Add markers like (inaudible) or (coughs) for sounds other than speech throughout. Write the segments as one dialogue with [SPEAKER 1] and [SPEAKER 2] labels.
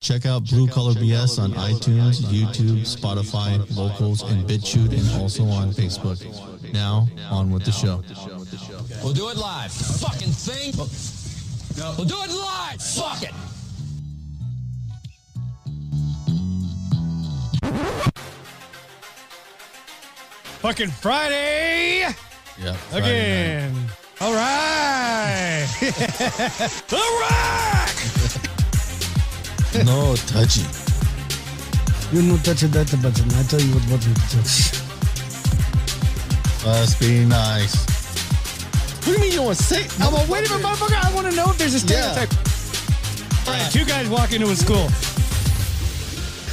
[SPEAKER 1] Check out Blue Collar BS on iTunes, YouTube, Spotify, Locals, and BitChute, and also on Facebook. Now, on with the show.
[SPEAKER 2] We'll do it live. Fucking thing. We'll do it live. Fuck it.
[SPEAKER 3] Fucking Friday
[SPEAKER 1] Yeah.
[SPEAKER 3] again. All
[SPEAKER 4] (laughs)
[SPEAKER 3] right. the Rock.
[SPEAKER 1] No touchy.
[SPEAKER 4] You no touch that button. I tell you what button to touch.
[SPEAKER 1] Let's be nice.
[SPEAKER 4] What do you mean you want to Oh, say? I'm a, wait a minute, motherfucker. I want to know if there's a stereotype.
[SPEAKER 3] All right, two guys walk into a school.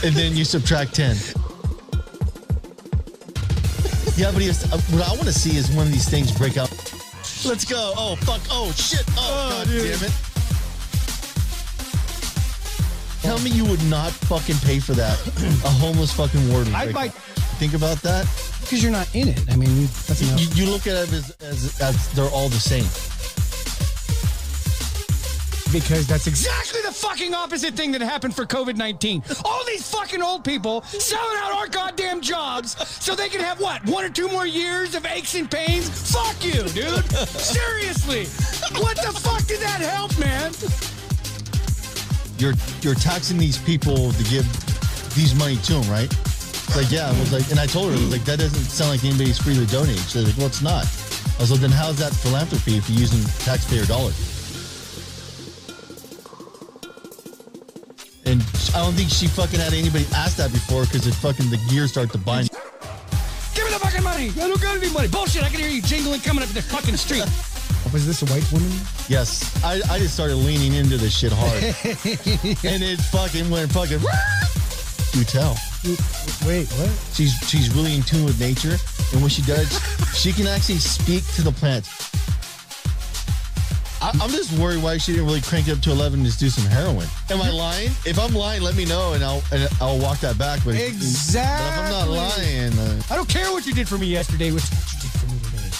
[SPEAKER 1] And then you subtract 10. Yeah, but he was, uh, what I want to see is one of these things break up. Let's go. Oh, fuck. Oh, shit. Oh, God
[SPEAKER 3] dude.
[SPEAKER 1] damn it. Tell me you would not fucking pay for
[SPEAKER 3] (clears throat)
[SPEAKER 1] that. A homeless fucking warden.
[SPEAKER 3] I'd
[SPEAKER 1] break
[SPEAKER 3] like-
[SPEAKER 1] up. Think about that.
[SPEAKER 4] Because you're not in it. I mean, you- that's enough.
[SPEAKER 1] You, you look at it as, as, as they're all the same.
[SPEAKER 4] because that's exactly.
[SPEAKER 3] Exactly the fucking opposite thing that happened for COVID 19. All these fucking old people selling out our goddamn jobs so they can have what? One or two more years of aches and pains? Fuck you, dude. Seriously. What the fuck did that help, man?
[SPEAKER 1] You're you're taxing these people to give these money to them, right? It's like, yeah, I was like, and I told her, I was like, that doesn't sound like anybody's free to donate. She's like, well, it's not. I was like, then how's that philanthropy if you're using taxpayer dollars? And I don't think she fucking had anybody ask that before because it fucking the gears start to bind.
[SPEAKER 3] Give me the fucking money. I don't got any money. Bullshit. I can hear you jingling coming up the fucking street.
[SPEAKER 4] Was this a white woman?
[SPEAKER 1] Yes, I, I just started leaning into this shit
[SPEAKER 3] (laughs)
[SPEAKER 1] hard, and it fucking went fucking. You tell.
[SPEAKER 4] Wait, what?
[SPEAKER 1] She's she's really in tune with nature, and when she does, she can actually speak to the plants. I, I'm just worried why she didn't really crank it up to 11 and just do some heroin. Am I lying? If I'm lying, let me know, and I'll and I'll walk that back. But, but if I'm not
[SPEAKER 3] Exactly.
[SPEAKER 1] lying, uh,
[SPEAKER 3] I don't care what you did for me yesterday. Which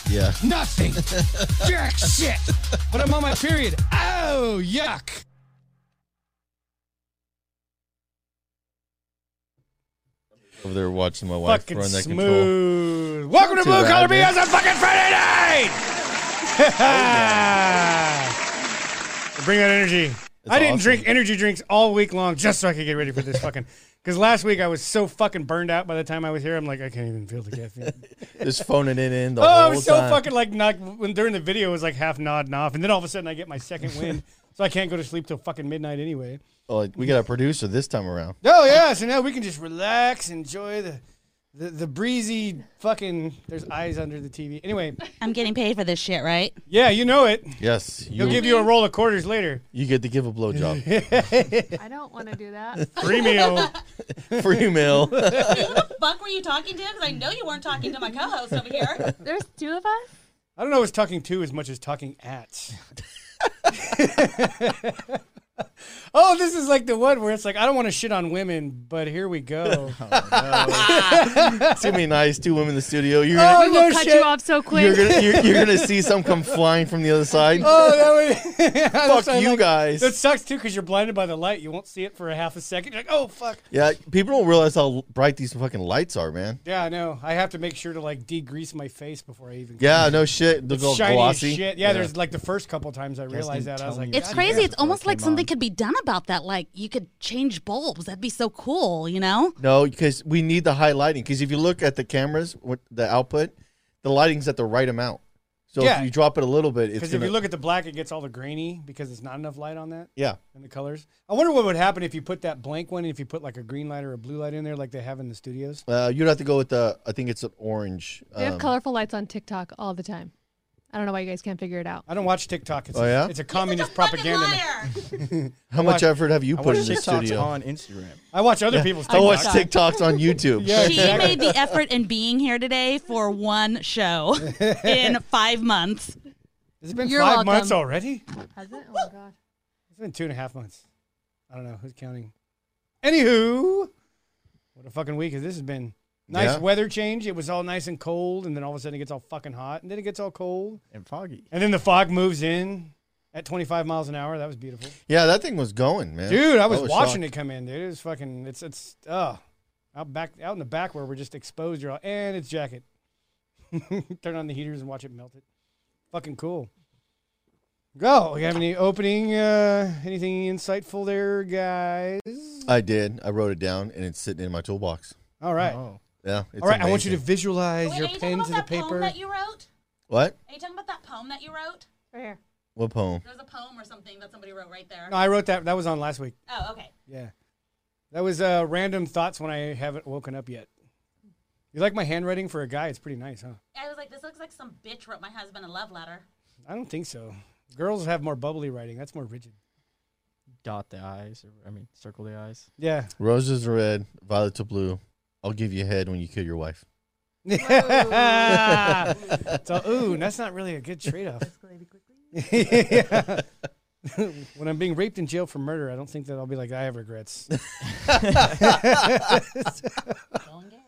[SPEAKER 1] yeah,
[SPEAKER 3] nothing. Jack shit. But I'm on my period. Oh, yuck.
[SPEAKER 5] over there watching my wife
[SPEAKER 3] fucking
[SPEAKER 5] run that control.
[SPEAKER 3] smooth. Welcome to
[SPEAKER 5] Too
[SPEAKER 3] Blue
[SPEAKER 5] bad,
[SPEAKER 3] Collar
[SPEAKER 5] man.
[SPEAKER 3] BS on fucking Friday night. (laughs) Bring that energy. I didn't
[SPEAKER 5] awesome.
[SPEAKER 3] drink energy drinks all week long just so I could get ready for
[SPEAKER 5] (laughs)
[SPEAKER 3] this fucking. Because last week I was so fucking burned out by the time I was here. I'm like, I can't even feel the
[SPEAKER 5] (laughs)
[SPEAKER 3] caffeine.
[SPEAKER 5] Just phoning it in the
[SPEAKER 3] oh, I
[SPEAKER 5] whole
[SPEAKER 3] was so
[SPEAKER 5] time.
[SPEAKER 3] fucking like, not, when during the video it was like half nodding off. And then all of a sudden I get my second
[SPEAKER 5] (laughs)
[SPEAKER 3] wind. so I can't go to sleep till fucking midnight anyway.
[SPEAKER 5] Oh, like, we got a producer this time around.
[SPEAKER 3] Oh yeah, so now we can just relax, enjoy the the, the breezy fucking. There's eyes under the TV. Anyway,
[SPEAKER 6] I'm getting paid for this shit, right?
[SPEAKER 3] yeah, you know it. (laughs)
[SPEAKER 5] Yes,
[SPEAKER 3] He'll
[SPEAKER 5] you
[SPEAKER 3] give you a roll of quarters later.
[SPEAKER 5] you get to give a
[SPEAKER 3] (laughs)
[SPEAKER 5] blowjob,
[SPEAKER 7] I don't want to do (laughs) that.
[SPEAKER 3] Free meal.
[SPEAKER 5] free meal.
[SPEAKER 6] Fuck, were you talking to? Because I know you weren't talking to my co-host over
[SPEAKER 3] (laughs)
[SPEAKER 6] here.
[SPEAKER 7] There's two of us.
[SPEAKER 3] I don't know, if it's talking to as much as talking at. oh, this is like the one where it's like I don't want to shit on women, but here we go.
[SPEAKER 5] Too many nice two women in the studio. You're
[SPEAKER 3] (laughs) Oh,
[SPEAKER 5] gonna,
[SPEAKER 7] We will
[SPEAKER 3] no
[SPEAKER 7] cut
[SPEAKER 3] shit.
[SPEAKER 7] you off so quick. (laughs)
[SPEAKER 5] you're
[SPEAKER 3] (laughs)
[SPEAKER 5] gonna you're, you're gonna see some come flying from the other side.
[SPEAKER 3] Oh, that was (laughs)
[SPEAKER 5] Fuck you guys.
[SPEAKER 3] That sucks too, because you're blinded by the light. You won't see it for a half a second. You're like, oh fuck.
[SPEAKER 5] Yeah, people don't realize how bright these fucking lights are, man.
[SPEAKER 3] Yeah, I know. I have to make sure to like degrease my face before I even.
[SPEAKER 5] Yeah, no shit. They'll
[SPEAKER 3] It's
[SPEAKER 5] go
[SPEAKER 3] shiny as
[SPEAKER 5] glossy.
[SPEAKER 3] shit. Yeah, there's like the first couple times I realized that I was
[SPEAKER 1] tell
[SPEAKER 3] like,
[SPEAKER 1] me.
[SPEAKER 6] It's
[SPEAKER 3] "God
[SPEAKER 6] crazy.
[SPEAKER 3] damn."
[SPEAKER 6] It's almost like
[SPEAKER 1] came
[SPEAKER 6] something
[SPEAKER 1] on.
[SPEAKER 6] could be done about that. Like you could change bulbs. That'd be so cool, you know?
[SPEAKER 5] No, because we need the high lighting. Because if you look at the cameras, what the output, the lighting's at the right amount. So
[SPEAKER 3] Yeah.
[SPEAKER 5] if you drop it a little bit, it's
[SPEAKER 3] Because if
[SPEAKER 5] gonna,
[SPEAKER 3] you look at the black, it gets all the grainy because there's not enough light on that
[SPEAKER 5] yeah.
[SPEAKER 3] and the colors. I wonder what would happen if you put that blank one and if you put like a green light or a blue light in there, like they have in the studios.
[SPEAKER 5] Uh, you'd have to go with the. I think it's an orange.
[SPEAKER 7] They have
[SPEAKER 5] um,
[SPEAKER 7] colorful lights on TikTok all the time. I don't know why you guys can't figure it out.
[SPEAKER 3] I don't watch TikTok. It's
[SPEAKER 5] Oh,
[SPEAKER 3] a,
[SPEAKER 5] yeah?
[SPEAKER 3] it's a communist propaganda. ma-
[SPEAKER 5] How much
[SPEAKER 3] watch-
[SPEAKER 5] effort have you
[SPEAKER 3] I
[SPEAKER 5] put
[SPEAKER 3] watch
[SPEAKER 5] in the studio?
[SPEAKER 8] on Instagram.
[SPEAKER 3] I watch other people's
[SPEAKER 5] I
[SPEAKER 3] TikTok.
[SPEAKER 5] watch TikToks on YouTube.
[SPEAKER 3] Yeah, (laughs)
[SPEAKER 6] She
[SPEAKER 3] exactly.
[SPEAKER 6] made the effort in being here today for
[SPEAKER 3] (laughs)
[SPEAKER 6] one show in five months.
[SPEAKER 3] Has it been
[SPEAKER 7] You're
[SPEAKER 3] five
[SPEAKER 7] welcome.
[SPEAKER 3] months already?
[SPEAKER 7] Has it? Oh my god.
[SPEAKER 3] It's been two and a half months. I don't know who's counting. Anywho, what a fucking week has this has been. Nice
[SPEAKER 5] Yeah.
[SPEAKER 3] weather change. It was all nice and cold, and then all of a sudden it gets all fucking hot, and then it gets all cold,
[SPEAKER 8] And Foggy.
[SPEAKER 3] and then the fog moves in, at 25 miles an hour. That was beautiful,
[SPEAKER 1] Yeah, that thing was going, man.
[SPEAKER 3] dude. I was, watching
[SPEAKER 1] shocked.
[SPEAKER 3] it come in, dude. It was fucking. It's it's uh out back out in the back where we're just exposed. You're all, and it's jacket. (laughs) Turn on the heaters and watch it melt. It fucking cool. Go. You have any opening? Uh, anything insightful there, guys?
[SPEAKER 1] I did. I wrote it down, and it's sitting in my toolbox.
[SPEAKER 3] All right.
[SPEAKER 8] Oh.
[SPEAKER 1] Yeah. It's
[SPEAKER 3] All right, I want you to
[SPEAKER 1] amazing.
[SPEAKER 3] visualize
[SPEAKER 6] Wait,
[SPEAKER 3] your
[SPEAKER 6] are you
[SPEAKER 3] pen
[SPEAKER 6] talking
[SPEAKER 3] to the
[SPEAKER 6] about that poem
[SPEAKER 3] paper.
[SPEAKER 6] that you wrote?
[SPEAKER 1] What?
[SPEAKER 6] Are you talking about that poem that you wrote?
[SPEAKER 7] Right here.
[SPEAKER 1] What poem?
[SPEAKER 6] There's a poem or something that somebody wrote right there.
[SPEAKER 3] No, I wrote that. That was on last week.
[SPEAKER 6] Oh, okay.
[SPEAKER 3] Yeah, that was uh, random thoughts when I haven't woken up yet. You like my handwriting for a guy? It's pretty nice, huh?
[SPEAKER 6] I was like, this looks like some bitch wrote my husband a love letter.
[SPEAKER 3] I don't think so. Girls have more bubbly writing. That's more rigid.
[SPEAKER 8] Dot the eyes. Or, I mean, circle the eyes.
[SPEAKER 3] Yeah.
[SPEAKER 1] Roses are red, violets are blue. I'll give you head when you kill your wife.
[SPEAKER 3] (laughs) so ooh, that's not really a good trade-off. Yeah. (laughs) when I'm being raped in jail for murder, I don't think that I'll be like I have
[SPEAKER 8] (laughs)
[SPEAKER 3] regrets.
[SPEAKER 6] Going gay.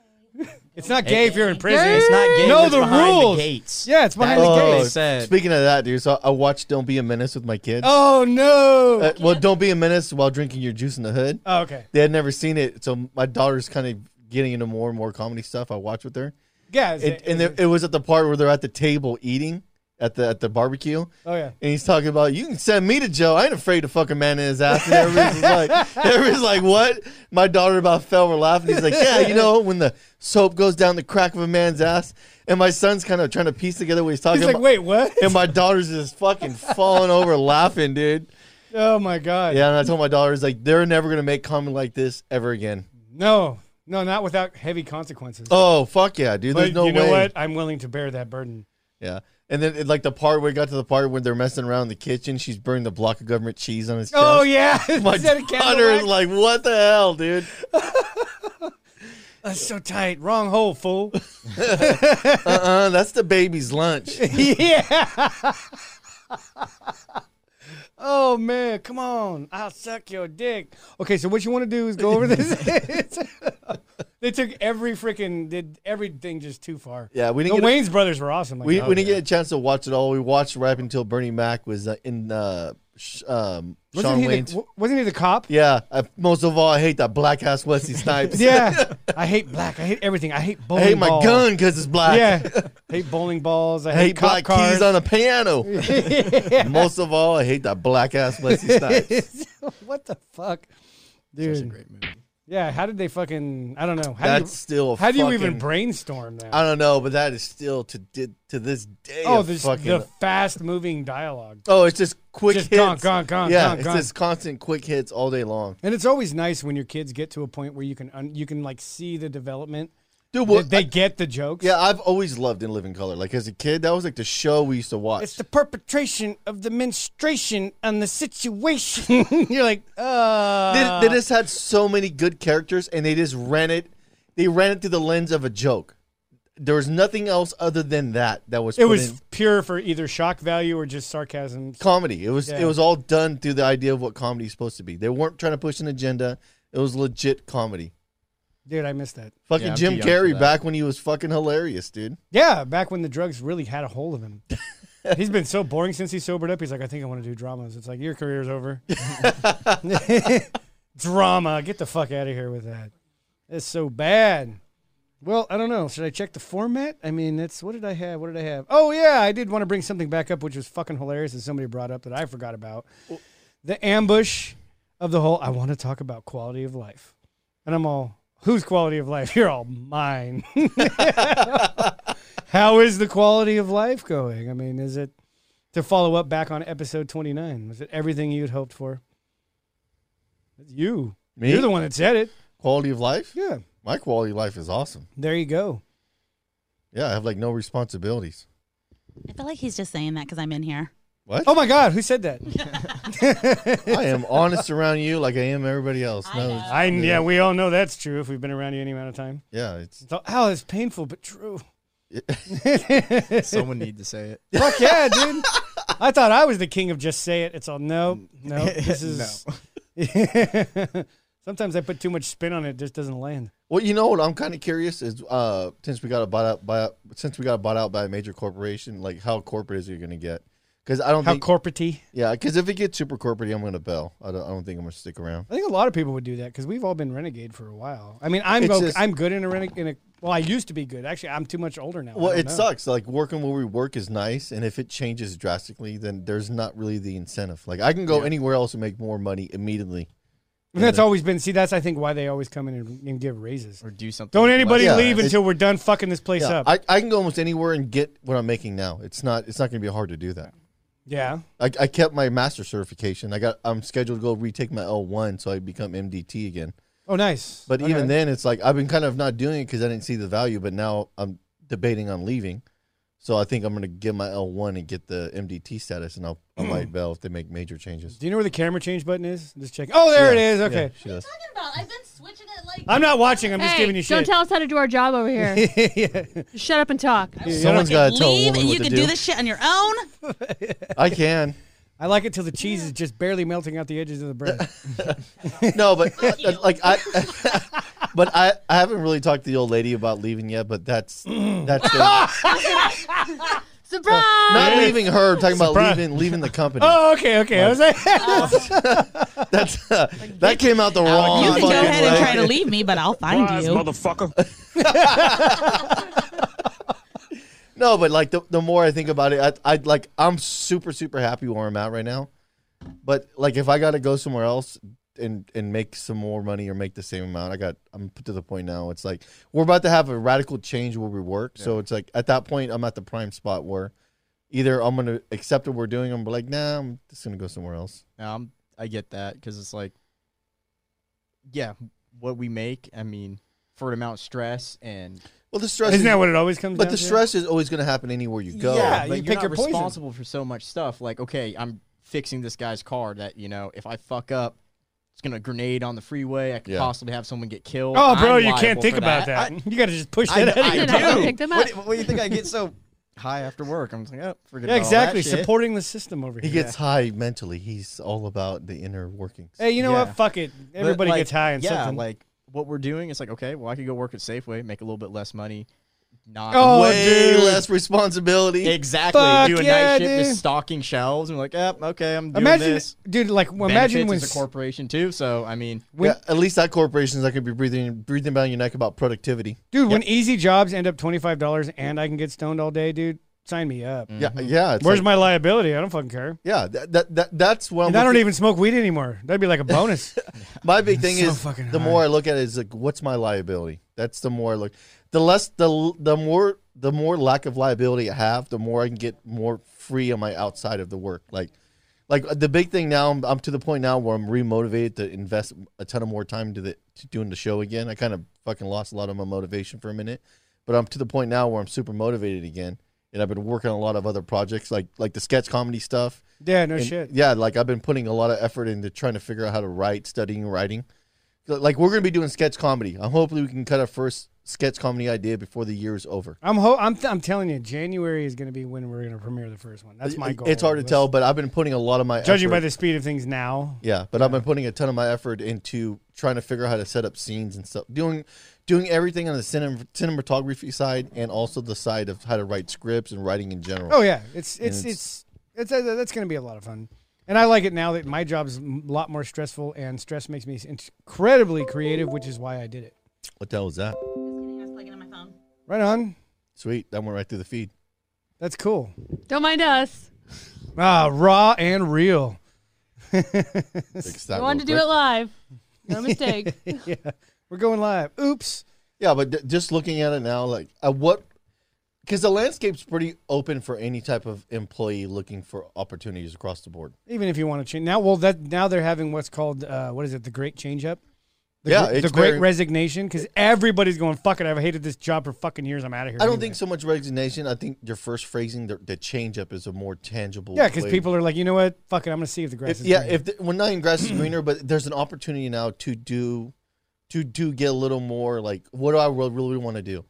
[SPEAKER 3] It's not gay if you're in prison.
[SPEAKER 8] It's not gay.
[SPEAKER 3] No,
[SPEAKER 8] it's
[SPEAKER 3] the
[SPEAKER 8] behind
[SPEAKER 3] rules.
[SPEAKER 8] The gates.
[SPEAKER 3] Yeah, it's behind the
[SPEAKER 8] That's what
[SPEAKER 3] gates.
[SPEAKER 8] they said.
[SPEAKER 1] Oh, Speaking of that, dude, so I watched Don't Be a Menace with my kids.
[SPEAKER 3] Oh no.
[SPEAKER 1] Uh, well, Don't Be a Menace while drinking your juice in the hood.
[SPEAKER 3] oh, okay.
[SPEAKER 1] They had never seen it, so my daughter's kind of getting into more and more comedy stuff. I watch with her,
[SPEAKER 3] Yeah. it's-
[SPEAKER 1] and, and there, it was at the part where they're at the table eating at the at the barbecue,
[SPEAKER 3] oh yeah.
[SPEAKER 1] and he's talking about you can send me to Joe. I ain't afraid to fuck a man in his ass. And everybody's like,
[SPEAKER 3] (laughs)
[SPEAKER 1] everybody's like, what? My daughter about fell. We're laughing. He's like, yeah, you
[SPEAKER 3] (laughs)
[SPEAKER 1] know when the soap goes down the crack of a man's ass. And my son's kind of trying to piece together what he's talking
[SPEAKER 3] He's like,
[SPEAKER 1] about.
[SPEAKER 3] wait, what?
[SPEAKER 1] And my daughter's just fucking falling over laughing, dude.
[SPEAKER 3] Oh my god.
[SPEAKER 1] Yeah, and I told my daughters like they're never gonna make comedy like this ever again.
[SPEAKER 3] No. No, not without heavy consequences.
[SPEAKER 1] Oh fuck yeah, dude. There's
[SPEAKER 3] but
[SPEAKER 1] no
[SPEAKER 3] you know
[SPEAKER 1] way.
[SPEAKER 3] what? I'm willing to bear that burden.
[SPEAKER 1] Yeah. And then it, like the part where it got to the part where they're messing around in the kitchen, she's burning the block of government cheese on his chest.
[SPEAKER 3] Oh yeah. (laughs)
[SPEAKER 1] My
[SPEAKER 3] Is that a
[SPEAKER 1] daughter is
[SPEAKER 3] Cadillac?
[SPEAKER 1] like, what the hell, dude?
[SPEAKER 3] That's so tight. Wrong hole, fool. (laughs)
[SPEAKER 1] Uh, that's the baby's
[SPEAKER 3] (laughs)
[SPEAKER 1] lunch.
[SPEAKER 3] yeah. (laughs) oh man, come on! I'll suck your dick. Okay, so what you want to do is go over this. (laughs) they took every freaking did everything just too far.
[SPEAKER 1] Yeah, we
[SPEAKER 3] the
[SPEAKER 1] didn't get a-
[SPEAKER 3] Wayne's brothers were awesome. Like,
[SPEAKER 1] We,
[SPEAKER 3] oh,
[SPEAKER 1] we didn't
[SPEAKER 3] yeah.
[SPEAKER 1] get a chance to watch it all. We watched right up until Bernie Mac was uh, in uh, sh- um,
[SPEAKER 3] Wasn't
[SPEAKER 1] Sean
[SPEAKER 3] he
[SPEAKER 1] Wayne's.
[SPEAKER 3] The, wa- wasn't he the cop?
[SPEAKER 1] yeah, I, most of all, I hate that black ass
[SPEAKER 3] (laughs)
[SPEAKER 1] Wesley Snipes.
[SPEAKER 3] Yeah. I hate black. I hate everything. I hate
[SPEAKER 1] I
[SPEAKER 3] bowling.
[SPEAKER 1] hate my
[SPEAKER 3] balls.
[SPEAKER 1] gun because it's black. (laughs)
[SPEAKER 3] Yeah, hate bowling balls. I
[SPEAKER 1] I
[SPEAKER 3] hate,
[SPEAKER 1] hate
[SPEAKER 3] cop
[SPEAKER 1] black
[SPEAKER 3] cars.
[SPEAKER 1] keys on a
[SPEAKER 3] (laughs)
[SPEAKER 1] piano. Most of all, I hate that black ass Wesley
[SPEAKER 3] (laughs)
[SPEAKER 1] Snipes.
[SPEAKER 3] what the fuck, dude?
[SPEAKER 8] It's a great movie.
[SPEAKER 3] Yeah, how did they fucking? I don't know. How
[SPEAKER 1] That's
[SPEAKER 3] do
[SPEAKER 1] still.
[SPEAKER 3] you, how do you even
[SPEAKER 1] fucking-
[SPEAKER 3] brainstorm that?
[SPEAKER 1] I don't know, but that is still to di- to this day.
[SPEAKER 3] Oh,
[SPEAKER 1] Oh,
[SPEAKER 3] this,
[SPEAKER 1] fucking.
[SPEAKER 3] the fast moving dialogue,
[SPEAKER 1] oh, it's just quick
[SPEAKER 3] Just
[SPEAKER 1] hits.
[SPEAKER 3] gone, gone, gone,
[SPEAKER 1] yeah,
[SPEAKER 3] gone,
[SPEAKER 1] it's
[SPEAKER 3] gone.
[SPEAKER 1] just constant quick hits all day long.
[SPEAKER 3] and it's always nice when your kids get to a point where you can un, you can like see the development.
[SPEAKER 1] Dude, well,
[SPEAKER 3] That they
[SPEAKER 1] I-
[SPEAKER 3] get the jokes.
[SPEAKER 1] yeah, I've always loved In Living Color. Like as a kid, that was like the show we used to watch.
[SPEAKER 3] it's the perpetration of the menstruation and the situation. (laughs) You're like, uh,
[SPEAKER 1] they, they just had so many good characters, and they just ran it. They ran it through the lens of a joke. There was nothing else other than that that was.
[SPEAKER 3] it
[SPEAKER 1] put
[SPEAKER 3] was
[SPEAKER 1] in
[SPEAKER 3] pure for either shock value or just sarcasm.
[SPEAKER 1] comedy. It was
[SPEAKER 3] Yeah.
[SPEAKER 1] it was all done through the idea of what comedy is supposed to be. They weren't trying to push an agenda. It was legit comedy.
[SPEAKER 3] Dude, I missed that.
[SPEAKER 1] Fucking
[SPEAKER 8] Yeah, I'm too
[SPEAKER 1] Jim
[SPEAKER 8] young for
[SPEAKER 1] Carrey
[SPEAKER 8] that.
[SPEAKER 1] back when he was fucking hilarious, dude.
[SPEAKER 3] Yeah, back when the drugs really had a hold
[SPEAKER 1] (laughs)
[SPEAKER 3] of him. he's been so boring since he sobered up. He's like, I think I want to do dramas. It's like your
[SPEAKER 1] (laughs)
[SPEAKER 3] career's over. (laughs) Drama, get the fuck out of here with that. It's so bad. Well, I don't know. Should I check the format? I mean, that's what did I have? What did I have? Oh yeah, I did want to bring something back up, which was fucking hilarious that somebody brought up that I forgot about. The ambush of the whole. I want to talk about quality of life, and I'm all, whose quality of life? (laughs) You're all mine. (laughs) How is the quality of life going? I mean, is it to follow up back on episode 29? Was it everything you'd hoped for? It's you.
[SPEAKER 1] Me?
[SPEAKER 3] You're the one that said it.
[SPEAKER 1] Quality of life?
[SPEAKER 3] Yeah.
[SPEAKER 1] My quality of life is awesome.
[SPEAKER 3] There you go.
[SPEAKER 1] Yeah, I have like no responsibilities.
[SPEAKER 6] I feel like he's just saying that because I'm in here.
[SPEAKER 1] What?
[SPEAKER 3] Oh my God, who said that?
[SPEAKER 1] I
[SPEAKER 8] (laughs)
[SPEAKER 1] am honest around you like I am everybody else.
[SPEAKER 6] I
[SPEAKER 1] No,
[SPEAKER 6] know.
[SPEAKER 1] it's-
[SPEAKER 3] I yeah, we all know that's true if we've been around you any amount of time.
[SPEAKER 1] yeah, it's
[SPEAKER 3] So, oh, it's painful but true.
[SPEAKER 8] (laughs) Someone need to say it.
[SPEAKER 3] Fuck yeah, (laughs) dude. I thought I was the king of just say it. It's all no, (laughs) no. This is (laughs) Sometimes I put too much spin on it, it just doesn't land.
[SPEAKER 1] Well, you know what I'm kind of curious is uh, since we got bought out by since we got bought out by a major corporation, like how corporate is it going to get?
[SPEAKER 9] because I don't
[SPEAKER 3] How
[SPEAKER 9] think
[SPEAKER 3] corporatey?
[SPEAKER 9] yeah because if it gets super corporate, I'm gonna bail. I don't, I don't think I'm gonna stick around.
[SPEAKER 3] I think a lot of people would do that because we've all been renegade for a while. I mean, I'm
[SPEAKER 9] It's
[SPEAKER 3] okay,
[SPEAKER 9] just-
[SPEAKER 3] I'm good in a renegade. In a, well, I used to be good. Actually, I'm too much older now. I
[SPEAKER 9] Well,
[SPEAKER 3] don't
[SPEAKER 9] it
[SPEAKER 3] know.
[SPEAKER 9] sucks. Like working where we work is nice, and if it changes drastically, then there's not really the incentive. Like I can go anywhere else and make more money immediately.
[SPEAKER 3] And that's always been. See, that's I think why they always come in and, and give raises.
[SPEAKER 8] or do something.
[SPEAKER 3] Don't anybody
[SPEAKER 9] Yeah,
[SPEAKER 3] leave
[SPEAKER 9] it-
[SPEAKER 3] until we're done fucking this place
[SPEAKER 9] Yeah,
[SPEAKER 3] up.
[SPEAKER 9] I, I can go almost anywhere and get what I'm making now. It's not it's not gonna be hard to do that.
[SPEAKER 3] yeah.
[SPEAKER 9] I, I kept my master certification. I got I'm scheduled to go retake my L1, so I become MDT again.
[SPEAKER 3] Oh, nice.
[SPEAKER 9] But
[SPEAKER 3] Okay.
[SPEAKER 9] even then, it's like I've been kind of not doing it because I didn't see the value. But now I'm debating on leaving, so I think I'm gonna get my L1 and get the MDT status, and I'll
[SPEAKER 3] (clears throat)
[SPEAKER 9] I might bail if they make major changes.
[SPEAKER 3] do you know where the camera change button is? Just check. Oh, there it is. Okay.
[SPEAKER 9] Yeah, she does.
[SPEAKER 6] talking about? I've been switching it like.
[SPEAKER 3] I'm not watching. I'm just
[SPEAKER 7] Hey,
[SPEAKER 3] giving you
[SPEAKER 7] don't
[SPEAKER 3] shit.
[SPEAKER 7] tell us how to do our job
[SPEAKER 3] (laughs)
[SPEAKER 7] over here. Just shut up and talk.
[SPEAKER 9] Someone's got to tell a
[SPEAKER 6] Leave.
[SPEAKER 9] woman
[SPEAKER 6] You
[SPEAKER 9] what to
[SPEAKER 6] can do
[SPEAKER 9] do.
[SPEAKER 6] this shit on your own.
[SPEAKER 9] I can.
[SPEAKER 3] I like it till the cheese is just barely melting out the edges of the
[SPEAKER 9] (laughs)
[SPEAKER 3] bread.
[SPEAKER 6] (laughs)
[SPEAKER 9] No, but
[SPEAKER 1] uh,
[SPEAKER 9] like
[SPEAKER 1] (laughs)
[SPEAKER 9] I, but I, I haven't really talked to the old lady about leaving yet.
[SPEAKER 8] (clears throat)
[SPEAKER 9] But that's that's the,
[SPEAKER 7] Surprise!
[SPEAKER 9] not leaving her. I'm talking about
[SPEAKER 3] Surprise.
[SPEAKER 9] leaving leaving the company.
[SPEAKER 3] oh, okay, okay. I was like, (laughs)
[SPEAKER 9] That's that came out the wrong.
[SPEAKER 6] you can go
[SPEAKER 9] fucking
[SPEAKER 6] ahead and
[SPEAKER 9] way.
[SPEAKER 6] try to leave me,
[SPEAKER 9] (laughs)
[SPEAKER 6] but I'll find you.
[SPEAKER 9] No, but like the, the more I think about it, I, I like I'm super super happy where I'm at right now. But like if I got to go somewhere else and and make some more money or make the same amount, I got I'm put to the point now. It's like we're about to have a radical change where we work. So it's like at that point I'm at the prime spot where either I'm gonna accept what we're doing, I'm like nah, I'm just gonna go somewhere else.
[SPEAKER 8] No, I'm, I get that because it's like, yeah, what we make. I mean, for an amount of stress and
[SPEAKER 9] Well, the stress
[SPEAKER 3] isn't
[SPEAKER 9] is-
[SPEAKER 3] that what it always comes
[SPEAKER 9] but
[SPEAKER 3] down
[SPEAKER 9] the
[SPEAKER 3] to?
[SPEAKER 9] stress is always gonna happen anywhere you go.
[SPEAKER 3] Yeah,
[SPEAKER 8] but
[SPEAKER 3] you
[SPEAKER 8] you're
[SPEAKER 3] pick
[SPEAKER 8] not
[SPEAKER 3] your poison.
[SPEAKER 8] responsible for so much stuff. Like, okay, I'm fixing this guy's car. That you know, if I fuck up, it's gonna grenade on the freeway. I could
[SPEAKER 9] Yeah.
[SPEAKER 8] possibly have someone get killed.
[SPEAKER 3] Oh, bro,
[SPEAKER 8] I'm
[SPEAKER 3] you can't
[SPEAKER 8] liable
[SPEAKER 3] think
[SPEAKER 8] for
[SPEAKER 3] about that. you got to just push
[SPEAKER 8] I,
[SPEAKER 3] that. out of
[SPEAKER 8] I
[SPEAKER 3] your-
[SPEAKER 7] didn't know.
[SPEAKER 8] do.
[SPEAKER 7] Pick them
[SPEAKER 8] What,
[SPEAKER 7] up.
[SPEAKER 8] do- what do you think I get so high after work? I'm just like, oh, forget
[SPEAKER 3] yeah,
[SPEAKER 8] about all that
[SPEAKER 3] exactly.
[SPEAKER 8] shit.
[SPEAKER 3] Supporting the system over
[SPEAKER 9] He
[SPEAKER 3] here.
[SPEAKER 9] gets high mentally. He's all about the inner workings.
[SPEAKER 3] Hey, you know
[SPEAKER 8] Yeah.
[SPEAKER 3] what? Fuck it.
[SPEAKER 8] But,
[SPEAKER 3] Everybody
[SPEAKER 8] like,
[SPEAKER 3] gets high and
[SPEAKER 8] yeah,
[SPEAKER 3] something.
[SPEAKER 8] like what we're doing is like, okay, well, I could go work at Safeway, make a little bit less money. Not
[SPEAKER 3] Oh,
[SPEAKER 9] Way
[SPEAKER 3] dude.
[SPEAKER 9] less responsibility.
[SPEAKER 8] Exactly.
[SPEAKER 3] Fuck
[SPEAKER 8] do a
[SPEAKER 3] yeah,
[SPEAKER 8] night shift,
[SPEAKER 3] dude.
[SPEAKER 8] just stocking shelves. and like, yep, okay, I'm doing
[SPEAKER 3] imagine,
[SPEAKER 8] this.
[SPEAKER 3] dude. Like, well, imagine
[SPEAKER 8] Benefits
[SPEAKER 3] when
[SPEAKER 8] as a corporation too. So
[SPEAKER 3] (laughs)
[SPEAKER 8] I mean,
[SPEAKER 3] When-
[SPEAKER 9] yeah, at least that corporation's not going to be breathing breathing down your neck about productivity.
[SPEAKER 3] Dude, when easy jobs end up twenty five dollars and I can get stoned all day, dude, sign me up.
[SPEAKER 9] Yeah, yeah. It's
[SPEAKER 3] Mm-hmm. Where's
[SPEAKER 9] like-
[SPEAKER 3] my liability? I don't fucking care.
[SPEAKER 9] yeah? That, that, that that's what I'm
[SPEAKER 3] And I don't
[SPEAKER 9] looking-
[SPEAKER 3] even smoke weed anymore. That'd
[SPEAKER 9] (laughs)
[SPEAKER 3] be like a bonus.
[SPEAKER 9] my big thing
[SPEAKER 3] so
[SPEAKER 9] is
[SPEAKER 3] fucking
[SPEAKER 9] the
[SPEAKER 3] high.
[SPEAKER 9] more I look at it is like what's my liability? That's the more I look. The less the the more the more lack of liability I have, the more I can get more free on my outside of the work. Like like the big thing now I'm, I'm to the point now where I'm remotivated to invest a ton of more time to the to doing the show again. I kind of fucking lost a lot of my motivation for a minute, but I'm to the point now where I'm super motivated again. And I've been working on a lot of other projects like like the sketch comedy stuff.
[SPEAKER 3] yeah, no
[SPEAKER 9] And,
[SPEAKER 3] shit.
[SPEAKER 9] Yeah, like I've been putting a lot of effort into trying to figure out how to write, studying, writing. Like we're gonna be doing sketch comedy. I'm hopefully we can cut our first sketch comedy idea before the year is over.
[SPEAKER 3] I'm ho- I'm I'm telling you, January is gonna be when we're gonna premiere the first one. That's my goal.
[SPEAKER 9] It's hard to
[SPEAKER 3] Let's-
[SPEAKER 9] tell, but I've been putting a lot of my
[SPEAKER 3] Judging
[SPEAKER 9] effort,
[SPEAKER 3] by the speed of things now,
[SPEAKER 9] Yeah, but I've been putting a ton of my effort into trying to figure out how to set up scenes and stuff. Doing doing everything on the cinem- cinematography side and also the side of how to write scripts and writing in general.
[SPEAKER 3] Oh yeah, it's it's
[SPEAKER 9] it's-
[SPEAKER 3] it's it's, uh that's going to be a lot of fun, and I like it now that my job's a lot more stressful, and stress makes me incredibly creative, which is why I did it.
[SPEAKER 9] What the hell was that?
[SPEAKER 3] Right on,
[SPEAKER 9] Sweet, that went right through
[SPEAKER 7] (laughs)
[SPEAKER 9] the feed.
[SPEAKER 3] that's cool.
[SPEAKER 7] Don't mind us.
[SPEAKER 3] Ah, raw and real.
[SPEAKER 9] Fix that
[SPEAKER 7] We wanted
[SPEAKER 9] real
[SPEAKER 7] to do
[SPEAKER 9] quick.
[SPEAKER 7] it live.
[SPEAKER 3] (laughs)
[SPEAKER 7] No mistake.
[SPEAKER 3] yeah, we're going live. Oops.
[SPEAKER 9] Yeah, but d- just looking at it now, like at what? Because the landscape's pretty open for any type of employee looking for opportunities across the board.
[SPEAKER 3] Even if you want to change now, well, that now they're having what's called uh, what is it? The Great Change Up. The,
[SPEAKER 9] Yeah,
[SPEAKER 3] gr-
[SPEAKER 9] it's
[SPEAKER 3] the Great
[SPEAKER 9] very-
[SPEAKER 3] Resignation, because everybody's going fuck it. I've hated this job for fucking years. I'm out of here.
[SPEAKER 9] I don't
[SPEAKER 3] anyway."
[SPEAKER 9] think so much resignation. I think your first phrasing, the, the change up, is a more tangible.
[SPEAKER 3] Yeah, because
[SPEAKER 9] way-
[SPEAKER 3] people are like, you know what? Fuck it. I'm gonna see if the grass
[SPEAKER 9] If,
[SPEAKER 3] is
[SPEAKER 9] yeah,
[SPEAKER 3] greener."
[SPEAKER 9] if the, well, not even grass is greener, but there's an opportunity now to do, to do get a little more like what do I re- really want to do?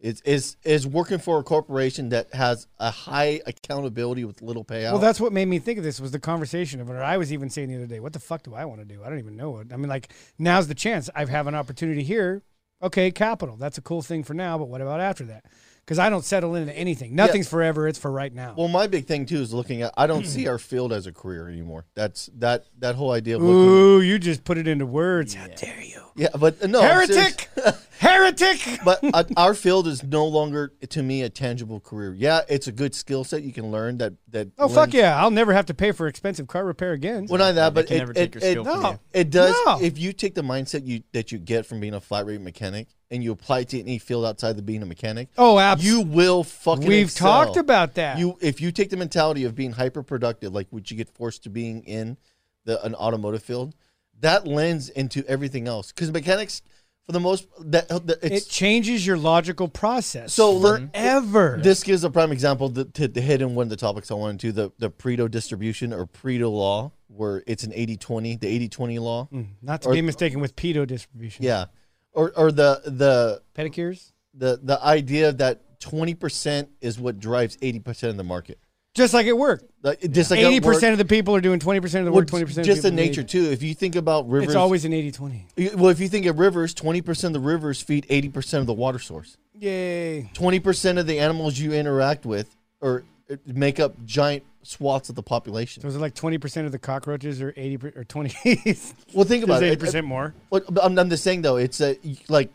[SPEAKER 9] Is is is working for a corporation that has a high accountability with little payout?
[SPEAKER 3] Well, that's what made me think of this was the conversation of it. I was even saying the other day, what the fuck do I want to do? I don't even know what. I mean, like now's the chance. I have an opportunity here. Okay, capital. That's a cool thing for now, but what about after that? because I don't settle into anything. Nothing's forever. It's for right now.
[SPEAKER 9] Well, my big thing too is looking at. I don't
[SPEAKER 3] Hmm.
[SPEAKER 9] see our field as a career anymore. That's that that whole idea of looking.
[SPEAKER 3] Ooh, you just put it into words. How dare you?
[SPEAKER 9] Yeah, but uh, no, Oh, I'm serious. (laughs)
[SPEAKER 3] Heretic! Heretic!
[SPEAKER 9] but
[SPEAKER 3] (laughs)
[SPEAKER 9] uh, our field is no longer to me a tangible career. Yeah, it's a good skill set you can learn that that.
[SPEAKER 3] Oh, fuck
[SPEAKER 9] lends-
[SPEAKER 3] yeah. I'll never have to pay for expensive car repair again.
[SPEAKER 9] Well, not that, but
[SPEAKER 8] can
[SPEAKER 9] it,
[SPEAKER 8] never
[SPEAKER 9] it,
[SPEAKER 8] take your
[SPEAKER 9] it-
[SPEAKER 8] skill from
[SPEAKER 3] No. you.
[SPEAKER 9] it does.
[SPEAKER 3] No.
[SPEAKER 9] If you take the mindset you that you get from being a flat rate mechanic and you apply it to any field outside of being a mechanic,
[SPEAKER 3] Oh, absolutely.
[SPEAKER 9] you will fucking.
[SPEAKER 3] We've
[SPEAKER 9] excel.
[SPEAKER 3] talked about that.
[SPEAKER 9] You, if you take the mentality of being hyper productive, like what you get forced to being in the an automotive field, that lends into everything else. Because mechanics, for the most, that, that it's
[SPEAKER 3] it changes your logical process.
[SPEAKER 9] So, let-
[SPEAKER 3] forever.
[SPEAKER 9] This gives a prime example to, to, to hit in one of the topics I wanted to the, the Pareto distribution or Pareto law, where it's an 80 20, the 80 20 law.
[SPEAKER 3] Not to be mistaken with pedo distribution.
[SPEAKER 9] Yeah. Or, or the, the,
[SPEAKER 3] Pedicures?
[SPEAKER 9] the, the idea that 20% is what drives 80% of the market.
[SPEAKER 3] Just like at work.
[SPEAKER 9] Like, just like at
[SPEAKER 3] Eighty
[SPEAKER 9] work-
[SPEAKER 3] percent of the people are doing twenty percent of the work.
[SPEAKER 9] well,
[SPEAKER 3] Twenty percent
[SPEAKER 9] Just the nature, too. If you think about rivers,
[SPEAKER 3] It's always an 80-20.
[SPEAKER 9] well, if you think of rivers, 20% of the rivers feed 80% of the water source.
[SPEAKER 3] Yay!
[SPEAKER 9] 20% of the animals you interact with or uh, make up giant swaths of the population.
[SPEAKER 3] So is it like twenty percent of the cockroaches or eighty or twenty? (laughs) There's
[SPEAKER 9] Well, think about
[SPEAKER 3] eighty
[SPEAKER 9] it.
[SPEAKER 3] percent more.
[SPEAKER 9] What I'm, I'm just saying though, it's a like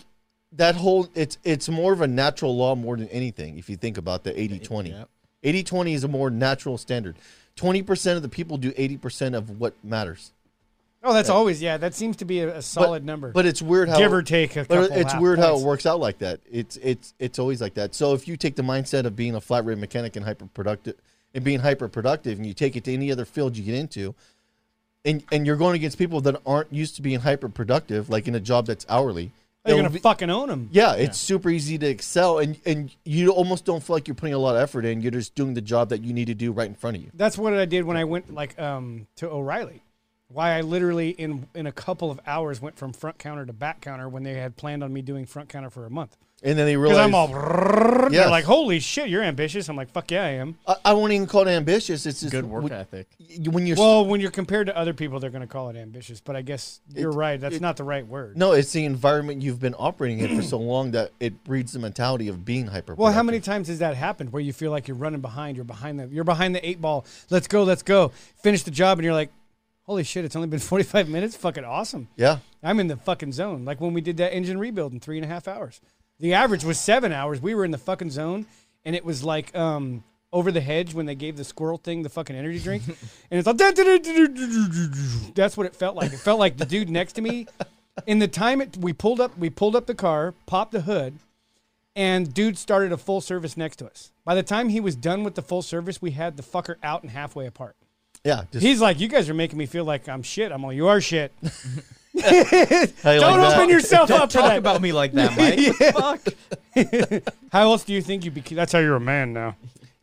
[SPEAKER 9] that whole it's it's more of a natural law more than anything. If you think about the 80 20, 80 20 is a more natural standard. 20% of the people do 80% of what matters.
[SPEAKER 3] Oh, that's always yeah. That seems to be a, a solid
[SPEAKER 9] but,
[SPEAKER 3] number.
[SPEAKER 9] But it's weird how
[SPEAKER 3] Give or take a
[SPEAKER 9] But
[SPEAKER 3] couple
[SPEAKER 9] it's
[SPEAKER 3] half
[SPEAKER 9] weird how it
[SPEAKER 3] points.
[SPEAKER 9] works out like that. It's it's it's always like that. So if you take the mindset of being a flat rate mechanic and hyper productive and being hyper productive, and you take it to any other field you get into, and and you're going against people that aren't used to being hyper productive, like in a job that's hourly.
[SPEAKER 3] you're
[SPEAKER 9] it'll
[SPEAKER 3] gonna
[SPEAKER 9] be-
[SPEAKER 3] fucking own them.
[SPEAKER 9] yeah, it's super easy to excel, and and you almost don't feel like you're putting a lot of effort in. You're just doing the job that you need to do right in front of you.
[SPEAKER 3] That's what I did when I went like um to O'Reilly. Why I literally in in a couple of hours went from front counter to back counter when they had planned on me doing front counter for a month.
[SPEAKER 9] And then they
[SPEAKER 3] Because
[SPEAKER 9] realize
[SPEAKER 3] I'm all brrrr, they're
[SPEAKER 9] Yes.
[SPEAKER 3] like, holy shit, you're ambitious. I'm like, fuck yeah, I am.
[SPEAKER 9] I, I won't even call it ambitious. It's just
[SPEAKER 8] Good work
[SPEAKER 9] when,
[SPEAKER 8] ethic.
[SPEAKER 9] when you're
[SPEAKER 3] Well, when you're compared to other people, they're going to call it ambitious. But I guess you're
[SPEAKER 9] It-
[SPEAKER 3] right. That's
[SPEAKER 9] it-
[SPEAKER 3] not the right word.
[SPEAKER 9] No, it's the environment you've been operating in for so long that it breeds the mentality of being hyper.
[SPEAKER 3] Well, how many times has that happened where you feel like you're running behind, you're behind the, you're behind the eight ball. Let's go, let's go. Finish the job, and you're like, holy shit, it's only been 45 minutes. Fucking awesome.
[SPEAKER 9] Yeah,
[SPEAKER 3] I'm in the fucking zone. Like when we did that engine rebuild in three and a half hours. The average was seven hours. We were in the fucking zone, and it was like um, over the hedge when they gave the squirrel thing the fucking energy drink, and it's like that's what it felt like. It felt like the dude next to me. In the time it, we pulled up, we pulled up the car, popped the hood, and dude started a full service next to us. By the time he was done with the full service, we had the fucker out and halfway apart.
[SPEAKER 9] yeah. Just,
[SPEAKER 3] He's like, "You guys are making me feel like I'm shit." I'm like, "You are shit."
[SPEAKER 9] how you
[SPEAKER 3] Don't
[SPEAKER 9] like that?
[SPEAKER 3] open yourself
[SPEAKER 8] Don't
[SPEAKER 3] up for
[SPEAKER 8] talk
[SPEAKER 3] that.
[SPEAKER 8] about me like
[SPEAKER 3] (laughs)
[SPEAKER 8] that, Mike. Fuck.
[SPEAKER 3] How else do you think you became? That's how you're a man now.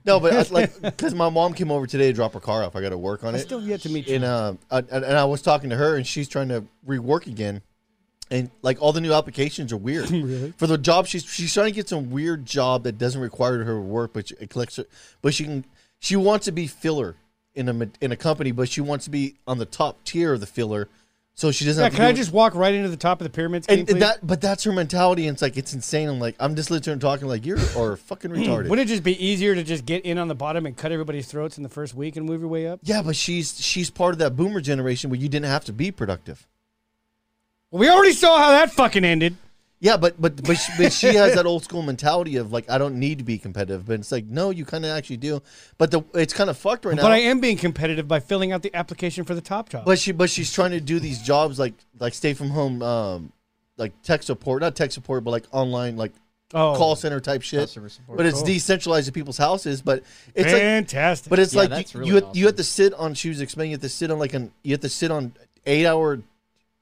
[SPEAKER 9] No, but I,
[SPEAKER 3] (laughs)
[SPEAKER 9] like because my mom came over today to drop her car off. I got to work on it.
[SPEAKER 3] Still yet to meet you.
[SPEAKER 9] and uh, I, and and I was talking to her, and she's trying to rework again, and like all the new applications
[SPEAKER 3] (laughs)
[SPEAKER 9] are weird. For the job, she's she's trying to get some weird job that doesn't require her to work, but she, it collects her, but she can she wants to be filler in a ma- in a company, but she wants to be on the top tier of the filler, so she doesn't.
[SPEAKER 3] Yeah,
[SPEAKER 9] have to
[SPEAKER 3] can
[SPEAKER 9] do
[SPEAKER 3] I
[SPEAKER 9] it-
[SPEAKER 3] just walk right into the top of the pyramid scheme,
[SPEAKER 9] and
[SPEAKER 3] please?
[SPEAKER 9] that but that's her mentality, and it's like it's insane. I'm like I'm just literally talking like you
[SPEAKER 3] (clears throat)
[SPEAKER 9] are fucking retarded.
[SPEAKER 3] Would it just be easier to just get in on the bottom and cut everybody's throats in the first week and move your way up?
[SPEAKER 9] yeah, but she's she's part of that boomer generation where you didn't have to be productive.
[SPEAKER 3] Well, we already saw how that fucking ended.
[SPEAKER 9] Yeah, but but but she, but she has
[SPEAKER 3] (laughs)
[SPEAKER 9] that old school mentality of like I don't need to be competitive, but it's like no, you kind of actually do. But the it's kind of fucked right now.
[SPEAKER 3] But I am being competitive by filling out the application for the top job.
[SPEAKER 9] But she but she's trying to do these jobs like like stay from home, um, like tech support, not tech support, but like online like
[SPEAKER 3] oh,
[SPEAKER 9] call center type shit.
[SPEAKER 8] Customer support.
[SPEAKER 9] But it's
[SPEAKER 3] Cool.
[SPEAKER 9] decentralized to people's houses. But it's like
[SPEAKER 3] fantastic!
[SPEAKER 9] But it's
[SPEAKER 8] Yeah,
[SPEAKER 9] like
[SPEAKER 8] that's
[SPEAKER 9] you,
[SPEAKER 8] really
[SPEAKER 9] you, have, you
[SPEAKER 8] awesome.
[SPEAKER 9] have to sit on. She was explaining you have to sit on like an you have to sit on eight hour,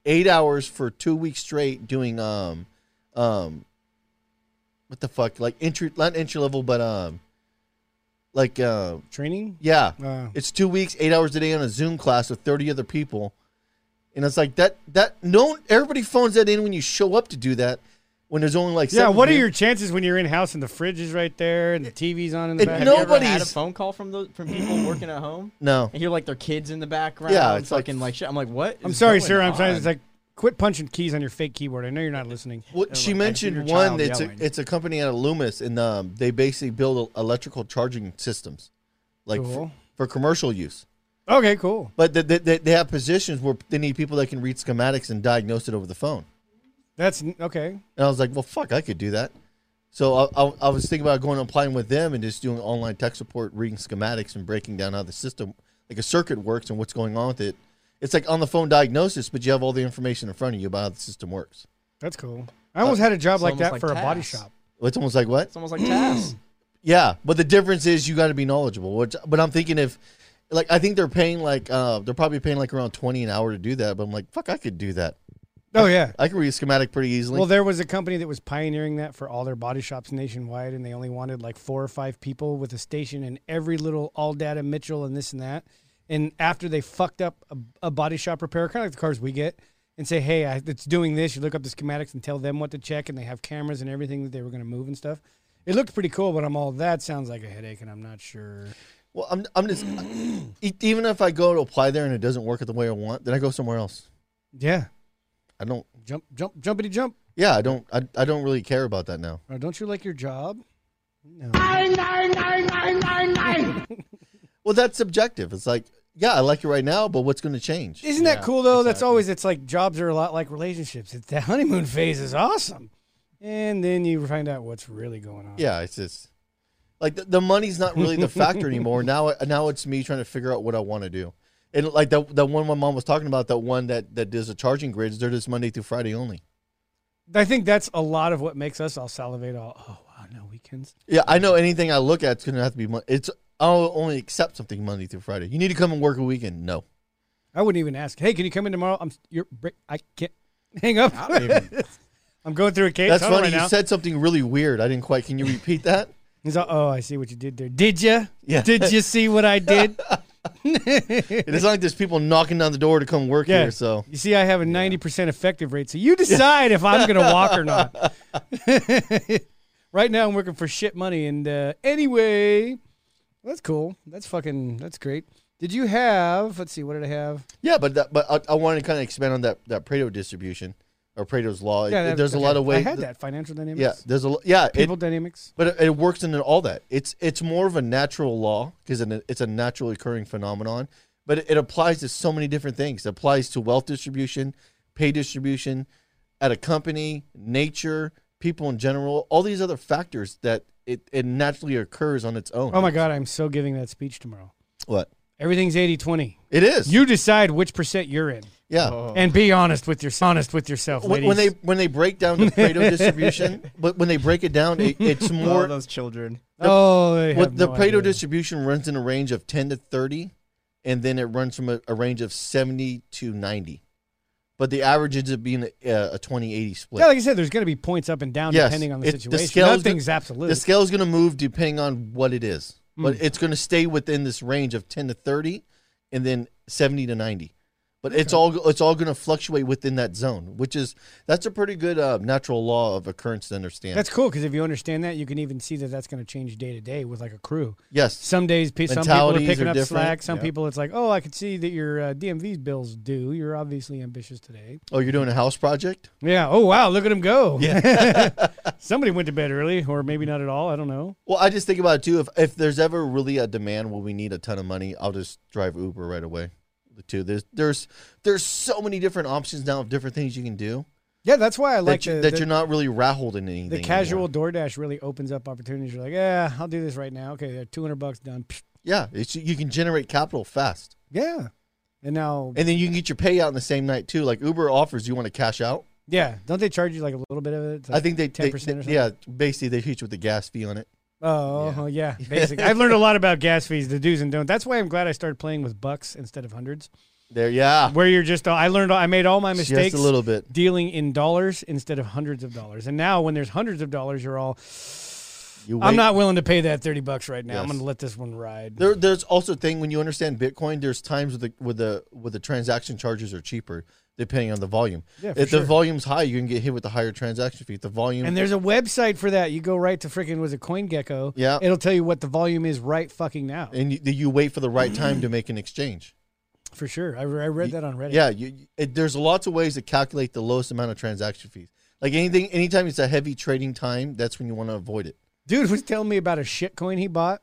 [SPEAKER 9] eight hours for two weeks straight doing um, um, what the fuck like entry not entry level but um, like uh
[SPEAKER 3] training.
[SPEAKER 9] yeah,
[SPEAKER 3] Wow.
[SPEAKER 9] it's two weeks, eight hours a day on a Zoom class with thirty other people, and it's like that that no everybody phones that in when you show up to do that when there's only like
[SPEAKER 3] Yeah.
[SPEAKER 9] seven
[SPEAKER 3] What are
[SPEAKER 9] people.
[SPEAKER 3] your chances when you're in house and the fridge is right there and the TV's on in the
[SPEAKER 9] It-
[SPEAKER 3] back?
[SPEAKER 8] Have you ever had a
[SPEAKER 9] Nobody's-
[SPEAKER 8] phone call from those from
[SPEAKER 3] (clears throat)
[SPEAKER 8] people working at home?
[SPEAKER 9] no
[SPEAKER 8] I hear like their kids in the background.
[SPEAKER 9] Yeah, it's like-
[SPEAKER 8] fucking like, shit. I'm like, what?
[SPEAKER 3] I'm
[SPEAKER 8] is
[SPEAKER 3] sorry,
[SPEAKER 8] going
[SPEAKER 3] sir. I'm sorry.
[SPEAKER 8] on?
[SPEAKER 3] It's like Quit punching keys on your fake keyboard. I know you're not listening.
[SPEAKER 9] Well,
[SPEAKER 8] like,
[SPEAKER 9] she
[SPEAKER 8] I see your
[SPEAKER 9] mentioned one.
[SPEAKER 8] child
[SPEAKER 9] It's a,
[SPEAKER 8] yelling.
[SPEAKER 9] it's a company out of Loomis, and um, they basically build el- electrical charging systems, like f-
[SPEAKER 3] Cool.
[SPEAKER 9] for commercial use.
[SPEAKER 3] Okay, cool.
[SPEAKER 9] But they, they- they, they have positions where they need people that can read schematics and diagnose it over the phone.
[SPEAKER 3] That's okay.
[SPEAKER 9] And I was like, well, fuck, I could do that. So I, I, I was thinking about going and applying with them and just doing online tech support, reading schematics and breaking down how the system, like a circuit works and what's going on with it. It's like on the phone diagnosis, but you have all the information in front of you about how the system works.
[SPEAKER 3] That's cool. I almost had a job
[SPEAKER 8] it's
[SPEAKER 3] like
[SPEAKER 8] almost
[SPEAKER 3] that
[SPEAKER 8] like
[SPEAKER 3] for a body
[SPEAKER 8] tasks.
[SPEAKER 3] shop.
[SPEAKER 9] It's almost like what?
[SPEAKER 8] It's almost like
[SPEAKER 3] (clears throat)
[SPEAKER 8] tasks.
[SPEAKER 9] Yeah, but the difference is you got to be knowledgeable. Which, but I'm thinking if, like, I think they're paying like uh, they're probably paying like around twenty an hour to do that. But I'm like, fuck, I could do that.
[SPEAKER 3] Oh yeah.
[SPEAKER 9] I can read a schematic pretty easily.
[SPEAKER 3] Well, there was a company that was pioneering that for all their body shops nationwide, and they only wanted like four or five people with a station in every little all data Mitchell and this and that. And after they fucked up a, a body shop repair, kind of like the cars we get, and say, hey, I, it's doing this, you look up the schematics and tell them what to check, and they have cameras and everything that they were going to move and stuff. It looked pretty cool, but I'm all that sounds like a headache, and I'm not sure.
[SPEAKER 9] Well, I'm, I'm just (clears throat) e- even if I go to apply there and it doesn't work the way I want, then I go somewhere else.
[SPEAKER 3] Yeah,
[SPEAKER 9] I don't.
[SPEAKER 3] jump, jump, jumpity jump.
[SPEAKER 9] Yeah, I don't. I, I don't really care about that now.
[SPEAKER 3] Oh, don't you like your job? No.
[SPEAKER 9] Well, that's subjective. It's like, yeah, I like it right now, but what's going to change?
[SPEAKER 3] Isn't that cool though? That's always it's like jobs are a lot like relationships. It's the honeymoon phase is awesome, and then you find out what's really going on.
[SPEAKER 9] Yeah, it's just like the, the money's not really the factor anymore. Now, now it's me trying to figure out what I want to do. And like that, that one my mom was talking about, that one that that does the charging grids, they're just Monday through Friday only.
[SPEAKER 3] I think that's a lot of what makes us all salivate. All oh wow, no weekends.
[SPEAKER 9] Yeah, I know anything I look at, it's gonna have to be. Mon- It's I'll only accept something Monday through Friday. You need to come and work a weekend. No,
[SPEAKER 3] I wouldn't even ask. Hey, can you come in tomorrow? I'm you're br- I can't (laughs) hang up. (laughs) I'm going through a case.
[SPEAKER 9] that's
[SPEAKER 3] tunnel
[SPEAKER 9] funny.
[SPEAKER 3] Right now.
[SPEAKER 9] you said something really weird. I didn't quite. Can you
[SPEAKER 3] (laughs)
[SPEAKER 9] repeat that?
[SPEAKER 3] He's all, oh, I see what you did there. Did you?
[SPEAKER 9] Yeah.
[SPEAKER 3] Did you see what
[SPEAKER 9] (laughs)
[SPEAKER 3] I did?
[SPEAKER 9] It is not like there's people knocking down the door to come work
[SPEAKER 3] Yeah.
[SPEAKER 9] here. So
[SPEAKER 3] You see, I have a 90% effective rate, so you decide if I'm going to walk or
[SPEAKER 9] (laughs)
[SPEAKER 3] not. right now, I'm working for shit money. And uh, anyway, that's cool. That's fucking, that's great. Did you have, let's see, what did I have?
[SPEAKER 9] yeah, but that, but I, I wanted to kind of expand on that that Pareto distribution or Pareto's law. It-
[SPEAKER 3] that-
[SPEAKER 9] there's
[SPEAKER 3] okay.
[SPEAKER 9] a lot of ways.
[SPEAKER 3] I had that financial dynamics,
[SPEAKER 9] Yeah, there's a lo- yeah, it,
[SPEAKER 3] people dynamics.
[SPEAKER 9] but it, it works in all that. It's it's more of a natural law because it's a natural occurring phenomenon, but it, it applies to so many different things. It applies to wealth distribution, pay distribution, at a company, nature, people in general, all these other factors that it, it naturally occurs on its own.
[SPEAKER 3] Oh my God, I'm so giving that speech tomorrow.
[SPEAKER 9] What
[SPEAKER 3] Everything's 80 20.
[SPEAKER 9] it is?
[SPEAKER 3] You decide which percent you're in,
[SPEAKER 9] yeah.
[SPEAKER 8] Oh.
[SPEAKER 3] and be honest with your honest with yourself,
[SPEAKER 9] When,
[SPEAKER 3] ladies.
[SPEAKER 9] when they when they break down
[SPEAKER 3] (laughs)
[SPEAKER 9] the Pareto distribution, but when they break it down, it, it's
[SPEAKER 8] More
[SPEAKER 9] more
[SPEAKER 8] those children.
[SPEAKER 3] oh, they
[SPEAKER 9] Well,
[SPEAKER 3] have
[SPEAKER 9] the
[SPEAKER 3] no
[SPEAKER 9] Pareto
[SPEAKER 3] idea.
[SPEAKER 9] distribution runs in a range of 10 to 30, and then it runs from a, a range of 70 to 90. But the average ends up being a, a 20 80 split.
[SPEAKER 3] Yeah, like I said, there's going to be points up and down
[SPEAKER 9] Yes,
[SPEAKER 3] depending on the
[SPEAKER 9] it-
[SPEAKER 3] situation.
[SPEAKER 9] scale's
[SPEAKER 3] Nothing's
[SPEAKER 9] gonna,
[SPEAKER 3] absolute. Hmm.
[SPEAKER 9] The scale is going to move depending on what it is, but it's going to stay within this range of 10 to 30 and then 70 to 90. But it's all it's all going to fluctuate within that zone, which is that's a pretty good uh, natural law of occurrence to understand.
[SPEAKER 3] That's cool because if you understand that, you can even see that that's going to change day to day with like a crew.
[SPEAKER 9] yes,
[SPEAKER 3] Some days, pe- some people are
[SPEAKER 9] Mentalities
[SPEAKER 3] picking
[SPEAKER 9] are
[SPEAKER 3] up
[SPEAKER 9] different.
[SPEAKER 3] slack. Some
[SPEAKER 9] Yeah.
[SPEAKER 3] people, it's like, oh, I could see that your uh, DMV bills due. You're obviously ambitious today.
[SPEAKER 9] oh, you're doing a house project.
[SPEAKER 3] Yeah. Oh wow, look at him go. (laughs) Somebody went to bed early, or maybe not at all. I don't know.
[SPEAKER 9] Well, I just think about it too. If if there's ever really a demand where we need a ton of money, I'll just drive Uber right away. The two there's there's there's so many different options now of different things you can do
[SPEAKER 3] Yeah, that's why I
[SPEAKER 9] that
[SPEAKER 3] like
[SPEAKER 9] you,
[SPEAKER 3] the,
[SPEAKER 9] that
[SPEAKER 3] the,
[SPEAKER 9] you're not really rattled in anything.
[SPEAKER 3] the
[SPEAKER 9] anymore.
[SPEAKER 3] casual DoorDash really opens up opportunities. You're like, yeah, I'll do this right now. Okay, two hundred bucks done. Psh,
[SPEAKER 9] yeah, it's, you can generate capital fast,
[SPEAKER 3] Yeah. And now,
[SPEAKER 9] and then you can get your payout in the same night too. Like Uber offers, you want to cash out.
[SPEAKER 3] yeah, don't they charge you like a little bit of it? It's
[SPEAKER 9] I
[SPEAKER 3] like
[SPEAKER 9] think they, they,
[SPEAKER 3] 10% or something?
[SPEAKER 9] yeah, basically they hit you with the gas fee on it.
[SPEAKER 3] Oh oh, yeah,
[SPEAKER 9] (laughs)
[SPEAKER 3] basically. I've learned a lot about gas fees, the do's and don'ts. That's why I'm glad I started playing with bucks instead of hundreds.
[SPEAKER 9] There, yeah,
[SPEAKER 3] Where you're just, I learned, I made all my mistakes
[SPEAKER 9] just a little bit.
[SPEAKER 3] dealing in dollars instead of hundreds of dollars. And now, when there's hundreds of dollars, you're all,
[SPEAKER 9] You
[SPEAKER 3] I'm
[SPEAKER 9] wait.
[SPEAKER 3] not willing to pay that thirty bucks right now. I'm
[SPEAKER 9] Yes.
[SPEAKER 3] going to let this one ride.
[SPEAKER 9] There, there's also a thing when you understand Bitcoin. There's times with the with the with the transaction charges are cheaper depending on the volume.
[SPEAKER 3] Yeah, for
[SPEAKER 9] if
[SPEAKER 3] sure.
[SPEAKER 9] the volume's high, you can get hit with the higher transaction fee. If the volume
[SPEAKER 3] and there's a website for that. You go right to freaking was it CoinGecko?
[SPEAKER 9] Yeah.
[SPEAKER 3] it'll tell you what the volume is right fucking now.
[SPEAKER 9] and you, you wait for the right time to make an exchange.
[SPEAKER 3] For sure. I, re- I read
[SPEAKER 9] Ye-
[SPEAKER 3] that on Reddit.
[SPEAKER 9] Yeah, you, you- it, there's lots of ways to calculate the lowest amount of transaction fees. Like anything, anytime it's a heavy trading time, that's when you want to avoid it.
[SPEAKER 3] Dude was telling me about a shit coin he bought.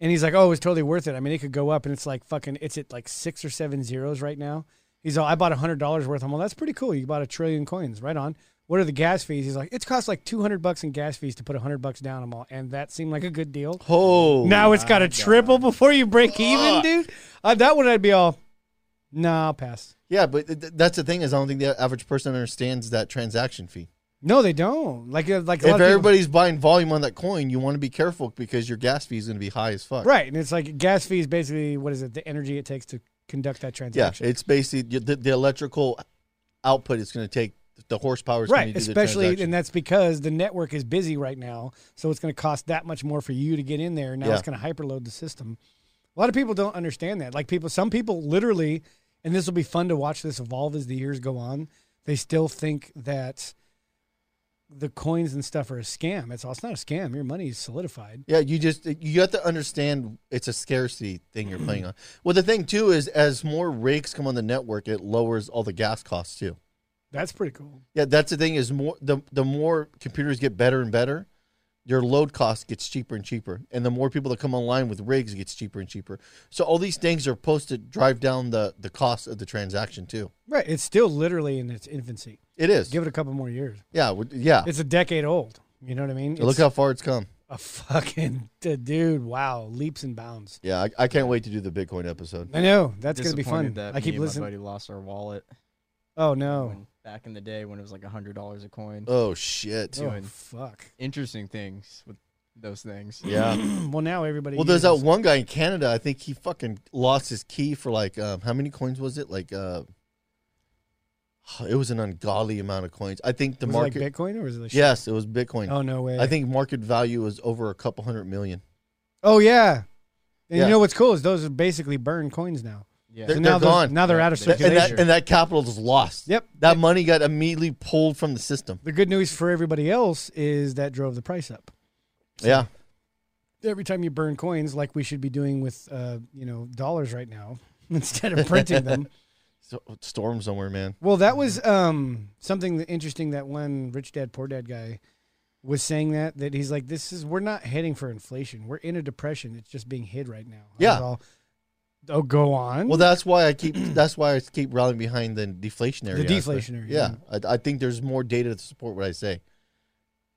[SPEAKER 3] And he's like, oh, it was totally worth it. I mean, it could go up and it's like fucking, it's at like six or seven zeros right now. He's all, I bought $100 worth. I'm all, that's pretty cool. You bought a trillion coins. Right on. What are the gas fees? He's like, it's cost like 200 bucks in gas fees to put 100 bucks down. I'm all, and that seemed like a good deal.
[SPEAKER 9] Oh,
[SPEAKER 3] now it's got to triple before you break even, dude. Uh, that one I'd be all, nah, I'll pass.
[SPEAKER 9] yeah, but th- th- that's the thing is, I don't think the average person understands that transaction fee.
[SPEAKER 3] No, they don't. Like, uh, like a lot of
[SPEAKER 9] If
[SPEAKER 3] people-
[SPEAKER 9] everybody's buying volume on that coin, you want to be careful because your gas fee is going to be high as fuck.
[SPEAKER 3] Right, and it's like gas fee is basically what is it? The energy it takes to conduct that
[SPEAKER 9] Yeah,
[SPEAKER 3] transaction.
[SPEAKER 9] it's basically the, the electrical output it's going to take the horsepower. Is
[SPEAKER 3] right,
[SPEAKER 9] gonna do the
[SPEAKER 3] especially,
[SPEAKER 9] transaction.
[SPEAKER 3] and that's because the network is busy right now, so it's going to cost that much more for you to get in there. Now it's
[SPEAKER 9] Yeah.
[SPEAKER 3] going to hyperload the system. A lot of people don't understand that. Like people, some people literally, and this will be fun to watch this evolve as the years go on. They still think that the coins and stuff are a scam. It's all it's not a scam. Your money is solidified.
[SPEAKER 9] Yeah, you just you have to understand it's a scarcity thing you're playing on. Well, the thing too is as more rigs come on the network, it lowers all the gas costs too.
[SPEAKER 3] That's pretty cool.
[SPEAKER 9] Yeah, that's the thing is more the the more computers get better and better, your load cost gets cheaper and cheaper, and the more people that come online with rigs it gets cheaper and cheaper. So all these things are supposed to drive down the the cost of the transaction too.
[SPEAKER 3] Right, it's still literally in its infancy.
[SPEAKER 9] It is.
[SPEAKER 3] Give it a couple more years.
[SPEAKER 9] yeah, we- yeah.
[SPEAKER 3] It's a decade old. You know what I mean?
[SPEAKER 9] Look
[SPEAKER 3] It's
[SPEAKER 9] how far it's come.
[SPEAKER 3] a fucking (laughs) dude. Wow, leaps and bounds.
[SPEAKER 9] Yeah, I, I can't wait to do the Bitcoin episode.
[SPEAKER 3] I know that's gonna be
[SPEAKER 8] Disappointed
[SPEAKER 3] fun.
[SPEAKER 8] That
[SPEAKER 3] I
[SPEAKER 8] me
[SPEAKER 3] keep
[SPEAKER 8] and my
[SPEAKER 3] listening.
[SPEAKER 8] buddy lost our wallet.
[SPEAKER 3] Oh no.
[SPEAKER 8] when- back in the day when it was like a hundred dollars a coin.
[SPEAKER 9] Oh shit.
[SPEAKER 3] Oh
[SPEAKER 8] doing.
[SPEAKER 3] fuck. (clears throat)
[SPEAKER 8] Interesting things with those things.
[SPEAKER 9] Yeah.
[SPEAKER 3] well, now everybody.
[SPEAKER 9] Well, there's that
[SPEAKER 3] uses-
[SPEAKER 9] one guy in Canada. I think he fucking lost his key for like um, how many coins was it? Like uh, (sighs) it was an ungodly amount of coins. I think the
[SPEAKER 3] Was it
[SPEAKER 9] market.
[SPEAKER 3] like Bitcoin or was it? The shit?
[SPEAKER 9] yes, it was Bitcoin.
[SPEAKER 3] Oh no way.
[SPEAKER 9] I think market value was over a couple hundred million.
[SPEAKER 3] Oh yeah. And
[SPEAKER 9] Yeah.
[SPEAKER 3] you know what's cool is those are basically burn coins now.
[SPEAKER 8] Yeah.
[SPEAKER 9] They're-
[SPEAKER 3] So now those-
[SPEAKER 9] gone.
[SPEAKER 3] Now they're out of
[SPEAKER 9] Th- and
[SPEAKER 3] circulation.
[SPEAKER 9] that and that capital just lost.
[SPEAKER 3] Yep.
[SPEAKER 9] That money got immediately pulled from the system.
[SPEAKER 3] the good news for everybody else is that drove the price up.
[SPEAKER 9] Yeah.
[SPEAKER 3] every time you burn coins, like we should be doing with, uh, you know, dollars right now (laughs) instead of printing them.
[SPEAKER 9] So, storm somewhere, man.
[SPEAKER 3] Well, that was um, something that interesting that one rich dad poor dad guy was saying that that he's like, this is we're not heading for inflation. We're in a depression. It's just being hid right now. I was
[SPEAKER 9] Yeah.
[SPEAKER 3] all, oh, go on.
[SPEAKER 9] Well, that's why
[SPEAKER 3] (clears throat)
[SPEAKER 9] I keep that's why I keep rallying behind the deflationary.
[SPEAKER 3] The
[SPEAKER 9] aspect.
[SPEAKER 3] deflationary,
[SPEAKER 9] Yeah, I, I think there's more data to support what I say.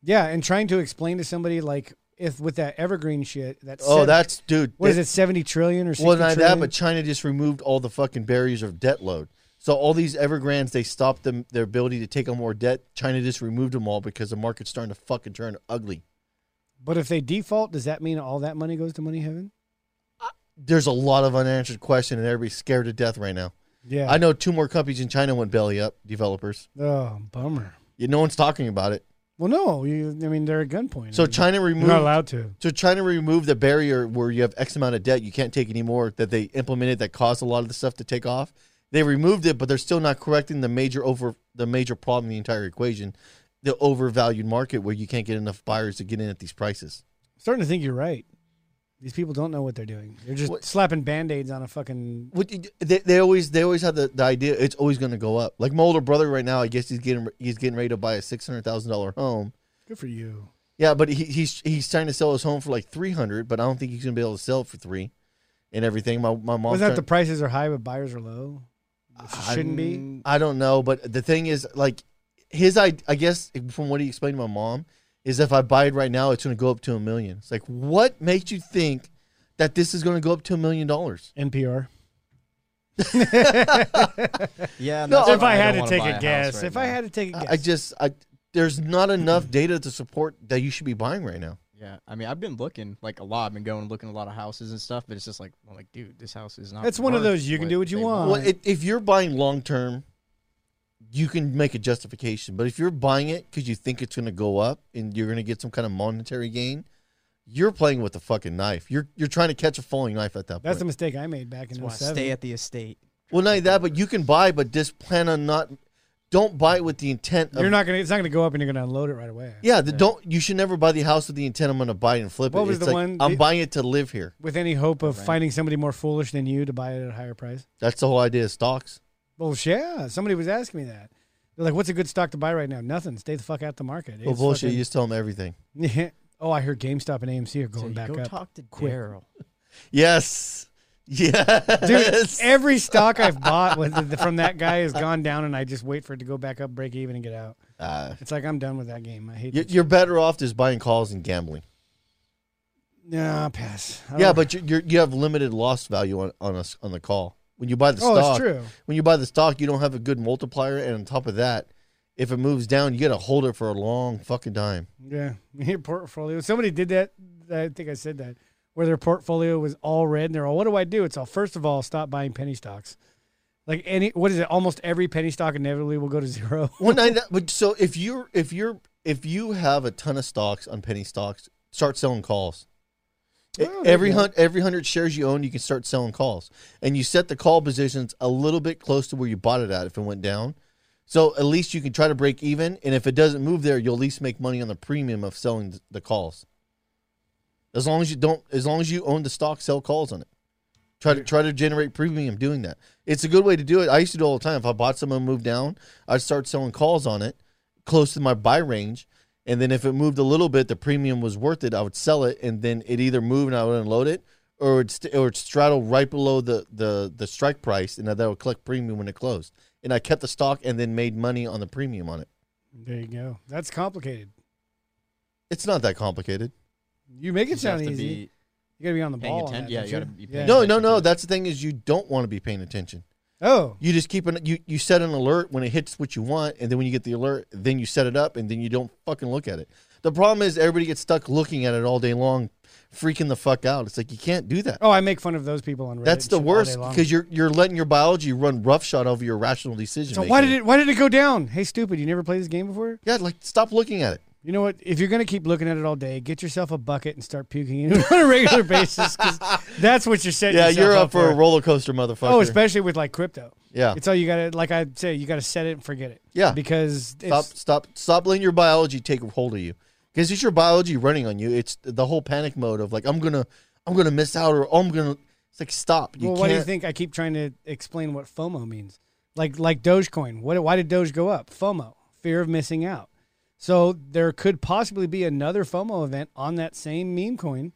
[SPEAKER 3] yeah, and trying to explain to somebody like if with that evergreen shit that's
[SPEAKER 9] Oh, that's dude.
[SPEAKER 3] what is
[SPEAKER 9] that-
[SPEAKER 3] it seventy trillion or 60
[SPEAKER 9] Well, not that,
[SPEAKER 3] trillion?
[SPEAKER 9] but China just removed all the fucking barriers of debt load. So all these Evergrands, they stopped them their ability to take on more debt. China just removed them all because the market's starting to fucking turn ugly.
[SPEAKER 3] but if they default, does that mean all that money goes to money heaven?
[SPEAKER 9] There's a lot of unanswered question, and everybody's scared to death right now.
[SPEAKER 3] Yeah.
[SPEAKER 9] I know two more companies in China went belly up. Developers,
[SPEAKER 3] oh, bummer.
[SPEAKER 9] yeah, no one's talking about it.
[SPEAKER 3] Well, no, you, I mean Mm-hmm. they're at gunpoint.
[SPEAKER 9] So
[SPEAKER 3] I mean,
[SPEAKER 9] China
[SPEAKER 3] you're not
[SPEAKER 9] removed.
[SPEAKER 3] allowed to.
[SPEAKER 9] So China removed the barrier where you have X amount of debt, you can't take any more. That they implemented that caused a lot of the stuff to take off. They removed it, but they're still not correcting the major over the major problem in the entire equation, the overvalued market where you can't get enough buyers to get in at these prices.
[SPEAKER 3] starting to think you're right. These people don't know what they're doing. They're just
[SPEAKER 9] What-
[SPEAKER 3] slapping band-aids on a fucking
[SPEAKER 9] What you- they, they always they always have the, the idea it's always going to go up. Like my older brother right now, I guess he's getting he's getting ready to buy a six hundred thousand dollar home.
[SPEAKER 3] good for you.
[SPEAKER 9] Yeah, but he, he's he's trying to sell his home for like three hundred, but I don't think he's going to be able to sell it for three, and everything. My my mom
[SPEAKER 3] Wasn't that
[SPEAKER 9] trying-
[SPEAKER 3] the prices are high but buyers are low? Which it shouldn't be.
[SPEAKER 9] I don't know, but the thing is, like, his I, I guess from what he explained to my mom is if I buy it right now, it's going to go up to a million. It's like, what makes you think that this is going to go up to a million dollars?
[SPEAKER 3] NPR.
[SPEAKER 8] Yeah.
[SPEAKER 9] No,
[SPEAKER 8] that's
[SPEAKER 9] if
[SPEAKER 8] why
[SPEAKER 3] I had
[SPEAKER 8] Oh, don't
[SPEAKER 3] to
[SPEAKER 8] wanna
[SPEAKER 3] take
[SPEAKER 8] buy
[SPEAKER 3] a
[SPEAKER 8] house
[SPEAKER 3] guess,
[SPEAKER 8] right
[SPEAKER 3] if I
[SPEAKER 8] now.
[SPEAKER 3] had to take a
[SPEAKER 9] I-
[SPEAKER 3] guess,
[SPEAKER 9] I just, I there's not enough data to support that you should be buying right now.
[SPEAKER 8] Yeah. I mean, I've been looking like a lot. I've been going looking at a lot of houses and stuff, but it's just like, I'm like, dude, this house is not.
[SPEAKER 3] That's one of
[SPEAKER 8] worth
[SPEAKER 3] those, you can do what you
[SPEAKER 8] they
[SPEAKER 3] want.
[SPEAKER 9] Well, it, if you're buying long term, you can make a justification, but if you're buying it because you think it's going to go up and you're going to get some kind of monetary gain. You're playing with a fucking knife. You're you're trying to catch a falling knife at that point.
[SPEAKER 3] that's the mistake I made back in
[SPEAKER 8] That's why I
[SPEAKER 3] 07.
[SPEAKER 8] Stay at the estate.
[SPEAKER 9] Well, not only that, but you can buy, but just plan on not. don't buy it with the intent. Of,
[SPEAKER 3] You're not gonna. It's not gonna go up, and you're gonna unload it right away.
[SPEAKER 9] Yeah, the don't. You should never buy the house with the intent. I'm going to buy it and flip
[SPEAKER 3] What
[SPEAKER 9] it.
[SPEAKER 3] was
[SPEAKER 9] it's
[SPEAKER 3] the
[SPEAKER 9] like
[SPEAKER 3] one-
[SPEAKER 9] I'm
[SPEAKER 3] the-
[SPEAKER 9] buying it to live here.
[SPEAKER 3] With any hope of finding somebody more foolish than you to buy it at a higher price.
[SPEAKER 9] That's the whole idea of stocks.
[SPEAKER 3] Well, yeah. Somebody was asking me that. They're like, "What's a good stock to buy right now?" Nothing. Stay the fuck out the market.
[SPEAKER 9] Oh
[SPEAKER 3] It's
[SPEAKER 9] bullshit!
[SPEAKER 3] fucking-
[SPEAKER 9] You just tell them everything.
[SPEAKER 3] (laughs) Yeah. Oh, I heard GameStop and AMC are
[SPEAKER 8] So
[SPEAKER 3] going
[SPEAKER 8] you
[SPEAKER 3] back
[SPEAKER 8] go
[SPEAKER 3] up.
[SPEAKER 8] talk to
[SPEAKER 3] quick.
[SPEAKER 8] Daryl.
[SPEAKER 9] Yes. (laughs) Yes.
[SPEAKER 3] Dude,
[SPEAKER 9] (laughs)
[SPEAKER 3] every stock I've
[SPEAKER 8] (laughs)
[SPEAKER 3] bought with from that guy has gone down, and I just wait for it to go back up, break even, and get out.
[SPEAKER 9] Uh,
[SPEAKER 3] It's like I'm done with that game. I hate.
[SPEAKER 9] you-
[SPEAKER 3] that
[SPEAKER 9] you're better off just buying calls and gambling.
[SPEAKER 3] shit. Nah, pass. I
[SPEAKER 9] Yeah,
[SPEAKER 3] don't-
[SPEAKER 9] but you you're, you have limited loss value on on us on the call when you buy the
[SPEAKER 3] Oh, it's
[SPEAKER 9] stock.
[SPEAKER 3] true.
[SPEAKER 9] When you buy the stock, you don't have a good multiplier, and on top of that, if it moves down, you got to hold it for a long fucking time.
[SPEAKER 3] yeah, (laughs) your portfolio. Somebody did that. I think I said that where their portfolio was all red, and they're all, "What do I do?" It's all. First of all, stop buying penny stocks. Like any, what is it? Almost every penny stock inevitably will go to zero. (laughs)
[SPEAKER 9] Well, I, but so if you're if you're if you have a ton of stocks on penny stocks, start selling calls.
[SPEAKER 8] E,
[SPEAKER 3] Oh, there
[SPEAKER 9] E-, every
[SPEAKER 3] you go.
[SPEAKER 9] hun- every hundred shares you own, you can start selling calls, and you set the call positions a little bit close to where you bought it at if it went down. So at least you can try to break even, and if it doesn't move there, you'll at least make money on the premium of selling th- the calls. As long as you don't, as long as you own the stock, sell calls on it. Try to try to generate premium doing that. It's a good way to do it. I used to do it all the time. If I bought some and moved down, I'd start selling calls on it close to my buy range. And then if it moved a little bit, the premium was worth it. I would sell it, and then it either moved and I would unload it, or it'd st- or it'd straddle right below the the the strike price, and that would collect premium when it closed. And I kept the stock and then made money on the premium on it.
[SPEAKER 3] There you go. That's complicated.
[SPEAKER 9] It's not that complicated.
[SPEAKER 3] You make it
[SPEAKER 8] You have
[SPEAKER 3] sound
[SPEAKER 8] to
[SPEAKER 3] easy.
[SPEAKER 8] be-
[SPEAKER 3] you gotta be on the
[SPEAKER 8] paying
[SPEAKER 3] ball. on
[SPEAKER 8] atten-
[SPEAKER 3] that,
[SPEAKER 8] yeah,
[SPEAKER 3] don't
[SPEAKER 8] you gotta be paying
[SPEAKER 9] No,
[SPEAKER 8] Yeah,
[SPEAKER 9] no,
[SPEAKER 8] you
[SPEAKER 9] no.
[SPEAKER 8] could.
[SPEAKER 9] That's the thing is you don't want to be paying attention.
[SPEAKER 3] Oh,
[SPEAKER 9] You just keep an you you set an alert when it hits what you want, and then when you get the alert, then you set it up, and then you don't fucking look at it. The problem is everybody gets stuck looking at it all day long, freaking the fuck out. It's like you can't do that.
[SPEAKER 3] oh, I make fun of those people on Reddit.
[SPEAKER 9] That's the
[SPEAKER 3] shit all day
[SPEAKER 9] worst
[SPEAKER 3] long.
[SPEAKER 9] because you're you're letting your biology run roughshod over your rational decision.
[SPEAKER 3] So why did it? Why did it go down? Hey, stupid! You never played this game before.
[SPEAKER 9] Yeah, like stop looking at it.
[SPEAKER 3] You know what? If you're gonna keep looking at it all day, get yourself a bucket and start puking in (laughs) it on a regular basis. 'cause that's what you're setting.
[SPEAKER 9] Yeah,
[SPEAKER 3] yourself
[SPEAKER 9] you're up for a
[SPEAKER 3] for
[SPEAKER 9] roller coaster, motherfucker.
[SPEAKER 3] Oh, especially with like crypto.
[SPEAKER 9] yeah.
[SPEAKER 3] It's all you gotta. Like I say, you gotta set it and forget it.
[SPEAKER 9] Yeah.
[SPEAKER 3] Because
[SPEAKER 9] Stop,
[SPEAKER 3] it's,
[SPEAKER 9] stop, stop letting your biology take hold of you because it's your biology running on you. It's the whole panic mode of like I'm gonna, I'm gonna miss out or I'm gonna. It's like stop. You
[SPEAKER 3] well,
[SPEAKER 9] can't.
[SPEAKER 3] why do you think I keep trying to explain what FOMO means? Like like Dogecoin. What why did Doge go up? FOMO, fear of missing out. So there could possibly be another FOMO event on that same meme coin,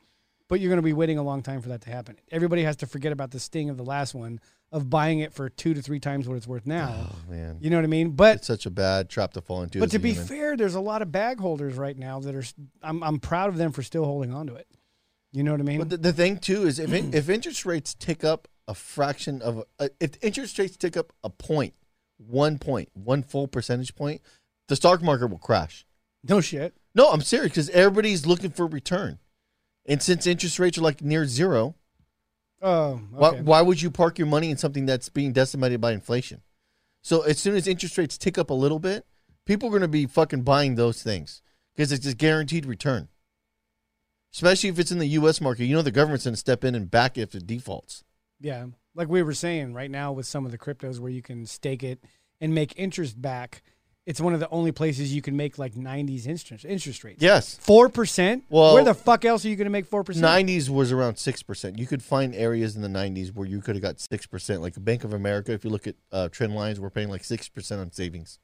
[SPEAKER 3] but you're going to be waiting a long time for that to happen. Everybody has to forget about the sting of the last one of buying it for 2 to 3 times what it's worth now.
[SPEAKER 9] Oh man,
[SPEAKER 3] You know what I mean? But
[SPEAKER 9] it's such a bad trap to fall into.
[SPEAKER 3] but
[SPEAKER 9] as
[SPEAKER 3] to
[SPEAKER 9] a
[SPEAKER 3] be
[SPEAKER 9] human.
[SPEAKER 3] fair, there's a lot of bag holders right now that are s- I'm I'm proud of them for still holding on to it. You know what I mean?
[SPEAKER 9] But the, the thing too is if in, if interest rates tick up a fraction of a, if interest rates tick up a point, one point, one full percentage point, the stock market will crash.
[SPEAKER 3] no shit.
[SPEAKER 9] No, I'm serious because everybody's looking for return, and since interest rates are like near zero,
[SPEAKER 3] Oh,
[SPEAKER 9] why,
[SPEAKER 3] okay.
[SPEAKER 9] why would you park your money in something that's being decimated by inflation? So as soon as interest rates tick up a little bit, people are going to be fucking buying those things because it's a guaranteed return. Especially if it's in the U.S. market, you know the government's going to step in and back it if it defaults.
[SPEAKER 3] Yeah. Like we were saying right now with some of the cryptos where you can stake it and make interest back, it's one of the only places you can make like 90s interest interest rates.
[SPEAKER 9] Yes.
[SPEAKER 3] 4%?
[SPEAKER 9] Well-
[SPEAKER 3] where the fuck else are you going to make 4%?
[SPEAKER 9] 90s was around 6%. You could find areas in the 90s where you could have got 6%. Like Bank of America, if you look at uh, trend lines, we're paying like 6% on savings.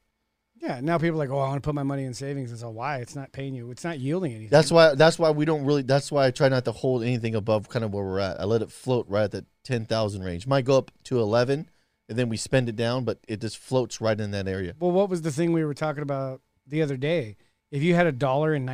[SPEAKER 3] Yeah, now people are like, "Oh, I want to put my money in savings." It's all why? It's not paying you. It's not yielding anything.
[SPEAKER 9] That's why that's why we don't really that's why I try not to hold anything above kind of where we're at. I let it float right at the 10,000 range. Might go up to 11 and then we spend it down, but it just floats right in that area.
[SPEAKER 3] Well, what was the thing we were talking about the other day? If you had a dollar in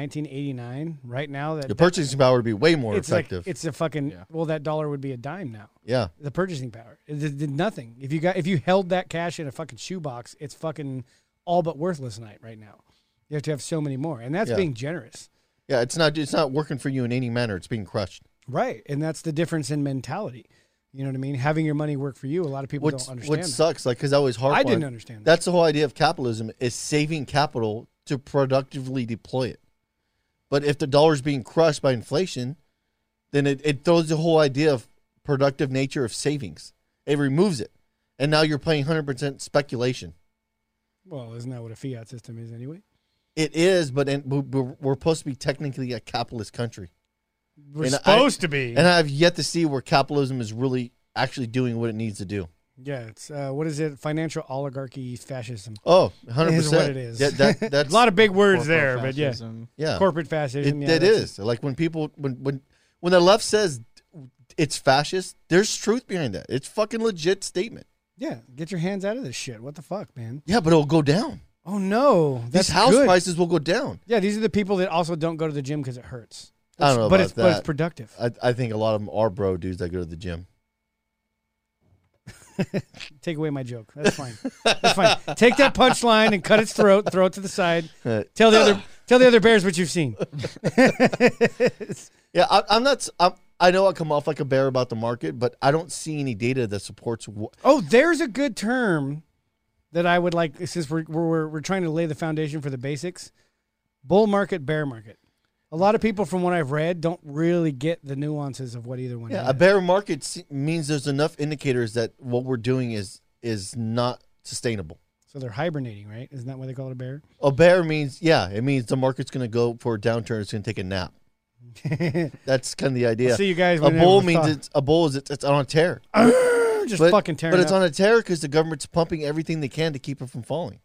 [SPEAKER 3] 1989, right now that
[SPEAKER 9] Your purchasing power would be way more
[SPEAKER 3] it's
[SPEAKER 9] effective.
[SPEAKER 3] like it's a fucking
[SPEAKER 8] Yeah.
[SPEAKER 3] well that dollar would be a dime now.
[SPEAKER 9] yeah.
[SPEAKER 3] the purchasing power. It did, did nothing. If you got if you held that cash in a fucking shoebox, it's fucking all but worthless night right now. You have to have so many more, and that's
[SPEAKER 9] Yeah.
[SPEAKER 3] being generous,
[SPEAKER 9] Yeah, it's not it's not working for you in any manner. It's being crushed.
[SPEAKER 3] right? And that's the difference in mentality. You know what I mean? Having your money work for you, a lot of people
[SPEAKER 9] What's,
[SPEAKER 3] don't
[SPEAKER 9] what
[SPEAKER 3] understand. that.
[SPEAKER 9] sucks like cuz I always harp
[SPEAKER 3] I
[SPEAKER 9] on-
[SPEAKER 3] didn't understand that.
[SPEAKER 9] That's the whole idea of capitalism is saving capital to productively deploy it. But if the dollar's being crushed by inflation, then it, it throws the whole idea of productive nature of savings. It removes it. And now you're playing 100% speculation.
[SPEAKER 3] Well, isn't that what a fiat system is anyway?
[SPEAKER 9] It is, but in, but we're we're supposed to be technically a capitalist country,
[SPEAKER 3] We're
[SPEAKER 9] And I-
[SPEAKER 3] supposed to be.
[SPEAKER 9] and I've yet to see where capitalism is really actually doing what it needs to do.
[SPEAKER 3] yeah, it's uh, what is it? Financial oligarchy fascism.
[SPEAKER 9] Oh, 100
[SPEAKER 3] Is
[SPEAKER 9] percent.
[SPEAKER 3] what it is.
[SPEAKER 9] Yeah, that,
[SPEAKER 3] (laughs)
[SPEAKER 9] that's
[SPEAKER 3] A lot of big words there,
[SPEAKER 8] Corporate
[SPEAKER 3] but yeah,
[SPEAKER 8] fascism.
[SPEAKER 9] yeah.
[SPEAKER 3] corporate
[SPEAKER 9] It,
[SPEAKER 3] fascism. yeah,
[SPEAKER 9] that
[SPEAKER 3] that's
[SPEAKER 9] is like when people when when when the left says it's fascist. There's truth behind that. It's fucking legit statement.
[SPEAKER 3] Yeah, get your hands out of this shit. What the fuck, man?
[SPEAKER 9] Yeah, but it'll go down.
[SPEAKER 3] Oh no, that's
[SPEAKER 9] These house
[SPEAKER 3] good.
[SPEAKER 9] prices will go down.
[SPEAKER 3] Yeah, these are the people that also don't go to the gym because it hurts.
[SPEAKER 9] I don't know
[SPEAKER 3] but
[SPEAKER 9] about
[SPEAKER 3] it's but it's
[SPEAKER 9] that.
[SPEAKER 3] productive.
[SPEAKER 9] I, I think a lot of them are bro dudes that go to the gym.
[SPEAKER 3] Take away my joke. That's fine. That's fine. Take that punchline and cut its throat. Throw it to the side.
[SPEAKER 9] Uh,
[SPEAKER 3] Tell the other tell the other bears what you've
[SPEAKER 9] (laughs)
[SPEAKER 3] seen.
[SPEAKER 9] Yeah, I, I'm not. s- I'm, I know I come off like a bear about the market, but I don't see any data that supports. Wh-
[SPEAKER 3] Oh, there's a good term that I would like since we're we're we're trying to lay the foundation for the basics. Bull market, bear market. A lot of people, from what I've read, don't really get the nuances of what either one.
[SPEAKER 9] yeah,
[SPEAKER 3] is.
[SPEAKER 9] a bear market se- means there's enough indicators that what we're doing is is not sustainable.
[SPEAKER 3] So they're hibernating, right? Isn't that why they call it a bear?
[SPEAKER 9] A bear means yeah, it means the market's going to go for a downturn. It's going to take
[SPEAKER 3] (laughs)
[SPEAKER 9] a nap. That's kind of the idea.
[SPEAKER 3] See you guys.
[SPEAKER 9] a
[SPEAKER 3] whenever
[SPEAKER 9] bull
[SPEAKER 3] we
[SPEAKER 9] means
[SPEAKER 3] talk.
[SPEAKER 9] it's a bull is it's, it's on a tear,
[SPEAKER 3] (gasps) just
[SPEAKER 9] but,
[SPEAKER 3] fucking tearing
[SPEAKER 9] but it's
[SPEAKER 3] up.
[SPEAKER 9] on a tear because the government's pumping everything they can to keep it from falling.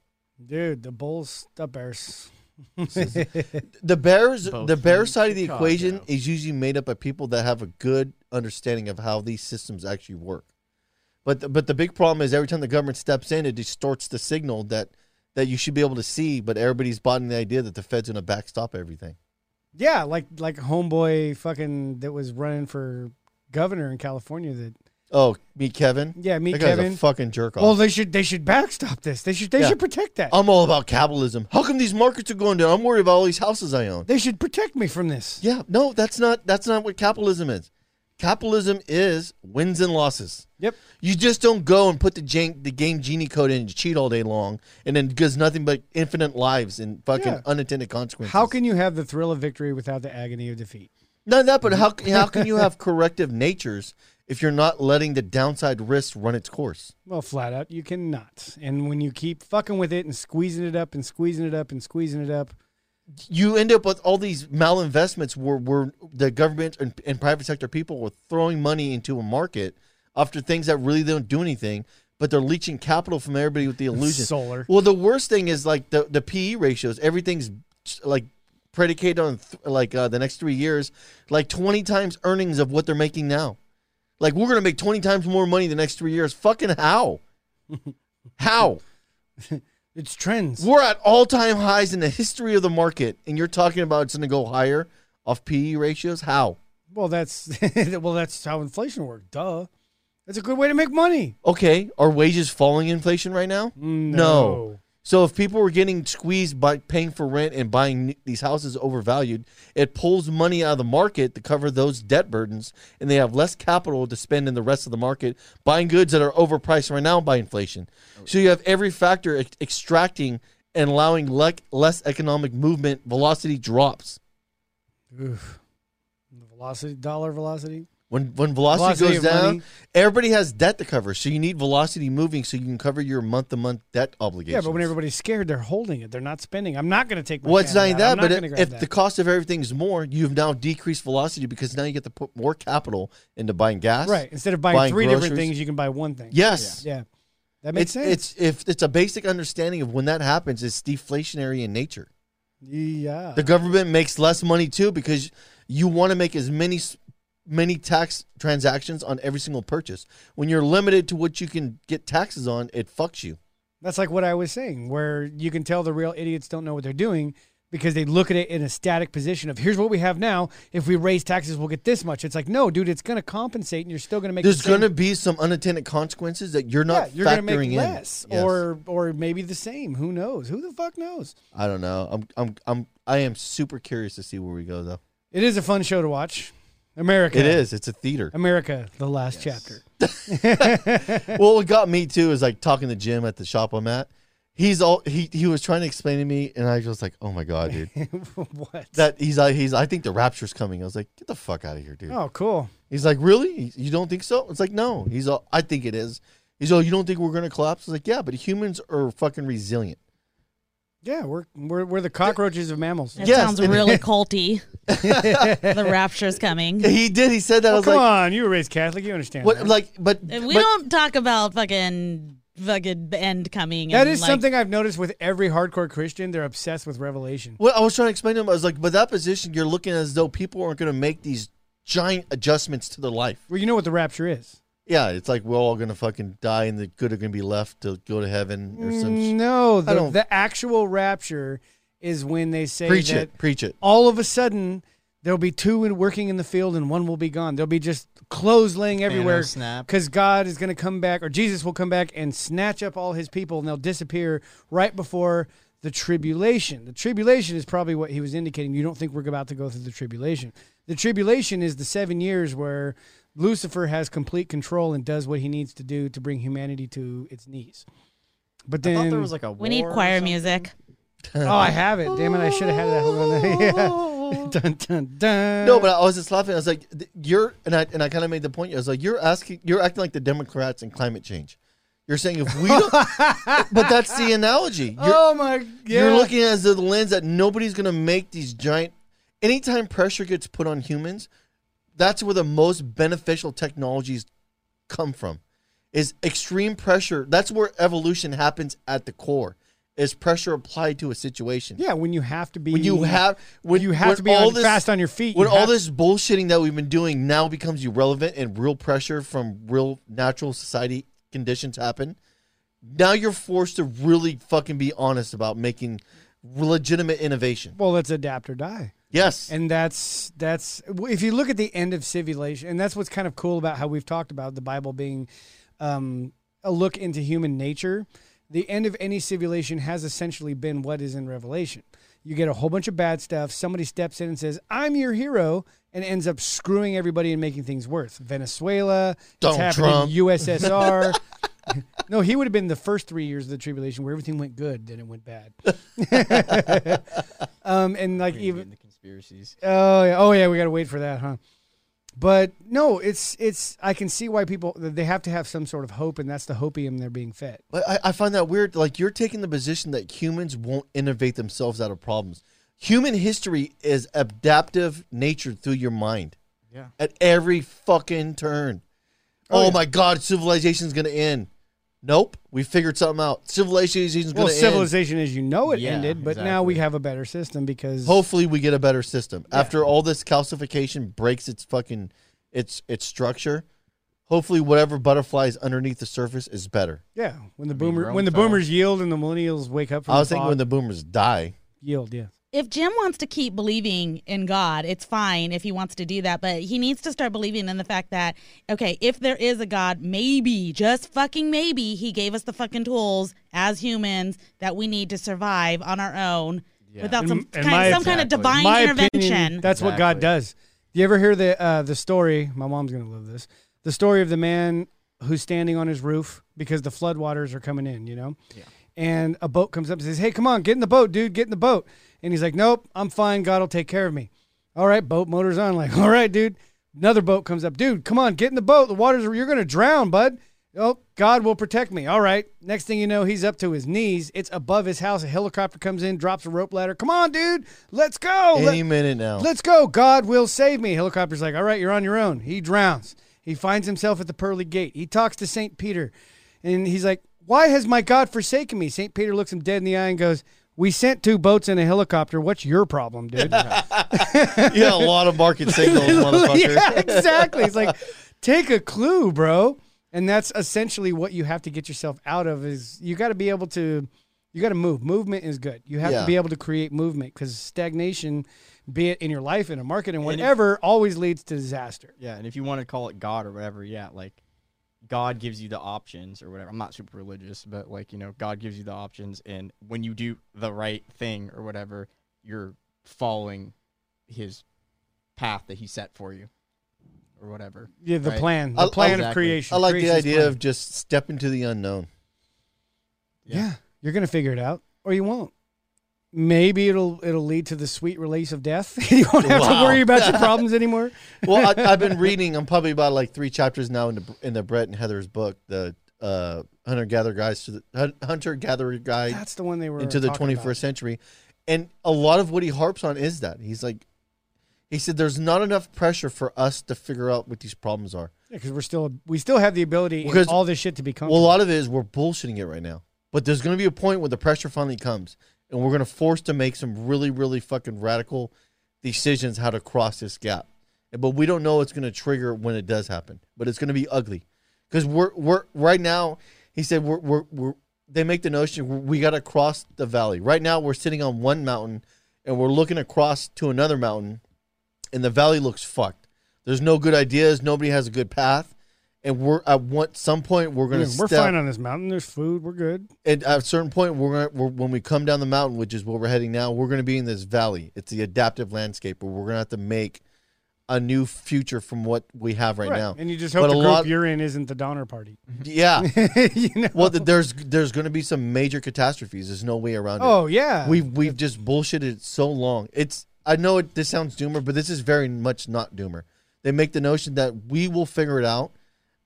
[SPEAKER 3] Dude, the bulls, the
[SPEAKER 9] (laughs)
[SPEAKER 3] bears.
[SPEAKER 9] The bears,
[SPEAKER 8] Both
[SPEAKER 9] the bear
[SPEAKER 8] in
[SPEAKER 9] side of the
[SPEAKER 8] Chicago.
[SPEAKER 9] equation is usually made up of people that have a good understanding of how these systems actually work. But the, but the big problem is every time the government steps in, it distorts the signal that that you should be able to see. But everybody's bought in the idea that the Fed's going to backstop everything.
[SPEAKER 3] Yeah, like like homeboy fucking that was running for governor in California. That
[SPEAKER 9] Oh, me Kevin.
[SPEAKER 3] yeah, meet
[SPEAKER 9] that guy's
[SPEAKER 3] Kevin.
[SPEAKER 9] a fucking jerk off.
[SPEAKER 3] well, they should they should backstop this. They should they
[SPEAKER 9] Yeah. Um,
[SPEAKER 3] should protect that.
[SPEAKER 9] I'm all about capitalism. How come these markets are going down? I'm worried about all these houses I own.
[SPEAKER 3] they should protect me from this.
[SPEAKER 9] Yeah, no, that's not that's not what capitalism is. Capitalism is wins and losses.
[SPEAKER 3] Yep.
[SPEAKER 9] You just don't go and put the game, the game genie code in and cheat all day long, and then gives nothing but infinite lives and fucking
[SPEAKER 3] Yeah.
[SPEAKER 9] unintended consequences.
[SPEAKER 3] How can you have the thrill of victory without the agony of defeat?
[SPEAKER 9] not that? But how can- how can you have corrective natures if you're not letting the downside risk run its course?
[SPEAKER 3] Well, flat out, you cannot. And when you keep fucking with it and squeezing it up and squeezing it up and squeezing it up,
[SPEAKER 9] You end up with all these malinvestments where where the government and, and private sector people are throwing money into a market after things that really don't do anything. But they're leeching capital from everybody with the illusion.
[SPEAKER 3] solar.
[SPEAKER 9] Well, the worst thing is like the the PE ratios. Everything's like predicated on th- like uh, the next three years, like twenty times earnings of what they're making now. Like we're gonna make twenty times more money the next three years. Fucking how? how?
[SPEAKER 3] It's trends.
[SPEAKER 9] We're at all time highs in the history of the market, and you're talking about it's gonna go higher off PE ratios. How?
[SPEAKER 3] Well, that's (laughs) well, that's how inflation works. Duh. That's a good way to make money.
[SPEAKER 9] Okay, are wages following inflation right now? No. So if people were getting squeezed by paying for rent and buying n- these houses overvalued, it pulls money out of the market to cover those debt burdens, and they have less capital to spend in the rest of the market buying goods that are overpriced right now by inflation. So you have every factor ex- extracting and allowing le- less economic movement. Velocity drops
[SPEAKER 3] Oof. The velocity, dollar velocity.
[SPEAKER 9] when when velocity,
[SPEAKER 3] Velocity of
[SPEAKER 9] goes down.
[SPEAKER 3] money.
[SPEAKER 9] Everybody has debt to cover, so you need velocity moving so you can cover your month to month debt
[SPEAKER 3] Yeah,
[SPEAKER 9] obligations.
[SPEAKER 3] but when everybody's scared, they're holding it. They're not spending. I'm not going to take. My
[SPEAKER 9] What's
[SPEAKER 3] family
[SPEAKER 9] not
[SPEAKER 3] out.
[SPEAKER 9] that,
[SPEAKER 3] I'm
[SPEAKER 9] but
[SPEAKER 3] not
[SPEAKER 9] if,
[SPEAKER 3] gonna grab
[SPEAKER 9] if
[SPEAKER 3] that.
[SPEAKER 9] the cost of everything's more, you've now decreased velocity because now you get to put more capital into buying gas.
[SPEAKER 3] right, instead of buying,
[SPEAKER 9] buying
[SPEAKER 3] three different
[SPEAKER 9] groceries-
[SPEAKER 3] things, you can buy one thing.
[SPEAKER 9] Yes.
[SPEAKER 3] yeah, that makes
[SPEAKER 9] it's
[SPEAKER 3] sense.
[SPEAKER 9] it's if it's a basic understanding of when that happens, it's deflationary in nature.
[SPEAKER 3] yeah,
[SPEAKER 9] The government makes less money too because you want to make as many s- many tax transactions on every single purchase. When you're limited to what you can get taxes on, it fucks you.
[SPEAKER 3] that's like what I was saying, where you can tell the real idiots don't know what they're doing because they look at it in a static position of here's what we have now. If we raise taxes, we'll get this much. It's like no, dude, it's going to compensate, and you're still going to make. the
[SPEAKER 9] There's
[SPEAKER 3] same-
[SPEAKER 9] going to be some unintended consequences that you're
[SPEAKER 3] yeah,
[SPEAKER 9] not
[SPEAKER 3] you're going
[SPEAKER 9] factoring
[SPEAKER 3] to make
[SPEAKER 9] in.
[SPEAKER 3] less,
[SPEAKER 9] Yes.
[SPEAKER 3] or or maybe the same. Who knows? Who the fuck knows?
[SPEAKER 9] I don't know. I'm I'm I'm I am super curious to see where we go though.
[SPEAKER 3] It is a fun show to watch. America.
[SPEAKER 9] It is. It's a theater.
[SPEAKER 3] America, the last chapter.
[SPEAKER 9] (laughs)
[SPEAKER 3] (laughs)
[SPEAKER 9] well, what got me too is like talking to Jim at the shop I'm at. He's all he he was trying to explain to me, and I was like, "Oh my god, (laughs) dude!"
[SPEAKER 3] what?
[SPEAKER 9] That he's like he's I think the rapture's coming. I was like, "Get the fuck out of here, dude!"
[SPEAKER 3] oh, cool.
[SPEAKER 9] He's like, "Really? You don't think so?" It's like, "No." He's all, "I think it is." He's all, "You don't think we're gonna collapse?" I was like, "Yeah, but humans are fucking resilient.
[SPEAKER 3] Yeah, we're we're, we're the cockroaches of mammals.
[SPEAKER 6] That
[SPEAKER 9] Yes,
[SPEAKER 6] sounds
[SPEAKER 9] and- (laughs)
[SPEAKER 6] really culty. the rapture's coming.
[SPEAKER 9] He did. He said that. I
[SPEAKER 3] Oh,
[SPEAKER 9] was
[SPEAKER 3] come
[SPEAKER 9] like,
[SPEAKER 3] on, you were raised Catholic, you understand.
[SPEAKER 9] what?
[SPEAKER 3] that.
[SPEAKER 9] Like, but
[SPEAKER 6] And
[SPEAKER 9] but-
[SPEAKER 6] We don't talk about fucking fucking end coming.
[SPEAKER 3] that
[SPEAKER 6] and,
[SPEAKER 3] is
[SPEAKER 6] like,
[SPEAKER 3] something I've noticed with every hardcore Christian. They're obsessed with Revelation.
[SPEAKER 9] What I was trying to explain to him, I was like, but that position, you're looking as though people aren't going to make these giant adjustments to their life.
[SPEAKER 3] Well, you know what the rapture is.
[SPEAKER 9] Yeah, it's like we're all going to fucking die, and the good are going to be left to go to heaven or some.
[SPEAKER 3] Mm,
[SPEAKER 9] sh-
[SPEAKER 3] No, the,
[SPEAKER 9] don't-
[SPEAKER 3] the actual rapture is when they say
[SPEAKER 9] preach
[SPEAKER 3] that
[SPEAKER 9] it, preach it.
[SPEAKER 3] all of a sudden there'll be two in- working in the field and one will be gone. There'll be just clothes laying everywhere.
[SPEAKER 8] snap.
[SPEAKER 3] Because God is going to come back, or Jesus will come back and snatch up all his people, and they'll disappear right before the tribulation. The tribulation is probably what he was indicating. You don't think we're about to go through the tribulation. The tribulation is the seven years where Lucifer has complete control and does what he needs to do to bring humanity to its knees. But
[SPEAKER 8] I
[SPEAKER 3] then,
[SPEAKER 8] thought there was like a.
[SPEAKER 6] We need
[SPEAKER 8] war or
[SPEAKER 6] choir
[SPEAKER 8] something.
[SPEAKER 6] music.
[SPEAKER 3] oh, I have it. Damn it! I should have had that. Hold on. (laughs)
[SPEAKER 9] (laughs)
[SPEAKER 3] Yeah. dun dun dun.
[SPEAKER 9] No, but I was just laughing. I was like, th- you're, and I and I kind of made the point. I was like, you're asking, you're acting like the Democrats in climate change. You're saying if we don't, but that's the analogy. You're,
[SPEAKER 3] oh my. Yeah.
[SPEAKER 9] You're looking at it as the lens that nobody's going to make these giant. Anytime pressure gets put on humans, that's where the most beneficial technologies come from. Is extreme pressure. That's where evolution happens at the core. Is pressure applied to a situation?
[SPEAKER 3] Yeah, when you have to be.
[SPEAKER 9] When you have, when
[SPEAKER 3] you have
[SPEAKER 9] when
[SPEAKER 3] to be
[SPEAKER 9] all
[SPEAKER 3] on- fast on your feet,
[SPEAKER 9] When
[SPEAKER 3] you
[SPEAKER 9] all
[SPEAKER 3] have-
[SPEAKER 9] this bullshitting that we've been doing now becomes irrelevant, and real pressure from real natural society conditions happen, now you're forced to really fucking be honest about making legitimate innovation.
[SPEAKER 3] Well, let's adapt or die.
[SPEAKER 9] Yes,
[SPEAKER 3] And that's that's if you look at the end of civilization, and that's what's kind of cool about how we've talked about the Bible being um, a look into human nature. The end of any civilization has essentially been what is in Revelation. You get a whole bunch of bad stuff. Somebody steps in and says, "I'm your hero," and ends up screwing everybody and making things worse. Venezuela,
[SPEAKER 9] Donald
[SPEAKER 3] it's happening
[SPEAKER 9] Trump. (laughs)
[SPEAKER 3] USSR. no, he would have been the first three years of the tribulation where everything went good, then it went
[SPEAKER 9] (laughs)
[SPEAKER 3] bad. (laughs) um, and like
[SPEAKER 8] Even
[SPEAKER 3] even
[SPEAKER 8] the conspiracies.
[SPEAKER 3] Oh yeah, oh yeah, we gotta wait for that, huh? But no, it's it's I can see why people they have to have some sort of hope, and that's the hopium they're being fed.
[SPEAKER 9] But I, I find that weird. Like you're taking the position that humans won't innovate themselves out of problems. Human history is adaptive nature through your mind.
[SPEAKER 8] Yeah.
[SPEAKER 9] At every fucking turn. Oh, my God, civilization's gonna end. Nope, we figured something out. Civilization's gonna
[SPEAKER 3] Well,
[SPEAKER 9] end.
[SPEAKER 3] civilization as you know it
[SPEAKER 8] Yeah,
[SPEAKER 3] ended, but now we
[SPEAKER 8] exactly.
[SPEAKER 3] have a better system because
[SPEAKER 9] Hopefully, we get a better system after all this calcification breaks its fucking its its structure. Hopefully, whatever butterfly is underneath the surface is better.
[SPEAKER 3] yeah, when the
[SPEAKER 8] mean,
[SPEAKER 3] boomer
[SPEAKER 8] Rome
[SPEAKER 3] when the
[SPEAKER 8] fell.
[SPEAKER 3] boomers yield and the millennials wake up from
[SPEAKER 9] I was
[SPEAKER 3] the
[SPEAKER 9] thinking
[SPEAKER 3] fog,
[SPEAKER 9] when the boomers die.
[SPEAKER 3] yield, yeah.
[SPEAKER 6] If Jim wants to keep believing in God, it's fine if he wants to do that, but he needs to start believing in the fact that, okay, if there is a God, maybe, just fucking maybe, he gave us the fucking tools as humans that we need to survive on our own without some,
[SPEAKER 3] In- in
[SPEAKER 6] kind,
[SPEAKER 3] my-
[SPEAKER 6] some kind of
[SPEAKER 8] Exactly.
[SPEAKER 6] divine
[SPEAKER 3] my opinion,
[SPEAKER 6] intervention.
[SPEAKER 3] that's what God
[SPEAKER 8] Exactly.
[SPEAKER 3] does. You ever hear the uh, the story? My mom's gonna love this. The story of the man who's standing on his roof because the floodwaters are coming in. You know, yeah. And a boat comes up and says, "Hey, come on, get in the boat, dude, get in the boat." And he's like, "Nope, I'm fine. God will take care of me." All right, boat motors on. (laughs) Like, all right, dude. Another boat comes up, dude. Come on, get in the boat. The waters are you're gonna drown, bud. Oh, God will protect me. All right. Next thing you know, he's up to his knees. It's above his house. A helicopter comes in, drops a rope ladder. Come on, dude. Let's go. Let-
[SPEAKER 9] Any minute now.
[SPEAKER 3] Let's go. God will save me. Helicopter's like, all right, you're on your own. He drowns. He finds himself at the pearly gate. He talks to St. Peter and he's like, why has my God forsaken me? St. Peter looks him dead in the eye and goes, we sent two boats and a helicopter. What's your problem, dude?
[SPEAKER 9] You got a lot
[SPEAKER 3] (laughs)
[SPEAKER 9] of market signals, motherfucker.
[SPEAKER 3] yeah, exactly. It's like, take a clue, bro. And that's essentially what you have to get yourself out of is you got to be able to, you got to move. Movement is good. You have
[SPEAKER 9] Yeah.
[SPEAKER 3] to be able to create movement because stagnation, be it in your life, in a market, and whatever, always leads to disaster.
[SPEAKER 8] Yeah, and if you want to call it God or whatever, yeah, like God gives you the options or whatever. I'm not super religious, but like you know, God gives you the options, and when you do the right thing or whatever, you're following His path that He set for you, or whatever.
[SPEAKER 3] Yeah, the
[SPEAKER 8] Right.
[SPEAKER 3] plan, the
[SPEAKER 9] I- I-
[SPEAKER 3] plan of
[SPEAKER 8] Exactly.
[SPEAKER 3] creation.
[SPEAKER 9] I like the
[SPEAKER 3] Creation's
[SPEAKER 9] idea
[SPEAKER 3] plan.
[SPEAKER 9] of just stepping to the unknown.
[SPEAKER 3] yeah. you're gonna figure it out or you won't. Maybe it'll it'll lead to the sweet release of death. (laughs) you won't have to
[SPEAKER 9] Wow.
[SPEAKER 3] worry about your problems
[SPEAKER 9] (laughs)
[SPEAKER 3] anymore.
[SPEAKER 9] Well, I, I've been reading. I'm probably about like three chapters now in the in the Brett and Heather's book, the uh, hunter gatherer guys to the hunter gatherer guy
[SPEAKER 3] That's the one they were
[SPEAKER 9] into the
[SPEAKER 3] talking
[SPEAKER 9] 21st
[SPEAKER 3] about.
[SPEAKER 9] century. And a lot of what he harps on is that he's like, he said, there's not enough pressure for us to figure out what these problems are.
[SPEAKER 3] because we're still we still have the ability in
[SPEAKER 9] Because-
[SPEAKER 3] all this shit to be comfortable.
[SPEAKER 9] Well, a lot of it is we're bullshitting it right now. But there's going to be a point where the pressure finally comes, and we're going to force to make some really, really fucking radical decisions how to cross this gap. But we don't know it's going to trigger when it does happen. But it's going to be ugly because we're we're right now. He said we're we're, we're they make the notion we got to cross the valley. Right now we're sitting on one mountain and we're looking across to another mountain, and the valley looks fucked. There's no good ideas. Nobody has a good path, and we're at one some point we're going
[SPEAKER 3] we're
[SPEAKER 9] to
[SPEAKER 3] fine on this mountain. There's food. We're good.
[SPEAKER 9] and at a certain point, we're, gonna, we're when we come down the mountain, which is where we're heading now, we're going to be in this valley. It's the adaptive landscape where we're going to have to make a new future from what we have right, now.
[SPEAKER 3] and you just hope
[SPEAKER 9] But
[SPEAKER 3] the
[SPEAKER 9] a
[SPEAKER 3] group
[SPEAKER 9] lot-
[SPEAKER 3] you're in isn't the Donner
[SPEAKER 9] (laughs)
[SPEAKER 3] Party. (laughs)
[SPEAKER 9] yeah.
[SPEAKER 3] you know?
[SPEAKER 9] well, th- there's there's going to be some major catastrophes. There's no way around
[SPEAKER 3] oh yeah.
[SPEAKER 9] it. We've we've just bullshitted so long. It's I know it, this sounds doomer, but this is very much not doomer. They make the notion that we will figure it out,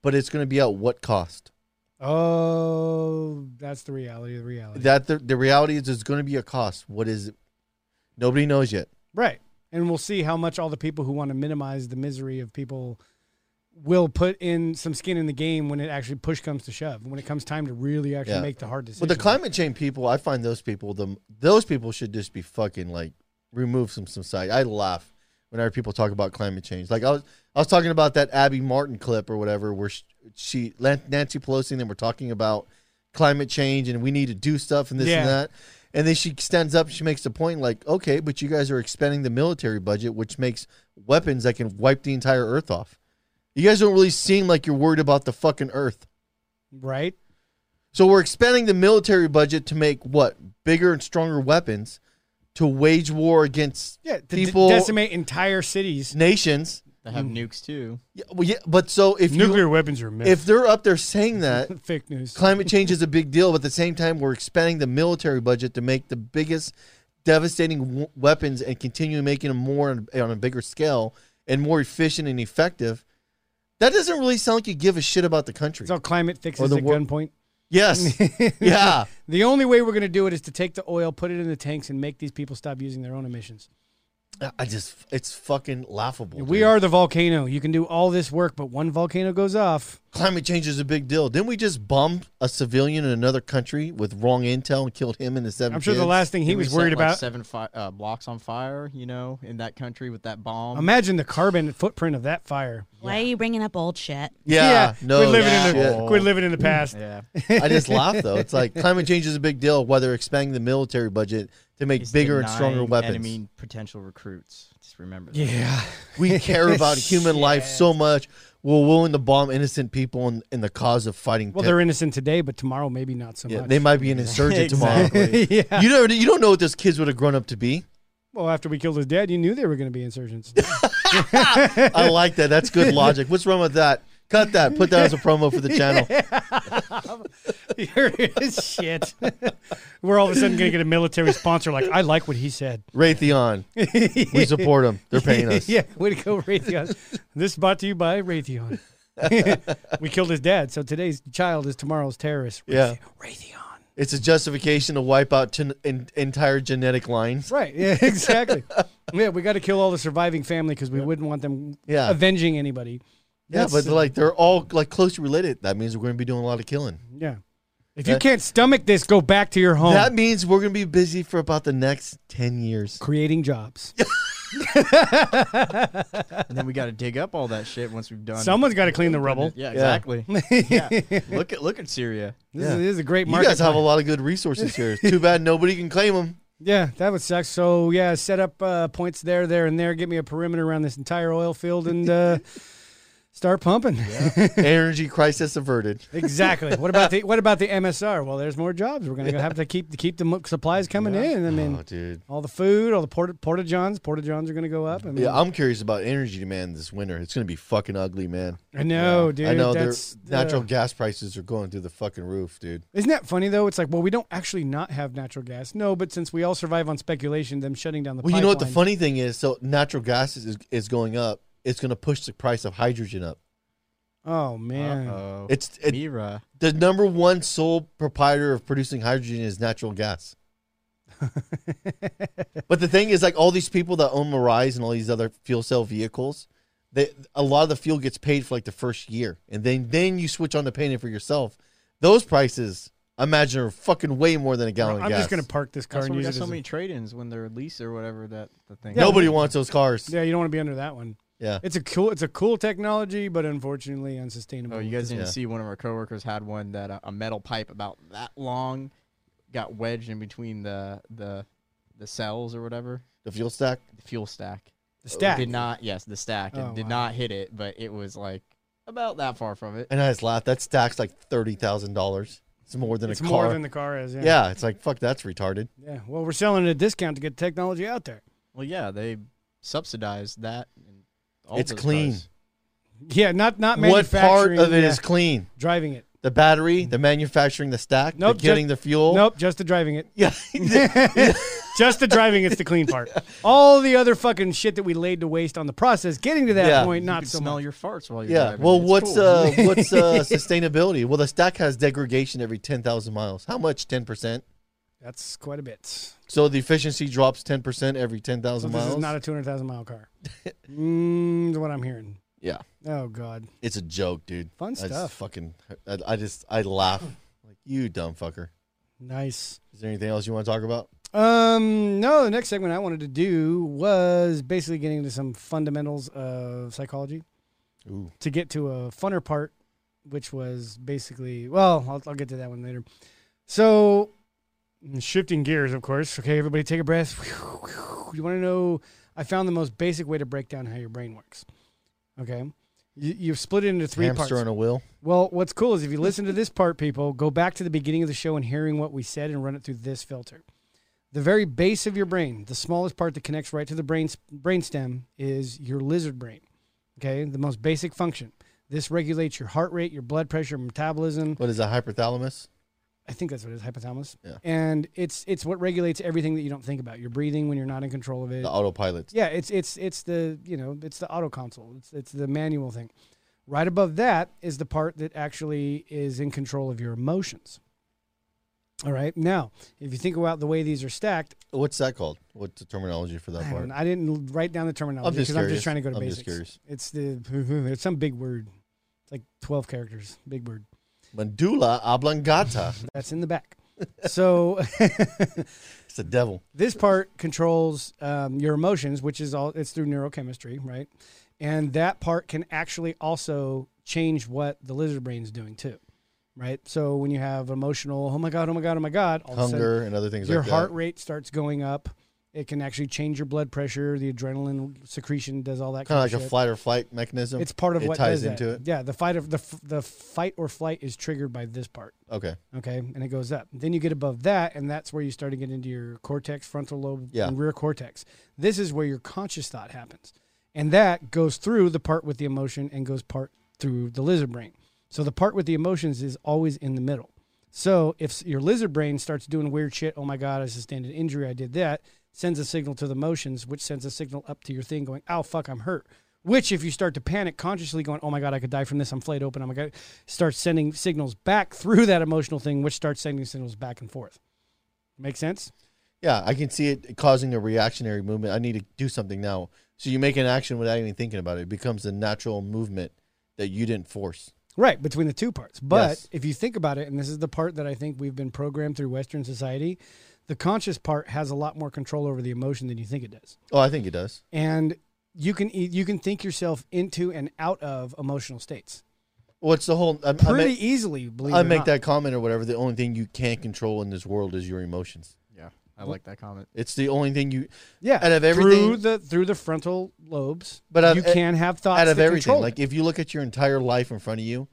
[SPEAKER 9] but it's going to be at what cost.
[SPEAKER 3] oh, that's the reality of the reality.
[SPEAKER 9] That the, the reality is, there's going to be a cost. What is it? Nobody knows yet.
[SPEAKER 3] Right. And we'll see how much all the people who want to minimize the misery of people will put in some skin in the game when it actually push comes to shove, when it comes time to really actually
[SPEAKER 9] Yeah.
[SPEAKER 3] make the hard decision.
[SPEAKER 9] But the climate change people, I find those people, the those people should just be fucking like removed from society. I laugh whenever people talk about climate change. Like I was, I was talking about that Abby Martin clip or whatever, where she, she Lan- Nancy Pelosi and them were talking about climate change and we need to do stuff and this
[SPEAKER 3] Yeah.
[SPEAKER 9] and that. And then she stands up, she makes the point like, okay, but you guys are expanding the military budget, which makes weapons that can wipe the entire Earth off. You guys don't really seem like you're worried about the fucking Earth.
[SPEAKER 3] right?
[SPEAKER 9] So we're expanding the military budget to make what bigger and stronger weapons to wage war against
[SPEAKER 3] Yeah, to de-
[SPEAKER 9] people,
[SPEAKER 3] decimate entire cities.
[SPEAKER 9] nations.
[SPEAKER 8] They have
[SPEAKER 3] Mm.
[SPEAKER 8] nukes too.
[SPEAKER 9] Yeah, well, yeah, but so if
[SPEAKER 3] Nuclear
[SPEAKER 9] you,
[SPEAKER 3] weapons are a myth.
[SPEAKER 9] if they're up
[SPEAKER 3] (laughs)
[SPEAKER 9] there saying that
[SPEAKER 3] Fake news.
[SPEAKER 9] climate change is a big deal, but at the same time we're expanding the military budget to make the biggest devastating w- weapons and continue making them more on, on a bigger scale and more efficient and effective. That doesn't really sound like you give a shit about the country.
[SPEAKER 3] it's all climate fixes
[SPEAKER 9] Or the
[SPEAKER 3] at
[SPEAKER 9] wor-
[SPEAKER 3] gunpoint. (laughs)
[SPEAKER 9] yes. yeah.
[SPEAKER 3] The only way we're going to do it is to take the oil, put it in the tanks, and make these people stop using their own emissions.
[SPEAKER 9] I just it's fucking laughable.
[SPEAKER 3] We
[SPEAKER 9] dude.
[SPEAKER 3] are the volcano. You can do all this work, but one volcano goes off.
[SPEAKER 9] climate change is a big deal. Didn't we just bomb a civilian in another country with wrong intel and killed him and his seven?
[SPEAKER 3] I'm sure the
[SPEAKER 9] kids?
[SPEAKER 3] last thing he
[SPEAKER 8] Didn't we
[SPEAKER 3] was worried
[SPEAKER 8] set, like,
[SPEAKER 3] about.
[SPEAKER 8] seven fi- uh, blocks on fire. You know, in that country with that bomb.
[SPEAKER 3] Imagine the carbon footprint of that fire.
[SPEAKER 6] Why are you bringing up old shit?
[SPEAKER 9] Yeah, no,
[SPEAKER 3] quit living in
[SPEAKER 9] shit.
[SPEAKER 3] the quit living in the past.
[SPEAKER 8] yeah,
[SPEAKER 9] I just laugh though. It's like climate change is a big deal. Whether expanding the military budget to make
[SPEAKER 8] It's
[SPEAKER 9] bigger and stronger
[SPEAKER 8] denying
[SPEAKER 9] weapons,
[SPEAKER 8] Enemy potential recruits. Just remember. That.
[SPEAKER 3] Yeah,
[SPEAKER 8] (laughs)
[SPEAKER 9] we care about human life so much. We're willing to bomb innocent people in, in the cause of fighting.
[SPEAKER 3] well,
[SPEAKER 9] ter-
[SPEAKER 3] they're innocent today, but tomorrow maybe not so
[SPEAKER 9] yeah,
[SPEAKER 3] much.
[SPEAKER 9] they might be an insurgent tomorrow.
[SPEAKER 8] Exactly.
[SPEAKER 3] (laughs) yeah.
[SPEAKER 9] You don't you don't know what those kids would have grown up to be.
[SPEAKER 3] Well, after we killed his dad, you knew they were going to be
[SPEAKER 9] (laughs)
[SPEAKER 3] insurgents. (laughs)
[SPEAKER 8] (laughs)
[SPEAKER 9] I like that. That's good logic. What's wrong with that? Cut that. Put that as a
[SPEAKER 8] (laughs)
[SPEAKER 9] promo for the channel.
[SPEAKER 3] (laughs) Shit, (laughs) we're all of a sudden going to get a military sponsor. Like, I like what he said.
[SPEAKER 9] Raytheon. we support them.
[SPEAKER 3] (laughs)
[SPEAKER 9] They're (laughs) paying us.
[SPEAKER 3] yeah, way to go, Raytheon. (laughs) this is brought to you by Raytheon. (laughs) we killed his dad, so today's child is tomorrow's terrorist.
[SPEAKER 9] Yeah.
[SPEAKER 3] Raytheon.
[SPEAKER 9] It's a justification to wipe out ten, en- entire genetic lines.
[SPEAKER 3] Right. Yeah, (laughs) exactly. yeah, we got to kill all the surviving family because we wouldn't want them
[SPEAKER 9] Yeah.
[SPEAKER 3] avenging anybody.
[SPEAKER 9] Yeah,
[SPEAKER 3] That's-
[SPEAKER 9] but like they're all like closely related. That means we're going to be doing a lot of killing.
[SPEAKER 3] yeah. If you
[SPEAKER 9] That-
[SPEAKER 3] can't stomach this, go back to your home.
[SPEAKER 9] That means we're going to be busy for about the next 10 years.
[SPEAKER 3] creating
[SPEAKER 9] (laughs)
[SPEAKER 3] jobs.
[SPEAKER 8] And then we got to dig up all that shit once
[SPEAKER 3] (laughs)
[SPEAKER 8] we've done.
[SPEAKER 3] Someone's got to clean the rubble.
[SPEAKER 8] Yeah, exactly. yeah. Look at look at Syria.
[SPEAKER 3] This, is, this is a great
[SPEAKER 9] You
[SPEAKER 3] market.
[SPEAKER 9] guys have a
[SPEAKER 3] plan.
[SPEAKER 9] lot of good (laughs) resources here. Too bad nobody can claim them.
[SPEAKER 3] yeah, that would suck. So yeah, set up uh, points there, there, and there. Get me a perimeter around this entire oil field and
[SPEAKER 9] (laughs)
[SPEAKER 3] uh, start pumping.
[SPEAKER 9] Energy crisis averted.
[SPEAKER 3] (laughs) exactly. What about the what about the MSR? Well, there's more jobs. We're gonna have to keep keep the mo- supplies coming in. I mean,
[SPEAKER 9] Oh, dude.
[SPEAKER 3] all the food, all the porta porta johns, porta johns are gonna go up. I mean,
[SPEAKER 9] Yeah, I'm curious about energy demand this winter. It's going to be fucking ugly, man.
[SPEAKER 3] I know, dude.
[SPEAKER 9] I know their
[SPEAKER 3] that's
[SPEAKER 9] natural
[SPEAKER 3] uh,
[SPEAKER 9] gas prices are going through the fucking roof, dude.
[SPEAKER 3] isn't that funny though? It's like, well, we don't actually not have natural gas. No, but since we all survive on speculation, them shutting down the
[SPEAKER 9] Well, you know what the
[SPEAKER 3] pipeline-
[SPEAKER 9] funny thing is? So natural gas is, is going up. It's going to push the price of hydrogen up.
[SPEAKER 3] Oh man.
[SPEAKER 8] Uh-oh.
[SPEAKER 9] It's it,
[SPEAKER 8] Mira.
[SPEAKER 9] the number one sole proprietor of producing hydrogen is natural gas.
[SPEAKER 3] (laughs)
[SPEAKER 9] but the thing is, like all these people that own Mirais and all these other fuel cell vehicles, they a lot of the fuel gets paid for like the first year, and then then you switch on to paying it for yourself. Those prices, I imagine, are fucking way more than a gallon.
[SPEAKER 3] I'm
[SPEAKER 9] of gas.
[SPEAKER 3] just gonna park this car
[SPEAKER 8] That's why
[SPEAKER 3] and
[SPEAKER 8] we
[SPEAKER 3] use it.
[SPEAKER 8] got so
[SPEAKER 3] as a-
[SPEAKER 8] many trade-ins when they're leased or whatever that the thing.
[SPEAKER 9] (laughs) Nobody wants those cars.
[SPEAKER 3] yeah, you don't want to be under that one.
[SPEAKER 9] Yeah.
[SPEAKER 3] It's a cool it's a cool technology, but unfortunately unsustainable.
[SPEAKER 8] Oh, you guys didn't
[SPEAKER 9] Yeah.
[SPEAKER 8] see one of our coworkers had one that uh, a metal pipe about that long got wedged in between the the the cells or whatever
[SPEAKER 9] The fuel stack.
[SPEAKER 8] the fuel stack.
[SPEAKER 3] the stack.
[SPEAKER 8] did not yes the stack
[SPEAKER 3] Oh,
[SPEAKER 8] it did
[SPEAKER 3] wow.
[SPEAKER 8] not hit it, but it was like about that far from it.
[SPEAKER 9] And I just laughed. That stack's like thirty thousand dollars. It's more than
[SPEAKER 3] it's
[SPEAKER 9] a car.
[SPEAKER 3] more than the car is, yeah.
[SPEAKER 9] yeah, it's like fuck. That's retarded.
[SPEAKER 3] Yeah. Well, we're selling at a discount to get technology out there.
[SPEAKER 8] Well, yeah, they subsidized that. And all
[SPEAKER 9] It's
[SPEAKER 8] those
[SPEAKER 9] clean.
[SPEAKER 8] cars.
[SPEAKER 3] Yeah, not not
[SPEAKER 9] What part
[SPEAKER 3] manufacturing.
[SPEAKER 9] of it is
[SPEAKER 3] yeah,
[SPEAKER 9] clean?
[SPEAKER 3] driving it?
[SPEAKER 9] The battery, the manufacturing, the stack, the
[SPEAKER 3] Nope, ju-
[SPEAKER 9] getting the fuel.
[SPEAKER 3] Nope, just the driving it. (laughs)
[SPEAKER 9] (laughs) Yeah.
[SPEAKER 3] Just the driving it's the clean part. All the other fucking shit that we laid to waste on the process getting to that
[SPEAKER 9] Yeah.
[SPEAKER 3] point, not
[SPEAKER 8] you can
[SPEAKER 3] so
[SPEAKER 8] smell
[SPEAKER 3] much.
[SPEAKER 8] your farts while you're
[SPEAKER 9] yeah.
[SPEAKER 8] driving.
[SPEAKER 9] Well,
[SPEAKER 8] It's
[SPEAKER 9] what's
[SPEAKER 8] cool.
[SPEAKER 9] uh, what's uh, sustainability? Well, the stack has degradation every ten thousand miles. How much? Ten percent.
[SPEAKER 3] That's quite a bit.
[SPEAKER 9] So the efficiency drops ten percent every ten
[SPEAKER 3] So
[SPEAKER 9] thousand
[SPEAKER 3] this
[SPEAKER 9] miles.
[SPEAKER 3] is not a 200,000 mile
[SPEAKER 9] (laughs)
[SPEAKER 3] car. mm, is what I'm hearing.
[SPEAKER 9] yeah,
[SPEAKER 3] Oh God.
[SPEAKER 9] it's a joke, dude.
[SPEAKER 3] Fun
[SPEAKER 9] I
[SPEAKER 3] stuff.
[SPEAKER 9] Just fucking, I, I just I laugh like you dumb fucker.
[SPEAKER 3] Nice.
[SPEAKER 9] Is there anything else you want to talk about?
[SPEAKER 3] Um, no, the next segment I wanted to do was basically getting into some fundamentals of psychology
[SPEAKER 9] Ooh.
[SPEAKER 3] to get to a funner part, which was basically, well, I'll, I'll get to that one later. So, shifting gears, of course. Okay, everybody take a breath. You want to know, I found the most basic way to break down how your brain works. Okay. You, you've split it into three
[SPEAKER 9] Hamster
[SPEAKER 3] parts.
[SPEAKER 9] on a wheel.
[SPEAKER 3] Well, what's cool is if you listen to this part, people, go back to the beginning of the show and hearing what we said and run it through this filter. The very base of your brain, the smallest part that connects right to the brain brainstem, is your lizard brain. Okay, the most basic function. This regulates your heart rate, your blood pressure, metabolism.
[SPEAKER 9] What is that? Hypothalamus.
[SPEAKER 3] I think that's what it is, hypothalamus.
[SPEAKER 9] Yeah.
[SPEAKER 3] And it's it's what regulates everything that you don't think about. Your breathing when you're not in control of it.
[SPEAKER 9] The autopilot.
[SPEAKER 3] Yeah, it's it's it's the you know it's the auto console. It's it's the manual thing. Right above that is the part that actually is in control of your emotions. All right. Now, if you think about the way these are stacked,
[SPEAKER 9] What's that called? What's the terminology for that
[SPEAKER 3] I,
[SPEAKER 9] part?
[SPEAKER 3] don't, I didn't write down the terminology
[SPEAKER 9] just
[SPEAKER 3] because I'm
[SPEAKER 9] curious.
[SPEAKER 3] just trying to go to
[SPEAKER 9] I'm just
[SPEAKER 3] basics. It's the (laughs) it's some big word. It's like 12 characters, big word.
[SPEAKER 9] Mandula oblongata.
[SPEAKER 3] That's in the
[SPEAKER 9] (laughs)
[SPEAKER 3] back. So
[SPEAKER 9] it's the devil.
[SPEAKER 3] this part controls um, your emotions, which is all it's through neurochemistry, right? And that part can actually also change what the lizard brain's doing too, right? So when you have emotional, oh my god, oh my god, oh my god, all of a sudden
[SPEAKER 9] Hunger and other things
[SPEAKER 3] your
[SPEAKER 9] like that.
[SPEAKER 3] heart rate starts going up. It can actually change your blood pressure. The adrenaline secretion does all that
[SPEAKER 9] kind of like
[SPEAKER 3] shit.
[SPEAKER 9] a flight or flight mechanism.
[SPEAKER 3] It's part of
[SPEAKER 9] it
[SPEAKER 3] what
[SPEAKER 9] ties
[SPEAKER 3] does that.
[SPEAKER 9] into it.
[SPEAKER 3] Yeah, the fight of the f- the fight or flight is triggered by this part
[SPEAKER 9] Okay,
[SPEAKER 3] okay and it goes up then you get above that and that's where you start to get into your cortex frontal lobe
[SPEAKER 9] Yeah.
[SPEAKER 3] and rear cortex this is where your conscious thought happens and that goes through the part with the emotion and goes part through the lizard brain so the part with the emotions is always in the middle so if s- your lizard brain starts doing weird shit oh my god i sustained an injury i did that sends a signal to the motions which sends a signal up to your thing going oh fuck i'm hurt which if you start to panic consciously going oh my god i could die from this i'm flayed open i'm going to start sending signals back through that emotional thing which starts sending signals back and forth make sense
[SPEAKER 9] yeah, I can see it causing a reactionary movement. I need to do something now. So you make an action without even thinking about it. It becomes a natural movement that you didn't force.
[SPEAKER 3] right between the two parts but
[SPEAKER 9] Yes.
[SPEAKER 3] if you think about it and this is the part that i think we've been programmed through western society the conscious part has a lot more control over the emotion than you think it does
[SPEAKER 9] Oh, I think it does.
[SPEAKER 3] and you can e- you can think yourself into and out of emotional states
[SPEAKER 9] What's the whole? I, I
[SPEAKER 3] pretty
[SPEAKER 9] make,
[SPEAKER 3] easily believe it
[SPEAKER 9] I
[SPEAKER 3] or
[SPEAKER 9] make
[SPEAKER 3] not.
[SPEAKER 9] that comment or whatever. The only thing you can't control in this world is your emotions.
[SPEAKER 8] Yeah, I like that comment.
[SPEAKER 9] It's the only thing you
[SPEAKER 3] yeah
[SPEAKER 9] out of
[SPEAKER 3] through
[SPEAKER 9] everything-
[SPEAKER 3] the through the frontal lobes
[SPEAKER 9] But I've-
[SPEAKER 3] you can have thoughts
[SPEAKER 9] out of
[SPEAKER 3] that
[SPEAKER 9] everything.
[SPEAKER 3] control it.
[SPEAKER 9] Like if you look at your entire life in front of you,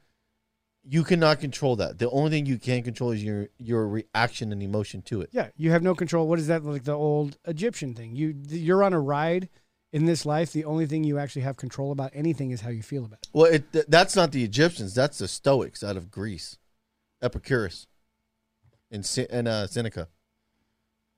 [SPEAKER 9] you cannot control that. The only thing you can control is your your reaction and emotion to it.
[SPEAKER 3] Yeah, you have no control. What is that like the old Egyptian thing? You you're on a ride in this life. The only thing you actually have control about anything is how you feel about it.
[SPEAKER 9] Well, it, th- that's not the Egyptians. That's the Stoics out of Greece, Epicurus, and Se- and uh, Seneca.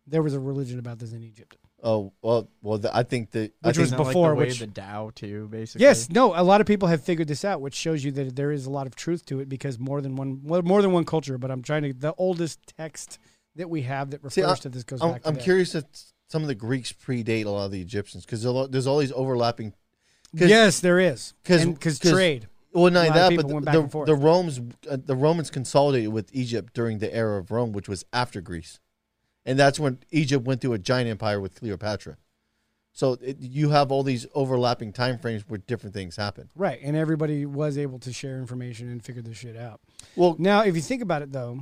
[SPEAKER 3] There was a religion about this in Egypt.
[SPEAKER 9] Oh well, well. The, I think that I
[SPEAKER 3] Which
[SPEAKER 9] think
[SPEAKER 3] was before,
[SPEAKER 8] like the way
[SPEAKER 3] which-
[SPEAKER 8] of the Dow too, basically.
[SPEAKER 3] Yes, no, a lot of people have figured this out, which shows you that there is a lot of truth to it because more than one more, more than one culture, but I'm trying to the oldest text that we have that refers
[SPEAKER 9] See, I-
[SPEAKER 3] to this goes
[SPEAKER 9] I'm,
[SPEAKER 3] back to
[SPEAKER 9] I'm
[SPEAKER 3] that.
[SPEAKER 9] curious if some of the Greeks predate a lot of the Egyptians because there's all these overlapping.
[SPEAKER 3] Yes, there is.
[SPEAKER 9] 'Cause-
[SPEAKER 3] And- 'cause
[SPEAKER 9] 'cause-
[SPEAKER 3] trade.
[SPEAKER 9] Well,
[SPEAKER 3] A
[SPEAKER 9] not
[SPEAKER 3] lot of
[SPEAKER 9] that,
[SPEAKER 3] people
[SPEAKER 9] but
[SPEAKER 3] went back
[SPEAKER 9] the
[SPEAKER 3] and forth.
[SPEAKER 9] the Romans uh, the Romans consolidated with Egypt during the era of Rome, which was after Greece, and that's when Egypt went through a giant empire with Cleopatra. So it, you have all these overlapping time frames where different things happen.
[SPEAKER 3] Right, and everybody was able to share information and figure this shit out.
[SPEAKER 9] Well,
[SPEAKER 3] Now, if you think about it though,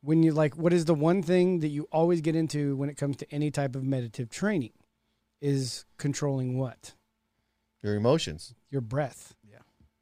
[SPEAKER 3] when you like what is the one thing that you always get into when it comes to any type of meditative training is controlling what?
[SPEAKER 9] your emotions.
[SPEAKER 3] Your breath.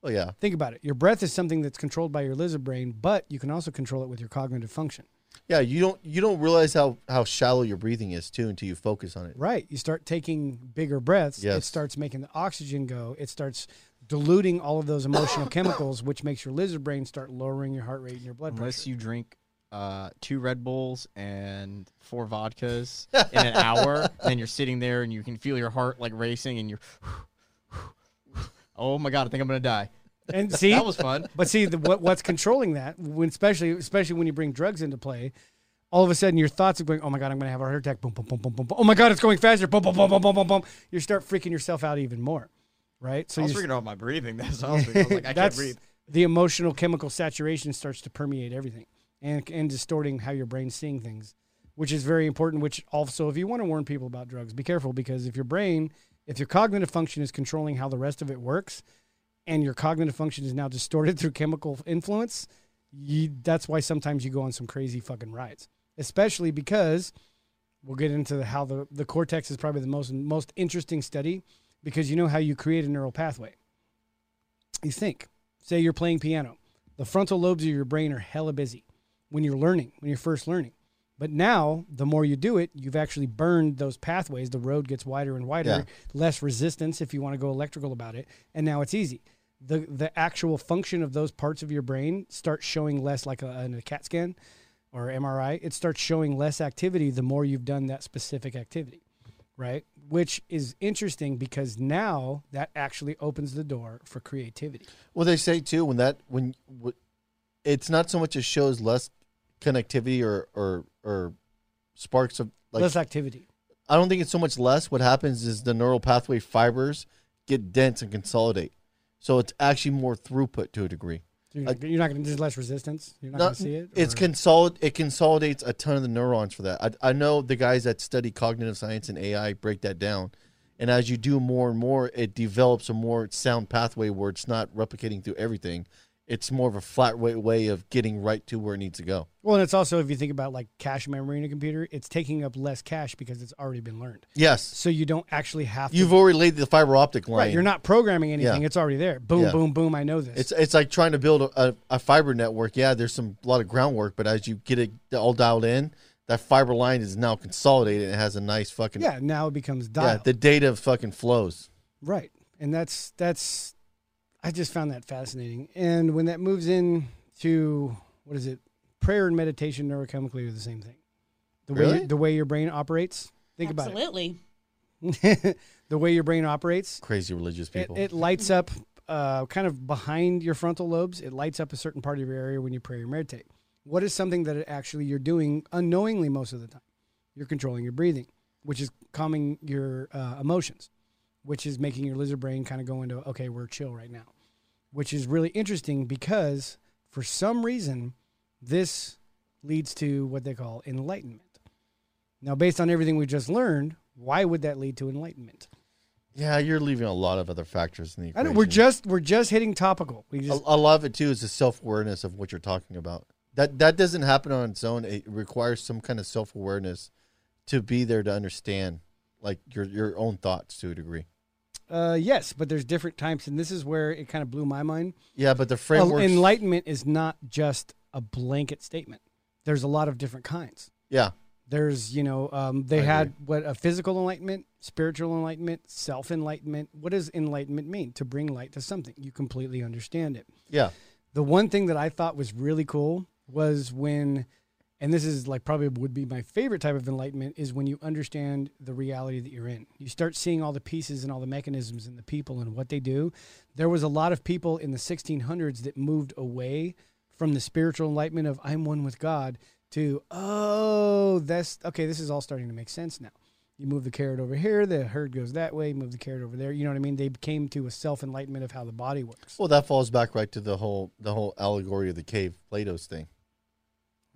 [SPEAKER 9] Oh yeah,
[SPEAKER 3] Think about it. Your breath is something that's controlled by your lizard brain, but you can also control it with your cognitive function.
[SPEAKER 9] yeah. You don't you don't realize how how shallow your breathing is too until you focus on it.
[SPEAKER 3] Right. You start taking bigger breaths. It
[SPEAKER 9] Yes.
[SPEAKER 3] starts making the oxygen go. It starts diluting all of those
[SPEAKER 8] (coughs)
[SPEAKER 3] emotional chemicals, which makes your lizard brain start lowering your heart rate and your blood
[SPEAKER 8] Unless
[SPEAKER 3] pressure.
[SPEAKER 8] you drink uh, two Red Bulls and four (laughs) vodkas in an hour, then you're sitting there and you can feel your heart like racing and you're, (sighs) oh my god, I think I'm gonna die. (laughs)
[SPEAKER 3] and see,
[SPEAKER 8] That was fun.
[SPEAKER 3] but see, the, what, what's controlling that? When especially, especially when you bring drugs into play, all of a sudden your thoughts are going, "Oh my god, I'm going to have a heart attack!" Boom, boom, boom, boom, boom, boom. Oh my god, it's going faster! Boom, boom, boom, boom, boom, boom, boom. You start freaking yourself out even more, right? So
[SPEAKER 8] I was
[SPEAKER 3] you-
[SPEAKER 8] freaking out my breathing. (laughs) That's all. I was thinking. I was like, I can't
[SPEAKER 3] That's
[SPEAKER 8] breathe.
[SPEAKER 3] the emotional chemical saturation starts to permeate everything and and distorting how your brain's seeing things, which is very important. Which also, if you want to warn people about drugs, be careful because if your brain, if your cognitive function is controlling how the rest of it works, and your cognitive function is now distorted (laughs) through chemical influence, you, that's why sometimes you go on some crazy fucking rides, especially because we'll get into the, how the, the cortex is probably the most most interesting study because you know how you create a neural pathway. You think, say you're playing piano, the frontal lobes of your brain are hella busy when you're learning, when you're first learning. But now, the more you do it, you've actually burned those pathways. The road gets wider and wider,
[SPEAKER 9] Yeah.
[SPEAKER 3] less resistance if you want to go electrical about it, and now it's easy. The the actual function of those parts of your brain starts showing less, like a, in a CAT scan or MRI. It starts showing less activity the more you've done that specific activity right? Which is interesting because now that actually opens the door for creativity.
[SPEAKER 9] Well, they say too when that when w- it's not so much it shows less connectivity or or or sparks of like
[SPEAKER 3] Less activity.
[SPEAKER 9] I don't think it's so much less. What happens is the neural pathway fibers get dense and consolidate, so it's actually more throughput to a degree.
[SPEAKER 3] So You're not, you're not gonna there's less resistance. You're not,
[SPEAKER 9] Not-
[SPEAKER 3] gonna see it.
[SPEAKER 9] it's
[SPEAKER 3] or-
[SPEAKER 9] consolid. It consolidates a ton of the neurons for that. I, I know the guys that study cognitive science and AI break that down, and as you do more and more, it develops a more sound pathway where it's not replicating through everything. It's more of a flat way way of getting right to where it needs to go.
[SPEAKER 3] well, and it's also if you think about like cache memory in a computer, it's taking up less cache because it's already been learned.
[SPEAKER 9] Yes,
[SPEAKER 3] So you don't actually have to.
[SPEAKER 9] you've already laid the fiber optic line.
[SPEAKER 3] right, you're not programming anything. It's already there. Boom,
[SPEAKER 9] Yeah.
[SPEAKER 3] boom, boom. I know this.
[SPEAKER 9] It's it's like trying to build a, a, a fiber network. Yeah, there's some a lot of groundwork, but as you get it all dialed in, that fiber line is now consolidated. and It has a nice fucking
[SPEAKER 3] yeah. Now it becomes
[SPEAKER 9] yeah,
[SPEAKER 3] dial.
[SPEAKER 9] the data fucking flows.
[SPEAKER 3] Right. And that's that's I just found that fascinating. And when that moves in to what is it? Prayer and meditation neurochemically are the same thing. The way
[SPEAKER 9] Really?
[SPEAKER 3] the way your brain operates. Think
[SPEAKER 6] Absolutely.
[SPEAKER 3] about it. (laughs) the way your brain operates,
[SPEAKER 9] Crazy religious
[SPEAKER 3] it,
[SPEAKER 9] people.
[SPEAKER 3] it lights up uh, kind of behind your frontal lobes. It lights up a certain part of your area when you pray or meditate. What is something that it actually you're doing unknowingly most of the time? You're controlling your breathing, which is calming your uh, emotions, which is making your lizard brain kind of go into, okay, we're chill right now, which is really interesting because for some reason, this leads to what they call enlightenment. Now, based on everything we just learned, why would that lead to enlightenment?
[SPEAKER 9] yeah, you're leaving a lot of other factors in the
[SPEAKER 3] I
[SPEAKER 9] equation.
[SPEAKER 3] know we're just we're just hitting topical. We
[SPEAKER 9] a,
[SPEAKER 3] just
[SPEAKER 9] a lot of it too is the self awareness of what you're talking about. That that doesn't happen on its own. It requires some kind of self awareness to be there to understand like your your own thoughts to a degree.
[SPEAKER 3] uh, yes, but there's different types, and this is where it kind of blew my mind.
[SPEAKER 9] Yeah, but the
[SPEAKER 3] Well,
[SPEAKER 9] framework.
[SPEAKER 3] enlightenment is not just a blanket statement. There's a lot of different kinds.
[SPEAKER 9] yeah.
[SPEAKER 3] There's you know um, they
[SPEAKER 9] I
[SPEAKER 3] had
[SPEAKER 9] agree.
[SPEAKER 3] what a physical enlightenment, spiritual enlightenment, self enlightenment. What does enlightenment mean? To bring light to something, you completely understand it.
[SPEAKER 9] Yeah.
[SPEAKER 3] The one thing that I thought was really cool was when and this is like probably would be my favorite type of enlightenment is when you understand the reality that you're in. You start seeing all the pieces and all the mechanisms and the people and what they do. There was a lot of people in the 1600s that moved away from the spiritual enlightenment of I'm one with God to oh that's okay this is all starting to make sense now. You move the carrot over here, the herd goes that way, move the carrot over there. You know what I mean? They came to a self enlightenment of how the body works.
[SPEAKER 9] Well, that falls back right to the whole the whole allegory of the cave, Plato's thing.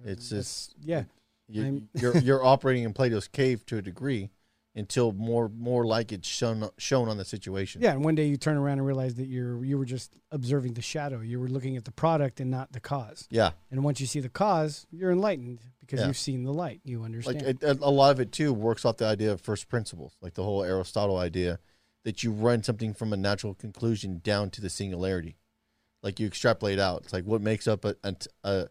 [SPEAKER 9] It's just
[SPEAKER 3] Yeah.
[SPEAKER 9] you,
[SPEAKER 3] I'm- (laughs)
[SPEAKER 9] you're you're operating in Plato's cave to a degree until more more like it's shown shown on the situation.
[SPEAKER 3] Yeah, and one day you turn around and realize that you're you were just observing the shadow. You were looking at the product and not the cause.
[SPEAKER 9] yeah.
[SPEAKER 3] And once you see the cause, you're enlightened because
[SPEAKER 9] Yeah.
[SPEAKER 3] you've seen the light. You
[SPEAKER 9] Like
[SPEAKER 3] understand.
[SPEAKER 9] it, a a lot of it too works off the idea of first principles, like the whole Aristotle idea that you run something from a natural conclusion down to the singularity. Like you extrapolate out, it's like what makes up a, a, a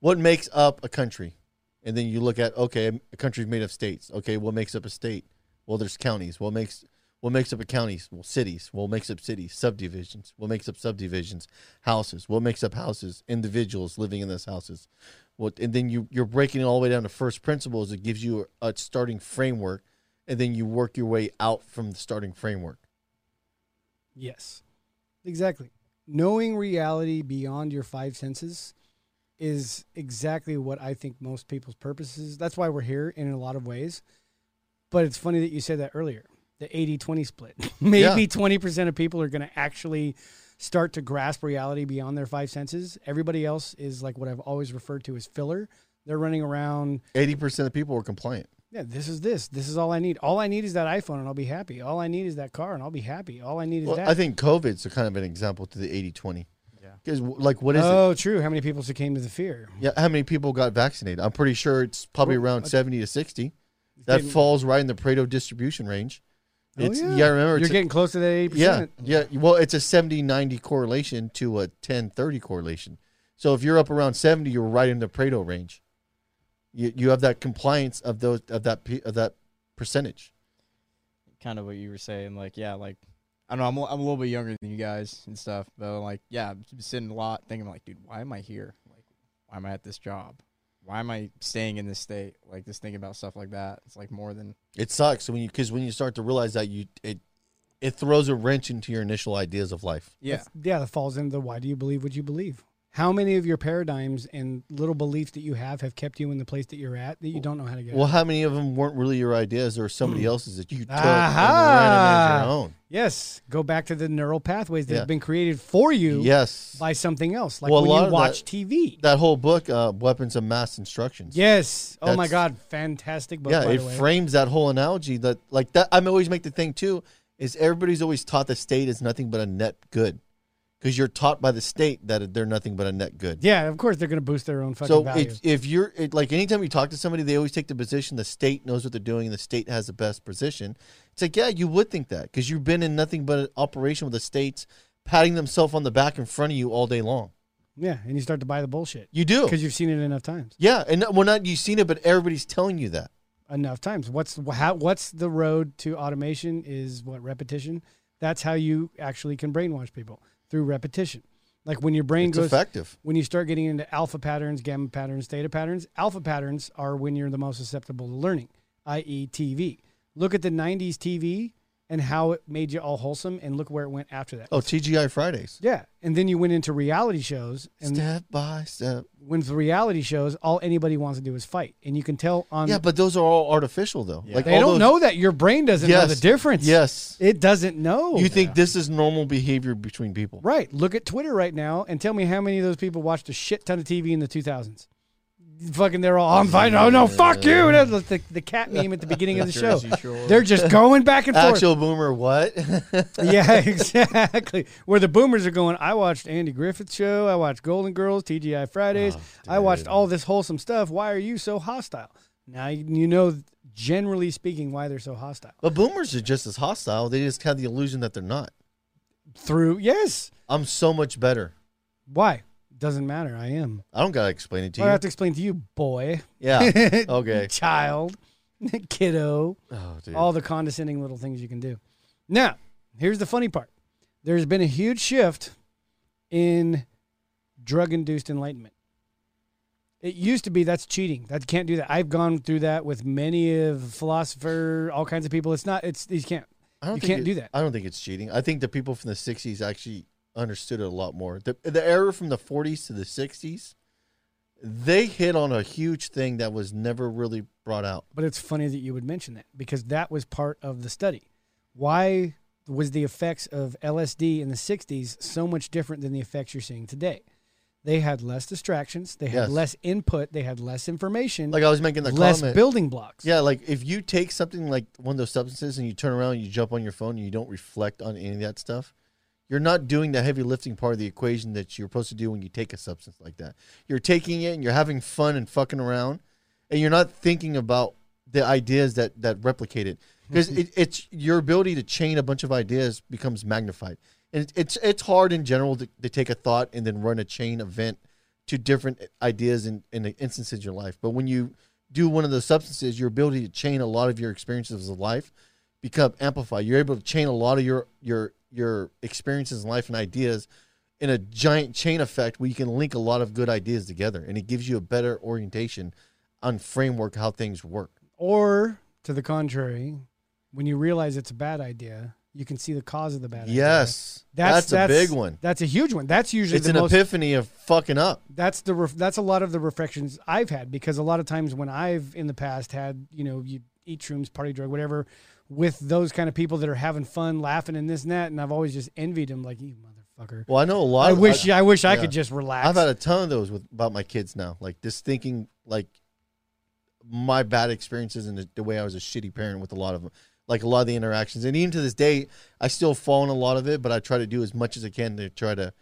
[SPEAKER 9] what makes up a country, and then you look at okay, a country's made of states. Okay, what makes up a state? Well, there's counties. What makes what makes up a counties? Well, cities. What makes up cities? Subdivisions. What makes up subdivisions? Houses. What makes up houses? Individuals living in those houses. What and then you you're breaking it all the way down to first principles. It gives you a, a starting framework, and then you work your way out from the starting framework.
[SPEAKER 3] yes. Exactly. Knowing reality beyond your five senses is exactly what I think most people's purpose is. That's why we're here in a lot of ways. But it's funny that you said that earlier. The 80 20 split. (laughs) Maybe
[SPEAKER 9] Yeah.
[SPEAKER 3] 20% of people are going to actually start to grasp reality beyond their five senses. Everybody else is like what I've always referred to as filler. They're running around.
[SPEAKER 9] Eighty percent of people are compliant.
[SPEAKER 3] Yeah, this is this. This is all I need. All I need is that iPhone and I'll be happy. All I need is that car and I'll be happy. All I need is
[SPEAKER 9] Well,
[SPEAKER 3] that.
[SPEAKER 9] I think COVID's a kind of an example to the 80-20. Yeah. Because like, what is it?
[SPEAKER 3] oh, true. How many people succumbed to the fear?
[SPEAKER 9] Yeah, how many people got vaccinated? I'm pretty sure it's probably
[SPEAKER 3] uh,
[SPEAKER 9] around 70 to 60. That
[SPEAKER 3] getting- Oh,
[SPEAKER 9] falls right in the Pareto distribution range. It's,
[SPEAKER 3] yeah.
[SPEAKER 9] yeah. remember.
[SPEAKER 3] You're
[SPEAKER 9] It's
[SPEAKER 3] getting close to that 80%.
[SPEAKER 9] a, yeah, yeah. Well, it's a 70 90 correlation to a 10 30 correlation. So if you're up around 70, you're right in the Pareto range. You, you have that compliance of those of that pe- of that percentage.
[SPEAKER 8] kind of what you were saying. Like, yeah, like I don't know, I'm a- I'm a little bit younger than you guys and stuff, but like, yeah, I'm sitting a lot thinking like, dude, why am I here? Like, why am I at this job? Why am I staying in this state? Like, just thinking about stuff like that. It's like more than
[SPEAKER 9] It sucks when you because when you start to realize that you it it throws a wrench into your initial ideas of life.
[SPEAKER 8] yeah.
[SPEAKER 3] yeah, that falls into the why do you believe what you believe? How many of your paradigms and little beliefs that you have have kept you in the place that you're at that you don't know how to get
[SPEAKER 9] Well,
[SPEAKER 3] out?
[SPEAKER 9] how many of them weren't really your ideas or somebody else's that you took and ran
[SPEAKER 3] Hmm. Aha!
[SPEAKER 9] them as your own?
[SPEAKER 3] Yes, go back to the neural pathways that
[SPEAKER 9] Yeah.
[SPEAKER 3] have been created for you
[SPEAKER 9] Yes.
[SPEAKER 3] by something else, like
[SPEAKER 9] Well, a
[SPEAKER 3] when
[SPEAKER 9] lot
[SPEAKER 3] you
[SPEAKER 9] of
[SPEAKER 3] watch
[SPEAKER 9] that-
[SPEAKER 3] TV.
[SPEAKER 9] that whole book, uh, Weapons of Mass Instructions.
[SPEAKER 3] yes. Oh my
[SPEAKER 9] That's-
[SPEAKER 3] God, fantastic book.
[SPEAKER 9] Yeah,
[SPEAKER 3] by
[SPEAKER 9] it
[SPEAKER 3] the way.
[SPEAKER 9] frames that whole analogy that like that. I am always make the thing too is everybody's always taught the state is nothing but a net good because you're taught by the state that they're nothing but a net good.
[SPEAKER 3] yeah, of course they're going to boost their own fucking
[SPEAKER 9] So
[SPEAKER 3] value.
[SPEAKER 9] it, if you're it, like anytime you talk to somebody, they always take the position the state knows what they're doing and the state has the best position. It's like yeah, you would think that because you've been in nothing but an operation with the states patting themselves on the back in front of you all day long.
[SPEAKER 3] yeah, and you start to buy the bullshit
[SPEAKER 9] You do
[SPEAKER 3] because you've seen it enough times.
[SPEAKER 9] yeah, and not- well, not you've seen it, but everybody's telling you that.
[SPEAKER 3] enough times. What's how, what's the road to automation is what repetition. That's how you actually can brainwash people through repetition. Like when your brain
[SPEAKER 9] It's
[SPEAKER 3] goes
[SPEAKER 9] effective.
[SPEAKER 3] when you start getting into alpha patterns, gamma patterns, theta patterns. Alpha patterns are when you're the most susceptible to learning, i.e., TV. Look at the '90s TV and how it made you all wholesome, and look where it went after that.
[SPEAKER 9] Oh, TGI Fridays.
[SPEAKER 3] Yeah, and then you went into reality shows, and
[SPEAKER 9] Step by step.
[SPEAKER 3] when the reality shows, all anybody wants to do is fight, and you can tell on
[SPEAKER 9] Yeah, but those are all artificial though. Like
[SPEAKER 3] Um, they
[SPEAKER 9] all
[SPEAKER 3] don't
[SPEAKER 9] those-
[SPEAKER 3] know that your brain doesn't
[SPEAKER 9] Yes.
[SPEAKER 3] know the difference.
[SPEAKER 9] Yes.
[SPEAKER 3] It doesn't know.
[SPEAKER 9] you think this is normal behavior between people?
[SPEAKER 3] right. Look at Twitter right now and tell me how many of those people watched a shit ton of TV in the 2000s. Fucking, they're all, I'm fine. Oh, no, fuck you. That's like the, the cat meme at the beginning of
[SPEAKER 9] (laughs)
[SPEAKER 3] the show.
[SPEAKER 8] Jersey Shore.
[SPEAKER 3] They're just going back and forth.
[SPEAKER 9] Actual
[SPEAKER 1] (laughs)
[SPEAKER 9] boomer, what?
[SPEAKER 3] (laughs) Yeah, exactly. Where the boomers are going, I watched Andy Griffith's show. I watched Golden Girls, TGI
[SPEAKER 9] Oh,
[SPEAKER 3] Fridays. I watched all this wholesome stuff. Why are you so hostile? Now, you you know, generally speaking, why they're so hostile.
[SPEAKER 9] but boomers are just as hostile. They just have the illusion that they're not.
[SPEAKER 3] Through, yes.
[SPEAKER 9] I'm so much better.
[SPEAKER 3] Why? Doesn't matter. I am.
[SPEAKER 9] I don't gotta explain it to
[SPEAKER 3] Well, Oh, I
[SPEAKER 9] you.
[SPEAKER 3] have to explain to you, boy, (laughs)
[SPEAKER 9] yeah. Okay.
[SPEAKER 3] child, (laughs) kiddo,
[SPEAKER 9] Oh, dude.
[SPEAKER 3] all the condescending little things you can do. Now, here's the funny part there's been a huge shift in drug induced enlightenment. It used to be that's cheating. That can't do that. I've gone through that with many of philosopher, all kinds of people. It's not. It's you can't.
[SPEAKER 1] I don't
[SPEAKER 3] You
[SPEAKER 1] think
[SPEAKER 3] can't
[SPEAKER 1] it-
[SPEAKER 3] do that.
[SPEAKER 1] I don't think it's cheating. I think the people from the '60s actually understood it a lot more. The the era from the '40s to the '60s, they hit on a huge thing that was never really brought out.
[SPEAKER 3] But it's funny that you would mention that because that was part of the study. Why was the effects of LSD in the 60s so much different than the effects you're seeing today? They had less distractions, they had
[SPEAKER 1] Yes.
[SPEAKER 3] less input, they had less information,
[SPEAKER 1] Like I was making the
[SPEAKER 3] less
[SPEAKER 1] comment.
[SPEAKER 3] building blocks.
[SPEAKER 1] yeah, like if you take something like one of those substances and you turn around and you jump on your phone and you don't reflect on any of that stuff, you're not doing the heavy lifting part of the equation that you're supposed to do when you take a substance like that. You're taking it and you're having fun and fucking around, and you're not thinking about the ideas that that replicate it because it, it's your ability to chain a bunch of ideas becomes magnified, and it, it's it's hard in general to, to take a thought and then run a chain event to different ideas and in, in instances in your life. But when you do one of those substances, your ability to chain a lot of your experiences of life become amplified. You're able to chain a lot of your your your experiences in life and ideas in a giant chain effect where you can link a lot of good ideas together, and it gives you a better orientation on framework how things work.
[SPEAKER 3] Or to the contrary, when you realize it's a bad idea, you can see the cause of the bad idea.
[SPEAKER 1] Yes, that's, a big one.
[SPEAKER 3] That's a huge one. That's usually
[SPEAKER 1] It's
[SPEAKER 3] the
[SPEAKER 1] an
[SPEAKER 3] most
[SPEAKER 1] epiphany of fucking up.
[SPEAKER 3] that's the ref- that's a lot of the reflections I've had because a lot of times when I've in the past had you know you eat shrooms, party drug, whatever, with those kind of people that are having fun, laughing, and this and that, and I've always just envied them like you motherfucker.
[SPEAKER 1] Well, I know a lot.
[SPEAKER 3] I
[SPEAKER 1] of,
[SPEAKER 3] wish I, wish I
[SPEAKER 1] yeah.
[SPEAKER 3] could just relax.
[SPEAKER 1] I've had a ton of those with about my kids now. Like just thinking like my bad experiences and the, the way I was a shitty parent with a lot of them. Like a lot of the interactions, and even to this day, I still fall in a lot of it. But I try to do as much as I can to try to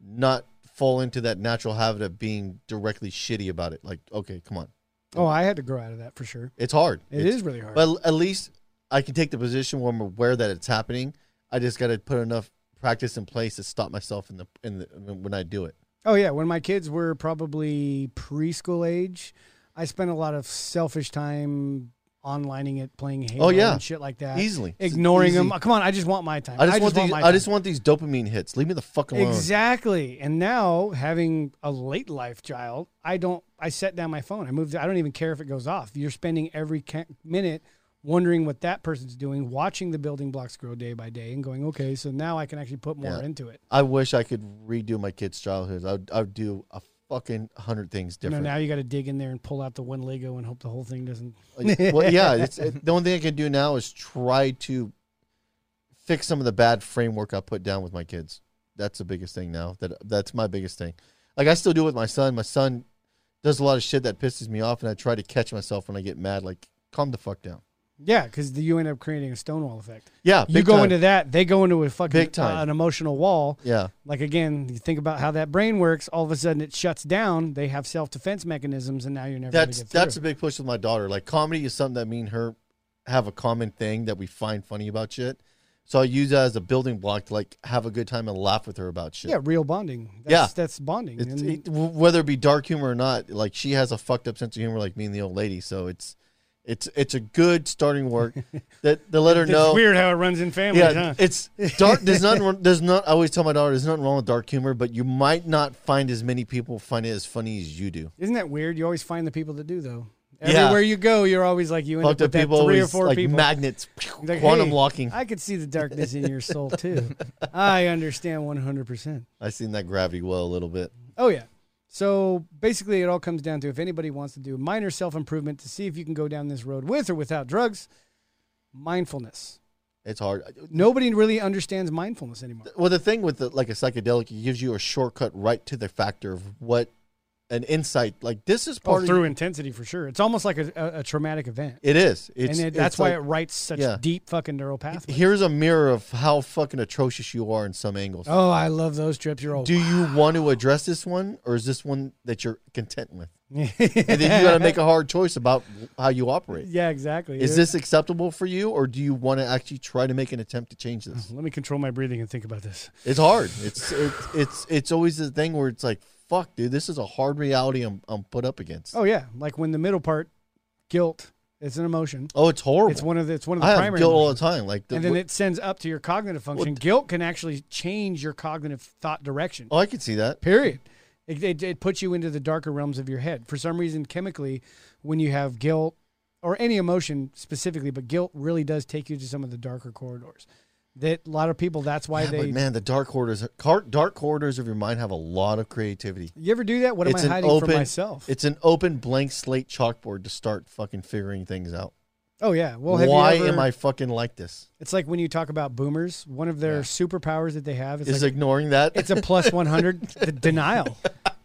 [SPEAKER 1] not fall into that natural habit of being directly shitty about it. Like, okay, come on,
[SPEAKER 3] oh, I had to grow out of that for sure.
[SPEAKER 1] it's hard.
[SPEAKER 3] It
[SPEAKER 1] it's,
[SPEAKER 3] is really hard.
[SPEAKER 1] But at least I can take the position where I'm aware that it's happening. I just got to put enough practice in place to stop myself in the in the when I do it.
[SPEAKER 3] Oh yeah, when my kids were probably preschool age, I spent a lot of selfish time onlining it, playing Halo
[SPEAKER 1] Oh, yeah.
[SPEAKER 3] and shit like that.
[SPEAKER 1] Easily. It's
[SPEAKER 3] ignoring them.
[SPEAKER 1] easy.
[SPEAKER 3] Come on, I just want my time.
[SPEAKER 1] I just, want, these.
[SPEAKER 3] my
[SPEAKER 1] I
[SPEAKER 3] time.
[SPEAKER 1] just want these dopamine hits. Leave me the fuck alone.
[SPEAKER 3] Exactly. And now having a late life child, I don't. I set down my phone. I moved. I don't even care if it goes off. You're spending every ca- minute wondering what that person's doing, watching the building blocks grow day by day, and going, okay, so now I can actually put more
[SPEAKER 1] Yeah.
[SPEAKER 3] into it.
[SPEAKER 1] I wish I could redo my kids' childhoods. I would, I would do a fucking hundred things
[SPEAKER 3] You know,
[SPEAKER 1] different.
[SPEAKER 3] now you got to dig in there and pull out the one Lego and hope the whole thing doesn't.
[SPEAKER 1] Like, well, yeah. It's, it- the only thing I can do now is try to fix some of the bad framework I put down with my kids. That's the biggest thing now. That that's my biggest thing. Like I still do it with my son. My son does a lot of shit that pisses me off, and I try to catch myself when I get mad. Like, calm the fuck down.
[SPEAKER 3] (laughs) Yeah, because you end up creating a stonewall effect.
[SPEAKER 1] Yeah,
[SPEAKER 3] you
[SPEAKER 1] big
[SPEAKER 3] go
[SPEAKER 1] time.
[SPEAKER 3] into that, they go into a fucking
[SPEAKER 1] Big time.
[SPEAKER 3] uh, an emotional wall.
[SPEAKER 1] yeah.
[SPEAKER 3] like again, you think about how that brain works. All of a sudden, it shuts down. They have self defense mechanisms, and now you're never. gonna
[SPEAKER 1] that's
[SPEAKER 3] get through.
[SPEAKER 1] that's a big push with my daughter. Like comedy is something that me and her have a common thing that we find funny about shit. So I use that as a building block to like have a good time and laugh with her about shit.
[SPEAKER 3] yeah, real bonding. That's,
[SPEAKER 1] Yeah.
[SPEAKER 3] that's bonding.
[SPEAKER 1] It's,
[SPEAKER 3] and
[SPEAKER 1] it, w- whether it be dark humor or not, like she has a fucked up sense of humor, like me and the old lady. So it's it's it's a good starting work that to let her
[SPEAKER 3] it's
[SPEAKER 1] know.
[SPEAKER 3] weird how it runs in families,
[SPEAKER 1] Yeah,
[SPEAKER 3] huh?
[SPEAKER 1] it's dark. There's nothing. wrong- There's not. I always tell my daughter, there's nothing wrong with dark humor, but you might not find as many people find it as funny as you do.
[SPEAKER 3] Isn't that weird? You always find the people that do though.
[SPEAKER 1] Yeah.
[SPEAKER 3] Everywhere you go, you're always like you end up
[SPEAKER 1] Fucked
[SPEAKER 3] with
[SPEAKER 1] up
[SPEAKER 3] that
[SPEAKER 1] people,
[SPEAKER 3] three or
[SPEAKER 1] always,
[SPEAKER 3] four
[SPEAKER 1] like
[SPEAKER 3] people.
[SPEAKER 1] magnets,
[SPEAKER 3] Like,
[SPEAKER 1] quantum
[SPEAKER 3] hey,
[SPEAKER 1] locking.
[SPEAKER 3] I could see the darkness in
[SPEAKER 1] (laughs)
[SPEAKER 3] your soul too. I understand 100. percent
[SPEAKER 1] I seen that gravity well a little bit.
[SPEAKER 3] Oh yeah. So basically, it all comes down to if anybody wants to do minor self improvement to see if you can go down this road with or without drugs, mindfulness.
[SPEAKER 1] It's hard.
[SPEAKER 3] Nobody really understands mindfulness anymore.
[SPEAKER 1] Well, the thing with the, like a psychedelic, it gives you a shortcut right to the factor of what an insight. Like this is part
[SPEAKER 3] Oh,
[SPEAKER 1] of
[SPEAKER 3] through intensity for sure. It's almost like a, a, a traumatic event,
[SPEAKER 1] It is. It's,
[SPEAKER 3] and it,
[SPEAKER 1] it's
[SPEAKER 3] that's why it
[SPEAKER 1] like,
[SPEAKER 3] writes such
[SPEAKER 1] yeah.
[SPEAKER 3] deep fucking neural pathways.
[SPEAKER 1] here's a mirror of how fucking atrocious you are in some angles.
[SPEAKER 3] Oh, I love those trips. You're old.
[SPEAKER 1] Do you want to address this one, or is this one that you're content
[SPEAKER 3] (laughs)
[SPEAKER 1] with? and then you got to make a hard choice about how you operate.
[SPEAKER 3] yeah, exactly.
[SPEAKER 1] Is this acceptable for you, or do you want to actually try to make an attempt to change this?
[SPEAKER 3] Let me control my breathing and think about this.
[SPEAKER 1] It's hard. It's it's it's it's always the thing where it's like, fuck, dude, this is a hard reality I'm I'm put up against. Oh,
[SPEAKER 3] Oh yeah, like when the middle part, guilt, it's an emotion.
[SPEAKER 9] Oh,
[SPEAKER 1] it's horrible.
[SPEAKER 3] It's one of the it's one of the
[SPEAKER 1] Oh. I have
[SPEAKER 3] primary.
[SPEAKER 1] guilt all
[SPEAKER 3] emotions.
[SPEAKER 1] the time. Like, the,
[SPEAKER 3] and then it sends up to your cognitive function.
[SPEAKER 1] What-
[SPEAKER 9] Oh.
[SPEAKER 3] guilt can actually change your cognitive thought direction.
[SPEAKER 1] oh, I can see that.
[SPEAKER 3] Period. It, it, it puts you into the darker realms of your head. For some reason, chemically, when you have guilt or any emotion specifically, but guilt really does take you to some of the darker corridors. That a lot of people, that's why
[SPEAKER 9] Yeah,
[SPEAKER 3] they.
[SPEAKER 9] but man, the dark corridors, car- dark corridors of your mind have a lot of creativity.
[SPEAKER 3] you ever do that? What am I hiding from myself?
[SPEAKER 9] It's an open blank slate chalkboard to start fucking figuring things out.
[SPEAKER 3] oh, yeah. Well, have you
[SPEAKER 9] Why
[SPEAKER 3] ever-
[SPEAKER 9] am I fucking like this?
[SPEAKER 3] It's like when you talk about boomers, one of their superpowers that they have is
[SPEAKER 9] Is
[SPEAKER 3] like,
[SPEAKER 9] ignoring that.
[SPEAKER 3] it's a plus 100 the
[SPEAKER 9] (laughs)
[SPEAKER 3] denial.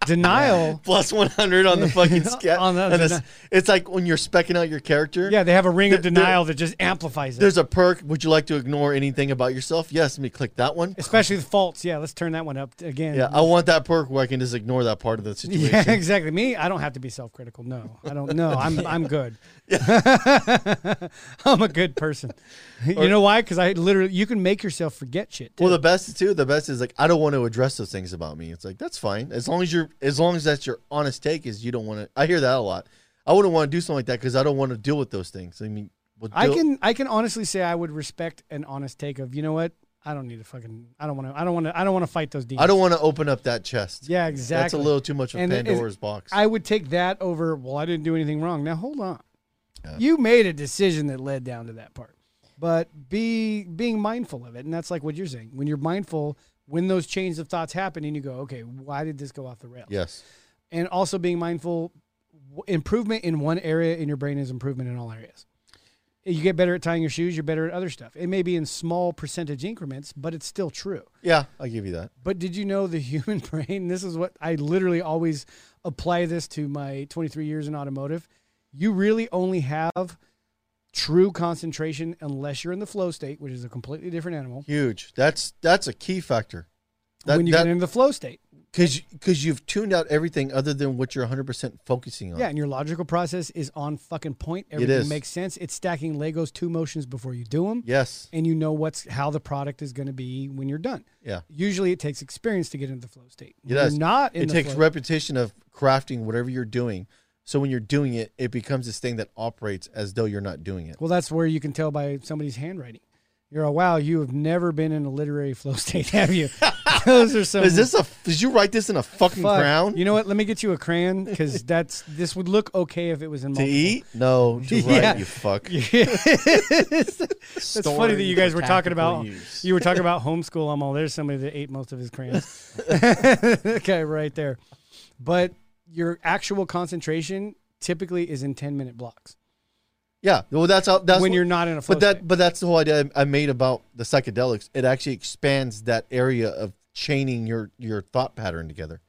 [SPEAKER 3] Denial. (laughs)
[SPEAKER 9] plus one hundred on the fucking sketch.
[SPEAKER 3] On the-
[SPEAKER 9] and it's, it's like when you're specking out your character.
[SPEAKER 3] Yeah, they have a ring of
[SPEAKER 9] There-
[SPEAKER 3] denial that just amplifies it.
[SPEAKER 9] There's a perk. Would you like to ignore anything about yourself? Yes. Let me click that one.
[SPEAKER 3] Especially the faults. Yeah, let's turn that one up again.
[SPEAKER 9] Yeah, I want that perk where I can just ignore that part of the situation.
[SPEAKER 3] (laughs) Yeah, exactly. Me, I don't have to be self-critical. No, I don't. No,
[SPEAKER 9] (laughs)
[SPEAKER 3] I'm I'm good. (laughs) I'm a good
[SPEAKER 9] (laughs)
[SPEAKER 3] person. you know why? Because I literally, you can make yourself forget shit.
[SPEAKER 9] Well,
[SPEAKER 3] too.
[SPEAKER 9] the best too. The best is like I don't want to address those things about me. It's like that's fine as long as you're as long as that's your honest take. Is you don't want to. I hear that a lot. I wouldn't want to do something like that because I don't want to deal with those things. I mean, well,
[SPEAKER 3] I
[SPEAKER 9] deal-
[SPEAKER 3] can I can honestly say I would respect an honest take of you know what I don't need to fucking I don't want to I don't want to I don't want to fight those demons.
[SPEAKER 9] I don't want to open up that chest.
[SPEAKER 3] Yeah, exactly.
[SPEAKER 9] That's a little too much of
[SPEAKER 3] And it is-
[SPEAKER 9] Pandora's box.
[SPEAKER 3] I would take that over. Well, I didn't do anything wrong. Now hold on, you made a decision that led down to that part, but be being mindful of it, and that's like what you're saying. When you're mindful, when those chains of thoughts happen, and you go, okay, why did this go off the rails?
[SPEAKER 9] yes.
[SPEAKER 3] And also being mindful, w- improvement in one area in your brain is improvement in all areas. You get better at tying your shoes. You're better at other stuff. It may be in small percentage increments, but it's still true.
[SPEAKER 9] Yeah, I'll give you that.
[SPEAKER 3] But did you know the (laughs) human brain? This is what I literally always apply this to my 23 years in automotive. You really only have true concentration unless you're in the flow state, which is a completely different animal.
[SPEAKER 9] Huge. That's that's a key factor. That
[SPEAKER 3] when you
[SPEAKER 9] because
[SPEAKER 3] get into the flow state,
[SPEAKER 9] because you've tuned out everything other than what you're 100 percent focusing on.
[SPEAKER 3] yeah, and your logical process is on fucking point. Everything
[SPEAKER 9] is.
[SPEAKER 3] makes sense. It's stacking Legos two motions before you do them,
[SPEAKER 9] Yes.
[SPEAKER 3] and you know what's how the product is going to be when you're done.
[SPEAKER 9] Yeah.
[SPEAKER 3] Usually, it takes experience to get into the flow state.
[SPEAKER 9] It
[SPEAKER 3] When you're
[SPEAKER 9] does.
[SPEAKER 3] not. In
[SPEAKER 9] it
[SPEAKER 3] the
[SPEAKER 9] takes
[SPEAKER 3] flow-
[SPEAKER 9] repetition of crafting whatever you're doing. So when you're doing it, it becomes this thing that operates as though you're not doing it.
[SPEAKER 3] Well, that's where you can tell by somebody's handwriting. You're a wow. You have never been in a literary flow (laughs) state, have you? Those are some.
[SPEAKER 9] Is this a? Did you write this in a fucking
[SPEAKER 3] fuck.
[SPEAKER 9] crown
[SPEAKER 3] You know what? Let me get you a crayon because that's this would look okay if it was in
[SPEAKER 9] to
[SPEAKER 3] multiple.
[SPEAKER 9] eat? No, to write.
[SPEAKER 3] Yeah.
[SPEAKER 9] You fuck.
[SPEAKER 3] It's funny that you guys were talking about you were
[SPEAKER 9] (laughs)
[SPEAKER 3] talking about homeschool. I'm all there's somebody that ate most of his crayons. (laughs) okay, right there. But your actual concentration typically is in 10 minute blocks
[SPEAKER 9] Yeah. Well, that's how. That's
[SPEAKER 3] when
[SPEAKER 9] what-
[SPEAKER 3] you're not in a flow
[SPEAKER 9] But that.
[SPEAKER 3] state.
[SPEAKER 9] But that's the whole idea I I made about the psychedelics. It actually expands that area of chaining your your thought pattern together.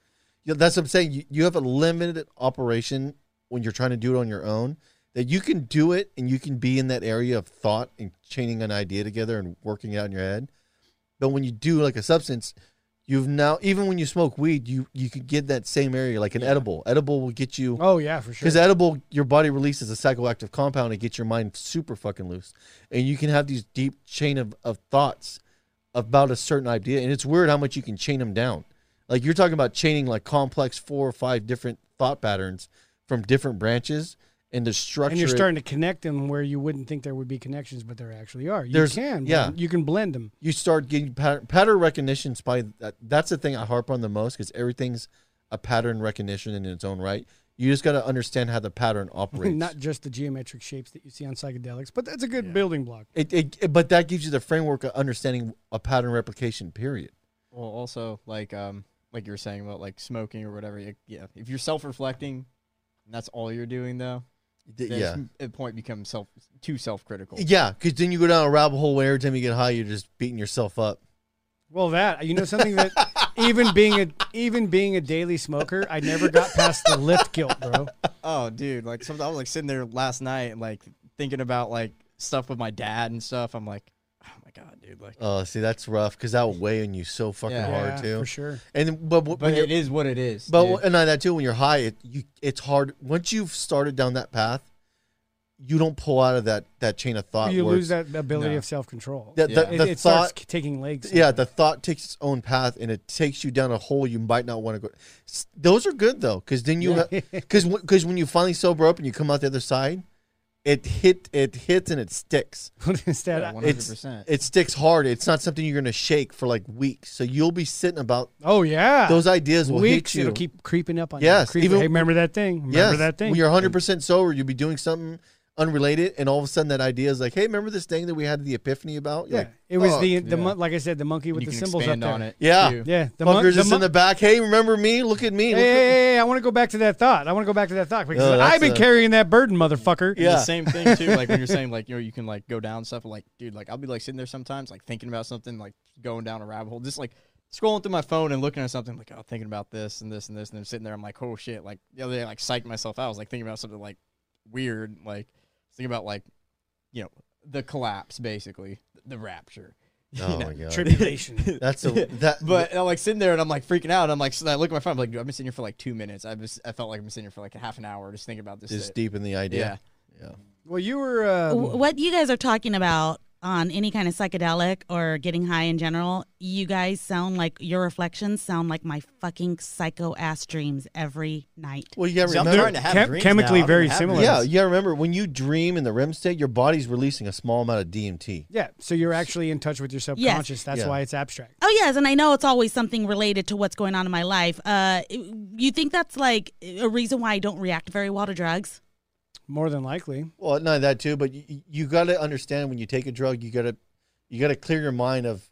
[SPEAKER 9] You know, that's what I'm saying. You, you have a limited operation when you're trying to do it on your own. That you can do it and you can be in that area of thought and chaining an idea together and working it out in your head. But when you do like a substance, you've now even when you smoke weed, you you could get that same area like an edible. Edible will get you
[SPEAKER 3] Oh yeah, for sure.
[SPEAKER 9] because edible, your body releases a psychoactive compound and gets your mind super fucking loose. And you can have these deep chain of, of thoughts about a certain idea. And it's weird how much you can chain them down. Like you're talking about chaining like complex four or five different thought patterns from different branches and the structure.
[SPEAKER 3] and you're
[SPEAKER 9] it-
[SPEAKER 3] starting to connect them where you wouldn't think there would be connections, but there actually are. You
[SPEAKER 9] There's-
[SPEAKER 3] can,
[SPEAKER 9] yeah.
[SPEAKER 3] blend- you can blend them. (laughs)
[SPEAKER 9] you start getting pattern, pattern recognition by that, that's the thing I harp on the most because everything's a pattern recognition in its own right. You just got to understand how the pattern
[SPEAKER 3] (laughs)
[SPEAKER 9] operates.
[SPEAKER 3] Not just the geometric shapes that you see on psychedelics, but that's a good building block.
[SPEAKER 9] It, it, it- but that gives you the framework of understanding a pattern replication. Period.
[SPEAKER 8] Well, also like um like you were saying about like smoking or whatever. y- Yeah, if you're self reflecting, and that's all you're doing though.
[SPEAKER 9] Th-
[SPEAKER 8] then
[SPEAKER 9] yeah,
[SPEAKER 8] it's- at point becomes self too self critical.
[SPEAKER 9] yeah. Because then you go down a rabbit hole where every time you get high, you're just beating yourself up.
[SPEAKER 3] Well, that you know something
[SPEAKER 9] (laughs)
[SPEAKER 3] that even being a even being a daily smoker, I never got past the lift guilt, bro.
[SPEAKER 8] Oh, dude! Like sometimes I was like sitting there last night and like thinking about like stuff with my dad and stuff. I'm like, oh my god, dude! Like,
[SPEAKER 9] Oh, see, that's rough because that will weigh on you so fucking
[SPEAKER 8] Yeah.
[SPEAKER 9] hard
[SPEAKER 3] Yeah,
[SPEAKER 9] too.
[SPEAKER 3] for sure.
[SPEAKER 9] And then- but, but when
[SPEAKER 8] but
[SPEAKER 9] you're,
[SPEAKER 8] it is what it is.
[SPEAKER 9] but
[SPEAKER 8] dude.
[SPEAKER 9] and not that too, when you're high, it you it's hard. Once you've started down that path, you don't pull out of that that chain of thought.
[SPEAKER 3] You
[SPEAKER 9] where
[SPEAKER 3] lose
[SPEAKER 9] it's-
[SPEAKER 3] that ability
[SPEAKER 8] No.
[SPEAKER 3] of self control.
[SPEAKER 9] The,
[SPEAKER 8] Yeah.
[SPEAKER 9] the,
[SPEAKER 3] It,
[SPEAKER 9] the
[SPEAKER 3] it
[SPEAKER 9] thought
[SPEAKER 3] starts k- taking legs.
[SPEAKER 9] Yeah, the thought takes its own path and it takes you down a hole you might not want to go. S- Those are good though, because then you, because because when you finally sober up and you come out the other side, it hit it hits and it sticks.
[SPEAKER 3] (laughs) What is that?
[SPEAKER 8] Yeah, one-
[SPEAKER 9] It's
[SPEAKER 8] 100%.
[SPEAKER 9] it sticks hard. It's not something you're gonna shake for like weeks. So you'll be sitting about
[SPEAKER 3] oh yeah.
[SPEAKER 9] those ideas will
[SPEAKER 3] weeks
[SPEAKER 9] hit you.
[SPEAKER 3] it'll keep creeping up on
[SPEAKER 9] Yes,
[SPEAKER 3] you. Creep-
[SPEAKER 9] even-
[SPEAKER 3] hey, remember that thing? Remember
[SPEAKER 9] yes,
[SPEAKER 3] that thing?
[SPEAKER 9] when you're 100 percent sober, you'll be doing something unrelated, and all of a sudden that idea is like, hey, remember this thing that we had the epiphany about? You're
[SPEAKER 3] yeah.
[SPEAKER 9] like,
[SPEAKER 3] It was
[SPEAKER 9] "Fuck."
[SPEAKER 3] the the
[SPEAKER 8] yeah.
[SPEAKER 3] mon- like I said the monkey with
[SPEAKER 8] you
[SPEAKER 3] the
[SPEAKER 8] can
[SPEAKER 3] symbols up
[SPEAKER 8] expand
[SPEAKER 3] there.
[SPEAKER 8] on it.
[SPEAKER 9] Yeah.
[SPEAKER 8] too.
[SPEAKER 3] Yeah, the mon-
[SPEAKER 9] fuckers
[SPEAKER 3] the
[SPEAKER 9] just in
[SPEAKER 3] mon-
[SPEAKER 9] the back. Hey, remember me? Look at
[SPEAKER 3] Hey,
[SPEAKER 9] me.
[SPEAKER 3] hey,
[SPEAKER 9] Look at-
[SPEAKER 3] hey, hey, I want to go back to that thought. I want to go back to that thought because
[SPEAKER 9] No, Oh, that's
[SPEAKER 3] I've been
[SPEAKER 9] a-
[SPEAKER 3] carrying that burden, motherfucker.
[SPEAKER 9] Yeah.
[SPEAKER 8] the same thing too. Like when you're
[SPEAKER 9] (laughs)
[SPEAKER 8] saying like you know you can like go down stuff. Like dude, like I'll be like sitting there sometimes like thinking about something, like going down a rabbit hole, just like scrolling through my phone and looking at something. Like oh, thinking about this and this and this, and then sitting there, I'm like oh shit. Like the other day, I, like psyched myself out. I was like thinking about something like weird. Like thinking about like you know the collapse basically, the rapture. You
[SPEAKER 9] Oh
[SPEAKER 8] know?
[SPEAKER 9] my god. (laughs)
[SPEAKER 3] Tribulation.
[SPEAKER 9] That's a that.
[SPEAKER 8] But I'm like sitting there and I'm like freaking out. I'm like, so I look at my phone. I'm like, dude, I've been sitting here for like two minutes. I just, I felt like I've been sitting here for like a half an hour just thinking about this.
[SPEAKER 9] just
[SPEAKER 8] shit.
[SPEAKER 9] deep in the idea.
[SPEAKER 8] yeah.
[SPEAKER 3] well, you were. Uh,
[SPEAKER 6] W- what you guys are talking about on any kind of psychedelic or getting high in general, you guys sound like your reflections sound like my fucking psycho ass dreams every night.
[SPEAKER 9] Well, you gotta
[SPEAKER 8] See, I'm
[SPEAKER 9] remember.
[SPEAKER 8] trying to have
[SPEAKER 3] Chem-
[SPEAKER 8] dreams
[SPEAKER 3] chemically
[SPEAKER 8] now. I don't
[SPEAKER 3] very
[SPEAKER 8] even have
[SPEAKER 3] similar.
[SPEAKER 9] Yeah, you gotta remember when you dream in the REM state, your body's releasing a small amount of DMT.
[SPEAKER 3] yeah, so you're actually in touch with your subconscious. That's
[SPEAKER 9] Yeah.
[SPEAKER 3] why it's abstract.
[SPEAKER 6] Oh yes, and I know it's always something related to what's going on in my life. Uh, you think that's like a reason why I don't react very well to drugs?
[SPEAKER 3] More than likely.
[SPEAKER 9] Well, not that too, but you, you gotta understand when you take a drug, you gotta you gotta clear your mind of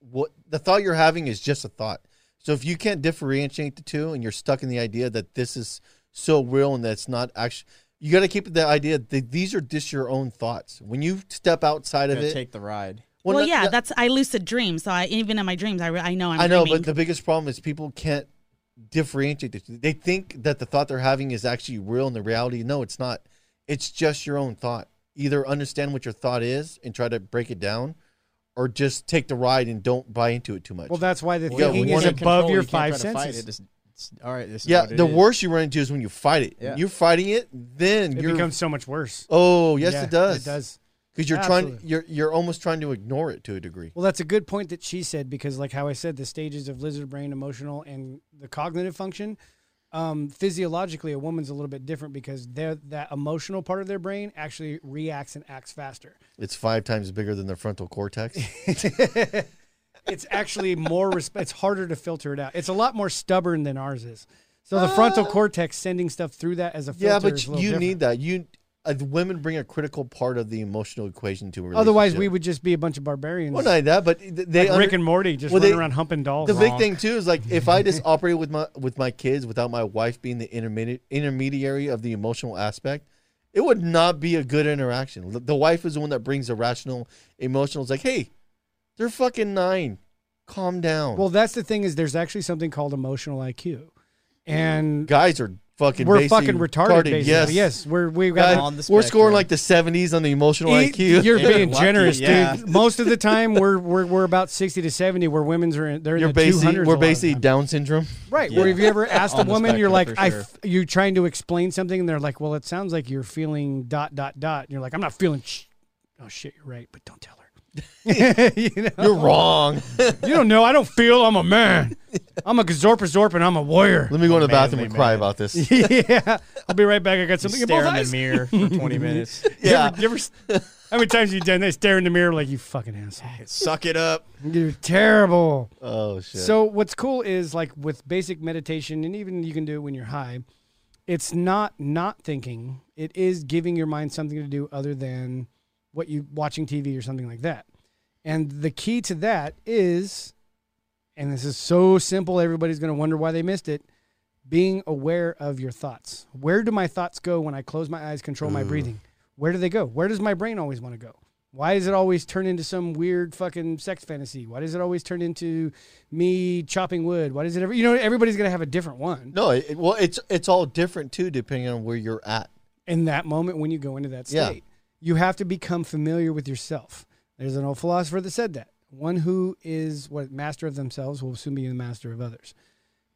[SPEAKER 9] what the thought you're having is just a thought. So if you can't differentiate the two, and you're stuck in the idea that this is so real and that's not actually, you gotta keep the idea that these are just your own thoughts. When you step outside of
[SPEAKER 8] Gotta
[SPEAKER 9] it,
[SPEAKER 8] take the ride.
[SPEAKER 6] Well,
[SPEAKER 9] not-
[SPEAKER 6] yeah,
[SPEAKER 9] not-
[SPEAKER 6] that's I lucid dream, so I even in my dreams I, re- I know I'm.
[SPEAKER 9] I know,
[SPEAKER 6] dreaming.
[SPEAKER 9] but the biggest problem is people can't differentiate. The two. They think that the thought they're having is actually real, and the reality, no, it's not. It's just your own thought. Either understand what your thought is and try to break it down, or just take the ride and don't buy into it too much.
[SPEAKER 3] Well, that's why the
[SPEAKER 9] Well, yeah,
[SPEAKER 3] thinking
[SPEAKER 9] when
[SPEAKER 3] is
[SPEAKER 9] you're
[SPEAKER 3] above
[SPEAKER 9] in
[SPEAKER 3] your five senses.
[SPEAKER 8] It. Just, it's, all right, this is
[SPEAKER 9] yeah,
[SPEAKER 8] what it
[SPEAKER 9] the
[SPEAKER 8] is.
[SPEAKER 9] worst you run into is when you fight it.
[SPEAKER 8] Yeah.
[SPEAKER 9] When you're fighting it, then
[SPEAKER 3] It
[SPEAKER 9] you're.
[SPEAKER 3] becomes so much worse.
[SPEAKER 9] oh, yes,
[SPEAKER 3] Yeah,
[SPEAKER 9] it does.
[SPEAKER 3] It does.
[SPEAKER 9] because you're trying.
[SPEAKER 3] Absolutely.
[SPEAKER 9] You're you're almost trying to ignore it to a degree.
[SPEAKER 3] Well, that's a good point that she said because, like how I said, the stages of lizard brain, emotional, and the cognitive function. Um, physiologically, a woman's a little bit different because their that emotional part of their brain actually reacts and acts faster.
[SPEAKER 9] It's five times bigger than the frontal
[SPEAKER 3] (laughs)
[SPEAKER 9] cortex.
[SPEAKER 3] It's actually more resp- it's harder to filter it out. It's a lot more stubborn than ours is. So the frontal cortex sending stuff through that as a filter.
[SPEAKER 9] Uh. yeah, but
[SPEAKER 3] is a
[SPEAKER 9] you
[SPEAKER 3] little different.
[SPEAKER 9] need that. You uh, women bring a critical part of the emotional equation to a relationship.
[SPEAKER 3] Otherwise, we would just be a bunch of barbarians.
[SPEAKER 9] Well, not that, but th- they
[SPEAKER 3] Rick
[SPEAKER 9] under-
[SPEAKER 3] and Morty just
[SPEAKER 9] well,
[SPEAKER 3] running
[SPEAKER 9] they-
[SPEAKER 3] around humping dolls.
[SPEAKER 9] the big
[SPEAKER 3] Wrong.
[SPEAKER 9] thing too is like if
[SPEAKER 3] (laughs)
[SPEAKER 9] I just operate with my with my kids without my wife being the intermediate intermediary of the emotional aspect, it would not be a good interaction. L- The wife is the one that brings the rational, emotional. It's like, hey, they're fucking nine, calm down.
[SPEAKER 3] Well, that's the thing is there's actually something called emotional IQ,
[SPEAKER 9] Hmm.
[SPEAKER 3] and
[SPEAKER 9] guys are fucking
[SPEAKER 3] we're
[SPEAKER 9] basically
[SPEAKER 3] fucking retarded. basically.
[SPEAKER 9] Yes,
[SPEAKER 3] Yes, we're we've
[SPEAKER 9] Guys,
[SPEAKER 3] got.
[SPEAKER 8] On the
[SPEAKER 9] we're scoring
[SPEAKER 8] spectrum.
[SPEAKER 9] like the seventies on the emotional
[SPEAKER 3] E-
[SPEAKER 9] IQ.
[SPEAKER 3] You're
[SPEAKER 8] If you're (laughs)
[SPEAKER 3] being
[SPEAKER 8] lucky,
[SPEAKER 3] generous,
[SPEAKER 8] yeah.
[SPEAKER 3] dude. Most of the time, we're we're we're about sixty to seventy, where women's are in, they're in
[SPEAKER 9] You're
[SPEAKER 3] the two
[SPEAKER 9] basically
[SPEAKER 3] hundreds.
[SPEAKER 9] we're basically
[SPEAKER 3] (laughs)
[SPEAKER 9] Down syndrome.
[SPEAKER 3] right. Where have you ever
[SPEAKER 8] (laughs)
[SPEAKER 3] asked a
[SPEAKER 8] On the
[SPEAKER 3] woman? You're like,
[SPEAKER 8] spectrum, for
[SPEAKER 3] I. F- you're trying to explain something, and they're like, Well, it sounds like you're feeling dot dot dot. And you're like, I'm not feeling. Sh- oh shit, you're right, but don't tell her. (laughs) you know,
[SPEAKER 9] You're wrong.
[SPEAKER 3] you don't know. I don't feel. I'm a
[SPEAKER 9] (laughs)
[SPEAKER 3] man. I'm a gazorpazorp, and I'm a warrior.
[SPEAKER 9] Let me go in the bathroom
[SPEAKER 8] manly
[SPEAKER 9] and cry
[SPEAKER 8] man.
[SPEAKER 9] about this.
[SPEAKER 3] (laughs) yeah, I'll be right back. I got something in both
[SPEAKER 8] Stare in
[SPEAKER 3] eyes.
[SPEAKER 8] the mirror
[SPEAKER 3] (laughs)
[SPEAKER 8] for 20 minutes.
[SPEAKER 9] Yeah.
[SPEAKER 3] You ever, you ever- how many times you done that? Stare in the mirror like you fucking asshole.
[SPEAKER 8] Suck it up.
[SPEAKER 3] You're terrible.
[SPEAKER 9] Oh shit.
[SPEAKER 3] So what's cool is like with basic meditation, and even you can do it when you're high. It's not not thinking. It is giving your mind something to do other than what you watching TV or something like that. And the key to that is, and this is so simple, everybody's going to wonder why they missed it. Being aware of your thoughts. Where do my thoughts go when I close my eyes, control my breathing? Where do they go? Where does my brain always want to go? Why does it always turn into some weird fucking sex fantasy? Why does it always turn into me chopping wood? Why does it ever, you know, everybody's going to have a different one
[SPEAKER 9] no, it, it- well, it's it's all different too, depending on where you're at.
[SPEAKER 3] in that moment when you go into that state.
[SPEAKER 9] Yeah.
[SPEAKER 3] You have to become familiar with yourself. There's an old philosopher that said that one who is what master of themselves will soon be the master of others.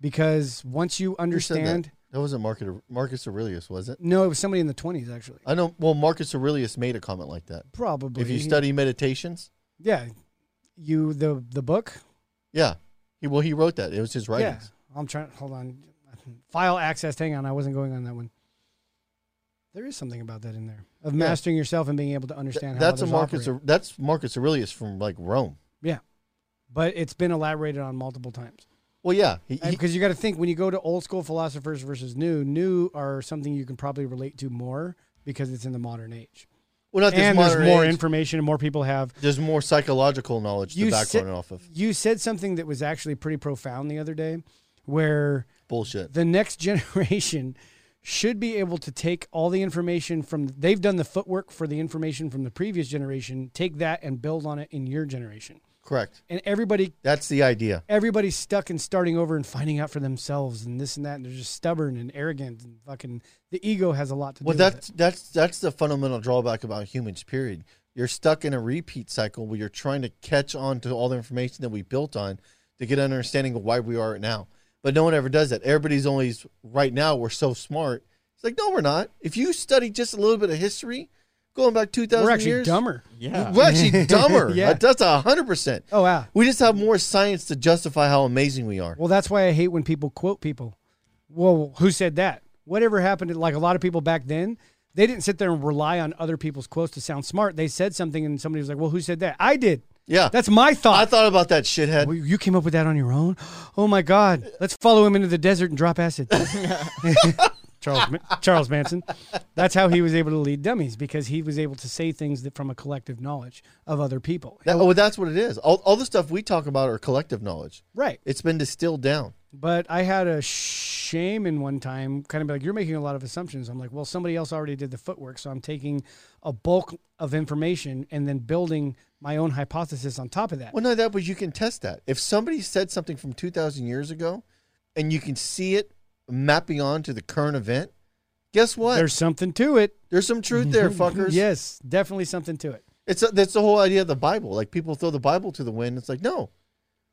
[SPEAKER 3] Because once you
[SPEAKER 9] Who said that?
[SPEAKER 3] understand,
[SPEAKER 9] that wasn't Marcus, Marcus Aurelius, was it?
[SPEAKER 3] no, it was somebody in the 20s actually.
[SPEAKER 9] I know. Well, Marcus Aurelius made a comment like that.
[SPEAKER 3] Probably.
[SPEAKER 9] If you study meditations,
[SPEAKER 3] yeah, you the the book.
[SPEAKER 9] yeah, he well he wrote that. It was his writings.
[SPEAKER 3] Yeah, I'm trying. Hold on. File accessed. Hang on. I wasn't going on that one. There is something about that in there of mastering yourself and being able to understand. how
[SPEAKER 9] that's a
[SPEAKER 3] others
[SPEAKER 9] Marcus.
[SPEAKER 3] operate.
[SPEAKER 9] That's Marcus Aurelius from like Rome.
[SPEAKER 3] yeah, but it's been elaborated on multiple times.
[SPEAKER 9] Well, yeah, he, he-
[SPEAKER 3] because you got to think when you go to old school philosophers versus new new are something you can probably relate to more because it's in the modern age
[SPEAKER 9] well, not this
[SPEAKER 3] and
[SPEAKER 9] modern
[SPEAKER 3] there's more
[SPEAKER 9] age.
[SPEAKER 3] information and more people have
[SPEAKER 9] there's more psychological knowledge to
[SPEAKER 3] You
[SPEAKER 9] back
[SPEAKER 3] sit-
[SPEAKER 9] on and off of
[SPEAKER 3] you said something that was actually pretty profound the other day where
[SPEAKER 9] bullshit.
[SPEAKER 3] the next (laughs) generation should be able to take all the information from they've done the footwork for the information from the previous generation take that and build on it in your generation
[SPEAKER 9] Correct.
[SPEAKER 3] and everybody
[SPEAKER 9] That's the idea.
[SPEAKER 3] everybody's stuck and starting over and finding out for themselves and this and that and they're just stubborn and arrogant and fucking the ego has a lot to
[SPEAKER 9] Well,
[SPEAKER 3] do with
[SPEAKER 9] that's that's that's the fundamental drawback about humans. Period. You're stuck in a repeat cycle where you're trying to catch on to all the information that we built on to get an understanding of why we are now. But no one ever does that. Everybody's always right now. We're so smart. It's like no, we're not. If you study just a little bit of history, going back two
[SPEAKER 3] it.
[SPEAKER 9] thousand,
[SPEAKER 3] we're actually
[SPEAKER 9] years,
[SPEAKER 3] dumber
[SPEAKER 8] Yeah.
[SPEAKER 9] We're
[SPEAKER 3] (laughs)
[SPEAKER 9] actually dumber.
[SPEAKER 3] Yeah.
[SPEAKER 9] That's a hundred percent.
[SPEAKER 3] oh wow
[SPEAKER 9] We just have more science to justify how amazing we are.
[SPEAKER 3] well that's why i hate when people quote people well who said that whatever happened to like a lot of people back then they didn't sit there and rely on other people's quotes to sound smart they said something and somebody was like well who said that i did
[SPEAKER 9] Yeah,
[SPEAKER 3] that's my thought
[SPEAKER 9] I thought about that shithead.
[SPEAKER 3] Well, you came up with that on your own? Oh my God! Let's follow him into the desert and drop
[SPEAKER 9] (laughs)
[SPEAKER 3] acid. Charles Ma- Charles Manson. That's how he was able to lead dummies because he was able to say things that from a collective knowledge of other people.
[SPEAKER 9] That- oh, that's what it is. All, all the stuff we talk about are collective knowledge.
[SPEAKER 3] Right.
[SPEAKER 9] It's been distilled down.
[SPEAKER 3] But I had a shaman one time kind of be like, You're making a lot of assumptions. I'm like, Well, somebody else already did the footwork. So I'm taking a bulk of information and then building my own hypothesis on top of that.
[SPEAKER 9] Well, no, that was you can test that. If somebody said something from 2,000 years ago and you can see it mapping on to the current event, guess what?
[SPEAKER 3] There's
[SPEAKER 9] There's,
[SPEAKER 3] something to it.
[SPEAKER 9] some
[SPEAKER 3] (laughs)
[SPEAKER 9] truth there, fuckers.
[SPEAKER 3] Yes, definitely something to it.
[SPEAKER 9] It's that's the whole idea of the Bible. Like people throw the Bible to the wind. It's like, no.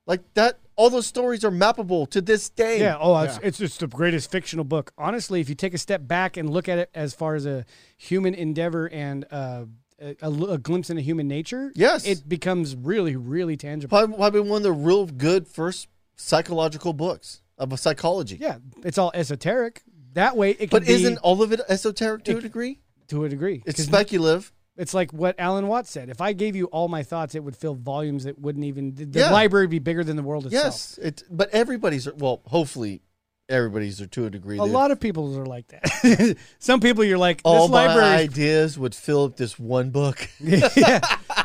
[SPEAKER 9] Like that, all those stories are mappable to this day.
[SPEAKER 3] Yeah. Oh, it's, it's it's the greatest fictional book. Honestly, if you take a step back and look at it as far as a human endeavor and uh, a, a l- a glimpse into human nature,
[SPEAKER 9] Yes.
[SPEAKER 3] it becomes really, really tangible.
[SPEAKER 9] Probably, probably one of the real good first psychological books of psychology.
[SPEAKER 3] Yeah, it's all esoteric. That way, it can
[SPEAKER 9] But
[SPEAKER 3] be
[SPEAKER 9] isn't all of it esoteric to
[SPEAKER 3] It-
[SPEAKER 9] a degree?
[SPEAKER 3] to a degree.
[SPEAKER 9] It's
[SPEAKER 3] 'Cause
[SPEAKER 9] speculative.
[SPEAKER 3] it's like what Alan Watts said. If I gave you all my thoughts, it would fill volumes that wouldn't even the the
[SPEAKER 9] Yeah.
[SPEAKER 3] library would be bigger than the world itself.
[SPEAKER 9] Yes, it. But everybody's well, hopefully, everybody's are to a degree.
[SPEAKER 3] A lot of people are like that. (laughs) Some people you're like, this
[SPEAKER 9] all Oh my
[SPEAKER 3] library.
[SPEAKER 9] ideas would fill up this one book.
[SPEAKER 3] yeah.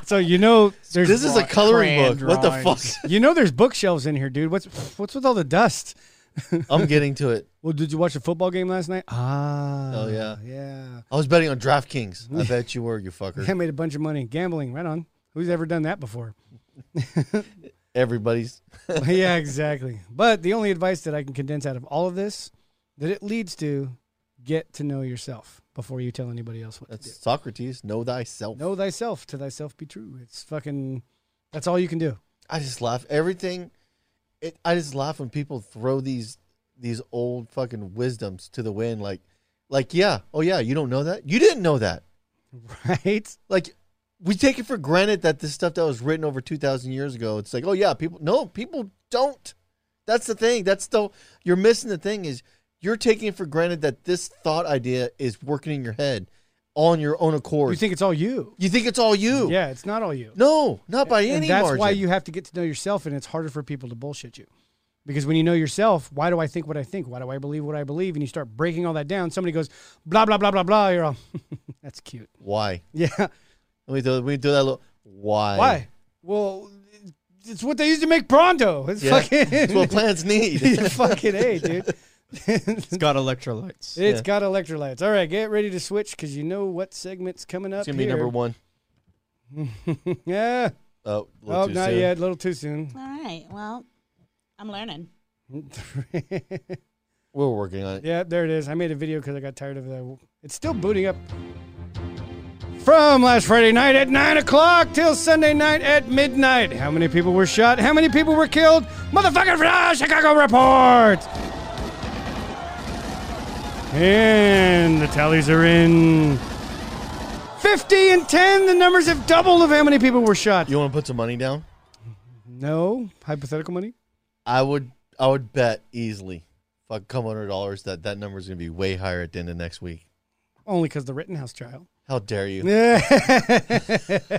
[SPEAKER 3] So you know (laughs) there's
[SPEAKER 9] this is a coloring book.
[SPEAKER 8] crayon
[SPEAKER 9] What the
[SPEAKER 3] (laughs)
[SPEAKER 8] drawings.
[SPEAKER 9] fuck?
[SPEAKER 3] You know there's bookshelves in here, dude. What's what's with all the dust?
[SPEAKER 9] I'm getting to it.
[SPEAKER 3] Well, did you watch the football game last night? Ah.
[SPEAKER 9] Oh, yeah.
[SPEAKER 3] Yeah.
[SPEAKER 9] I was betting on DraftKings.
[SPEAKER 3] (laughs)
[SPEAKER 9] I bet you were, you
[SPEAKER 3] I
[SPEAKER 9] fucker.
[SPEAKER 3] made a bunch of money gambling. Right on. Who's ever done that before?
[SPEAKER 9] Everybody's.
[SPEAKER 3] (laughs) yeah, exactly. But the only advice that I can condense out of all of this that it leads to get to know yourself before you tell anybody else what
[SPEAKER 9] That's
[SPEAKER 3] to
[SPEAKER 9] Socrates. Know thyself.
[SPEAKER 3] do. Know thyself, to thyself be true. It's fucking that's all you can do. (laughs)
[SPEAKER 9] I just laugh. Everything. It, I just laugh when people throw these these old fucking wisdoms to the wind. Like, like yeah, oh yeah, you don't know that. You didn't know that.
[SPEAKER 3] Right?
[SPEAKER 9] like we take it for granted that this stuff that was written over 2000 years ago it's like oh yeah people no people don't that's the thing that's the you're missing the thing is you're taking it for granted that this thought idea is working in your head on your own accord
[SPEAKER 3] You think it's all you.
[SPEAKER 9] You think it's all you
[SPEAKER 3] Yeah, it's not all you.
[SPEAKER 9] no not by
[SPEAKER 3] and
[SPEAKER 9] any
[SPEAKER 3] that's
[SPEAKER 9] margin
[SPEAKER 3] why you have to get to know yourself and it's harder for people to bullshit you because when you know yourself why do i think what i think why do i believe what i believe and you start breaking all that down somebody goes blah blah blah blah blah you're all (laughs) that's cute (laughs)
[SPEAKER 9] why
[SPEAKER 3] yeah
[SPEAKER 9] let me do, let me do that little why
[SPEAKER 3] why well it's what they used to make pronto (laughs) it's
[SPEAKER 9] yeah. (laughs) it's
[SPEAKER 3] fucking
[SPEAKER 9] what plants
[SPEAKER 3] (laughs)
[SPEAKER 9] need
[SPEAKER 3] fucking a dude
[SPEAKER 8] It's got electrolytes.
[SPEAKER 3] It's
[SPEAKER 9] (laughs) Yeah.
[SPEAKER 3] got electrolytes all right get ready to switch because you know what segment's coming up
[SPEAKER 9] it's gonna be
[SPEAKER 3] here.
[SPEAKER 9] number one
[SPEAKER 3] yeah
[SPEAKER 9] oh, a little
[SPEAKER 3] oh
[SPEAKER 9] too
[SPEAKER 3] not
[SPEAKER 9] soon.
[SPEAKER 3] yet a little too
[SPEAKER 9] (laughs)
[SPEAKER 3] soon
[SPEAKER 6] All right. Well, I'm learning.
[SPEAKER 9] we're working on it
[SPEAKER 3] Yeah, there it is. I made a video because I got tired of the. It's still booting up. From last Friday night at 9 o'clock till Sunday night at midnight. How many people were shot? How many people were killed? Motherfucking uh, Chicago Report! And the tallies are in. 50 and 10, the numbers have doubled of how many people were shot.
[SPEAKER 9] you want to put some money down
[SPEAKER 3] No hypothetical money?
[SPEAKER 9] I would I would bet easily, fuck, couple hundred dollars that that number is going to be way higher at the end of next week.
[SPEAKER 3] Only because the Rittenhouse trial. (laughs)
[SPEAKER 9] How dare you?
[SPEAKER 6] He's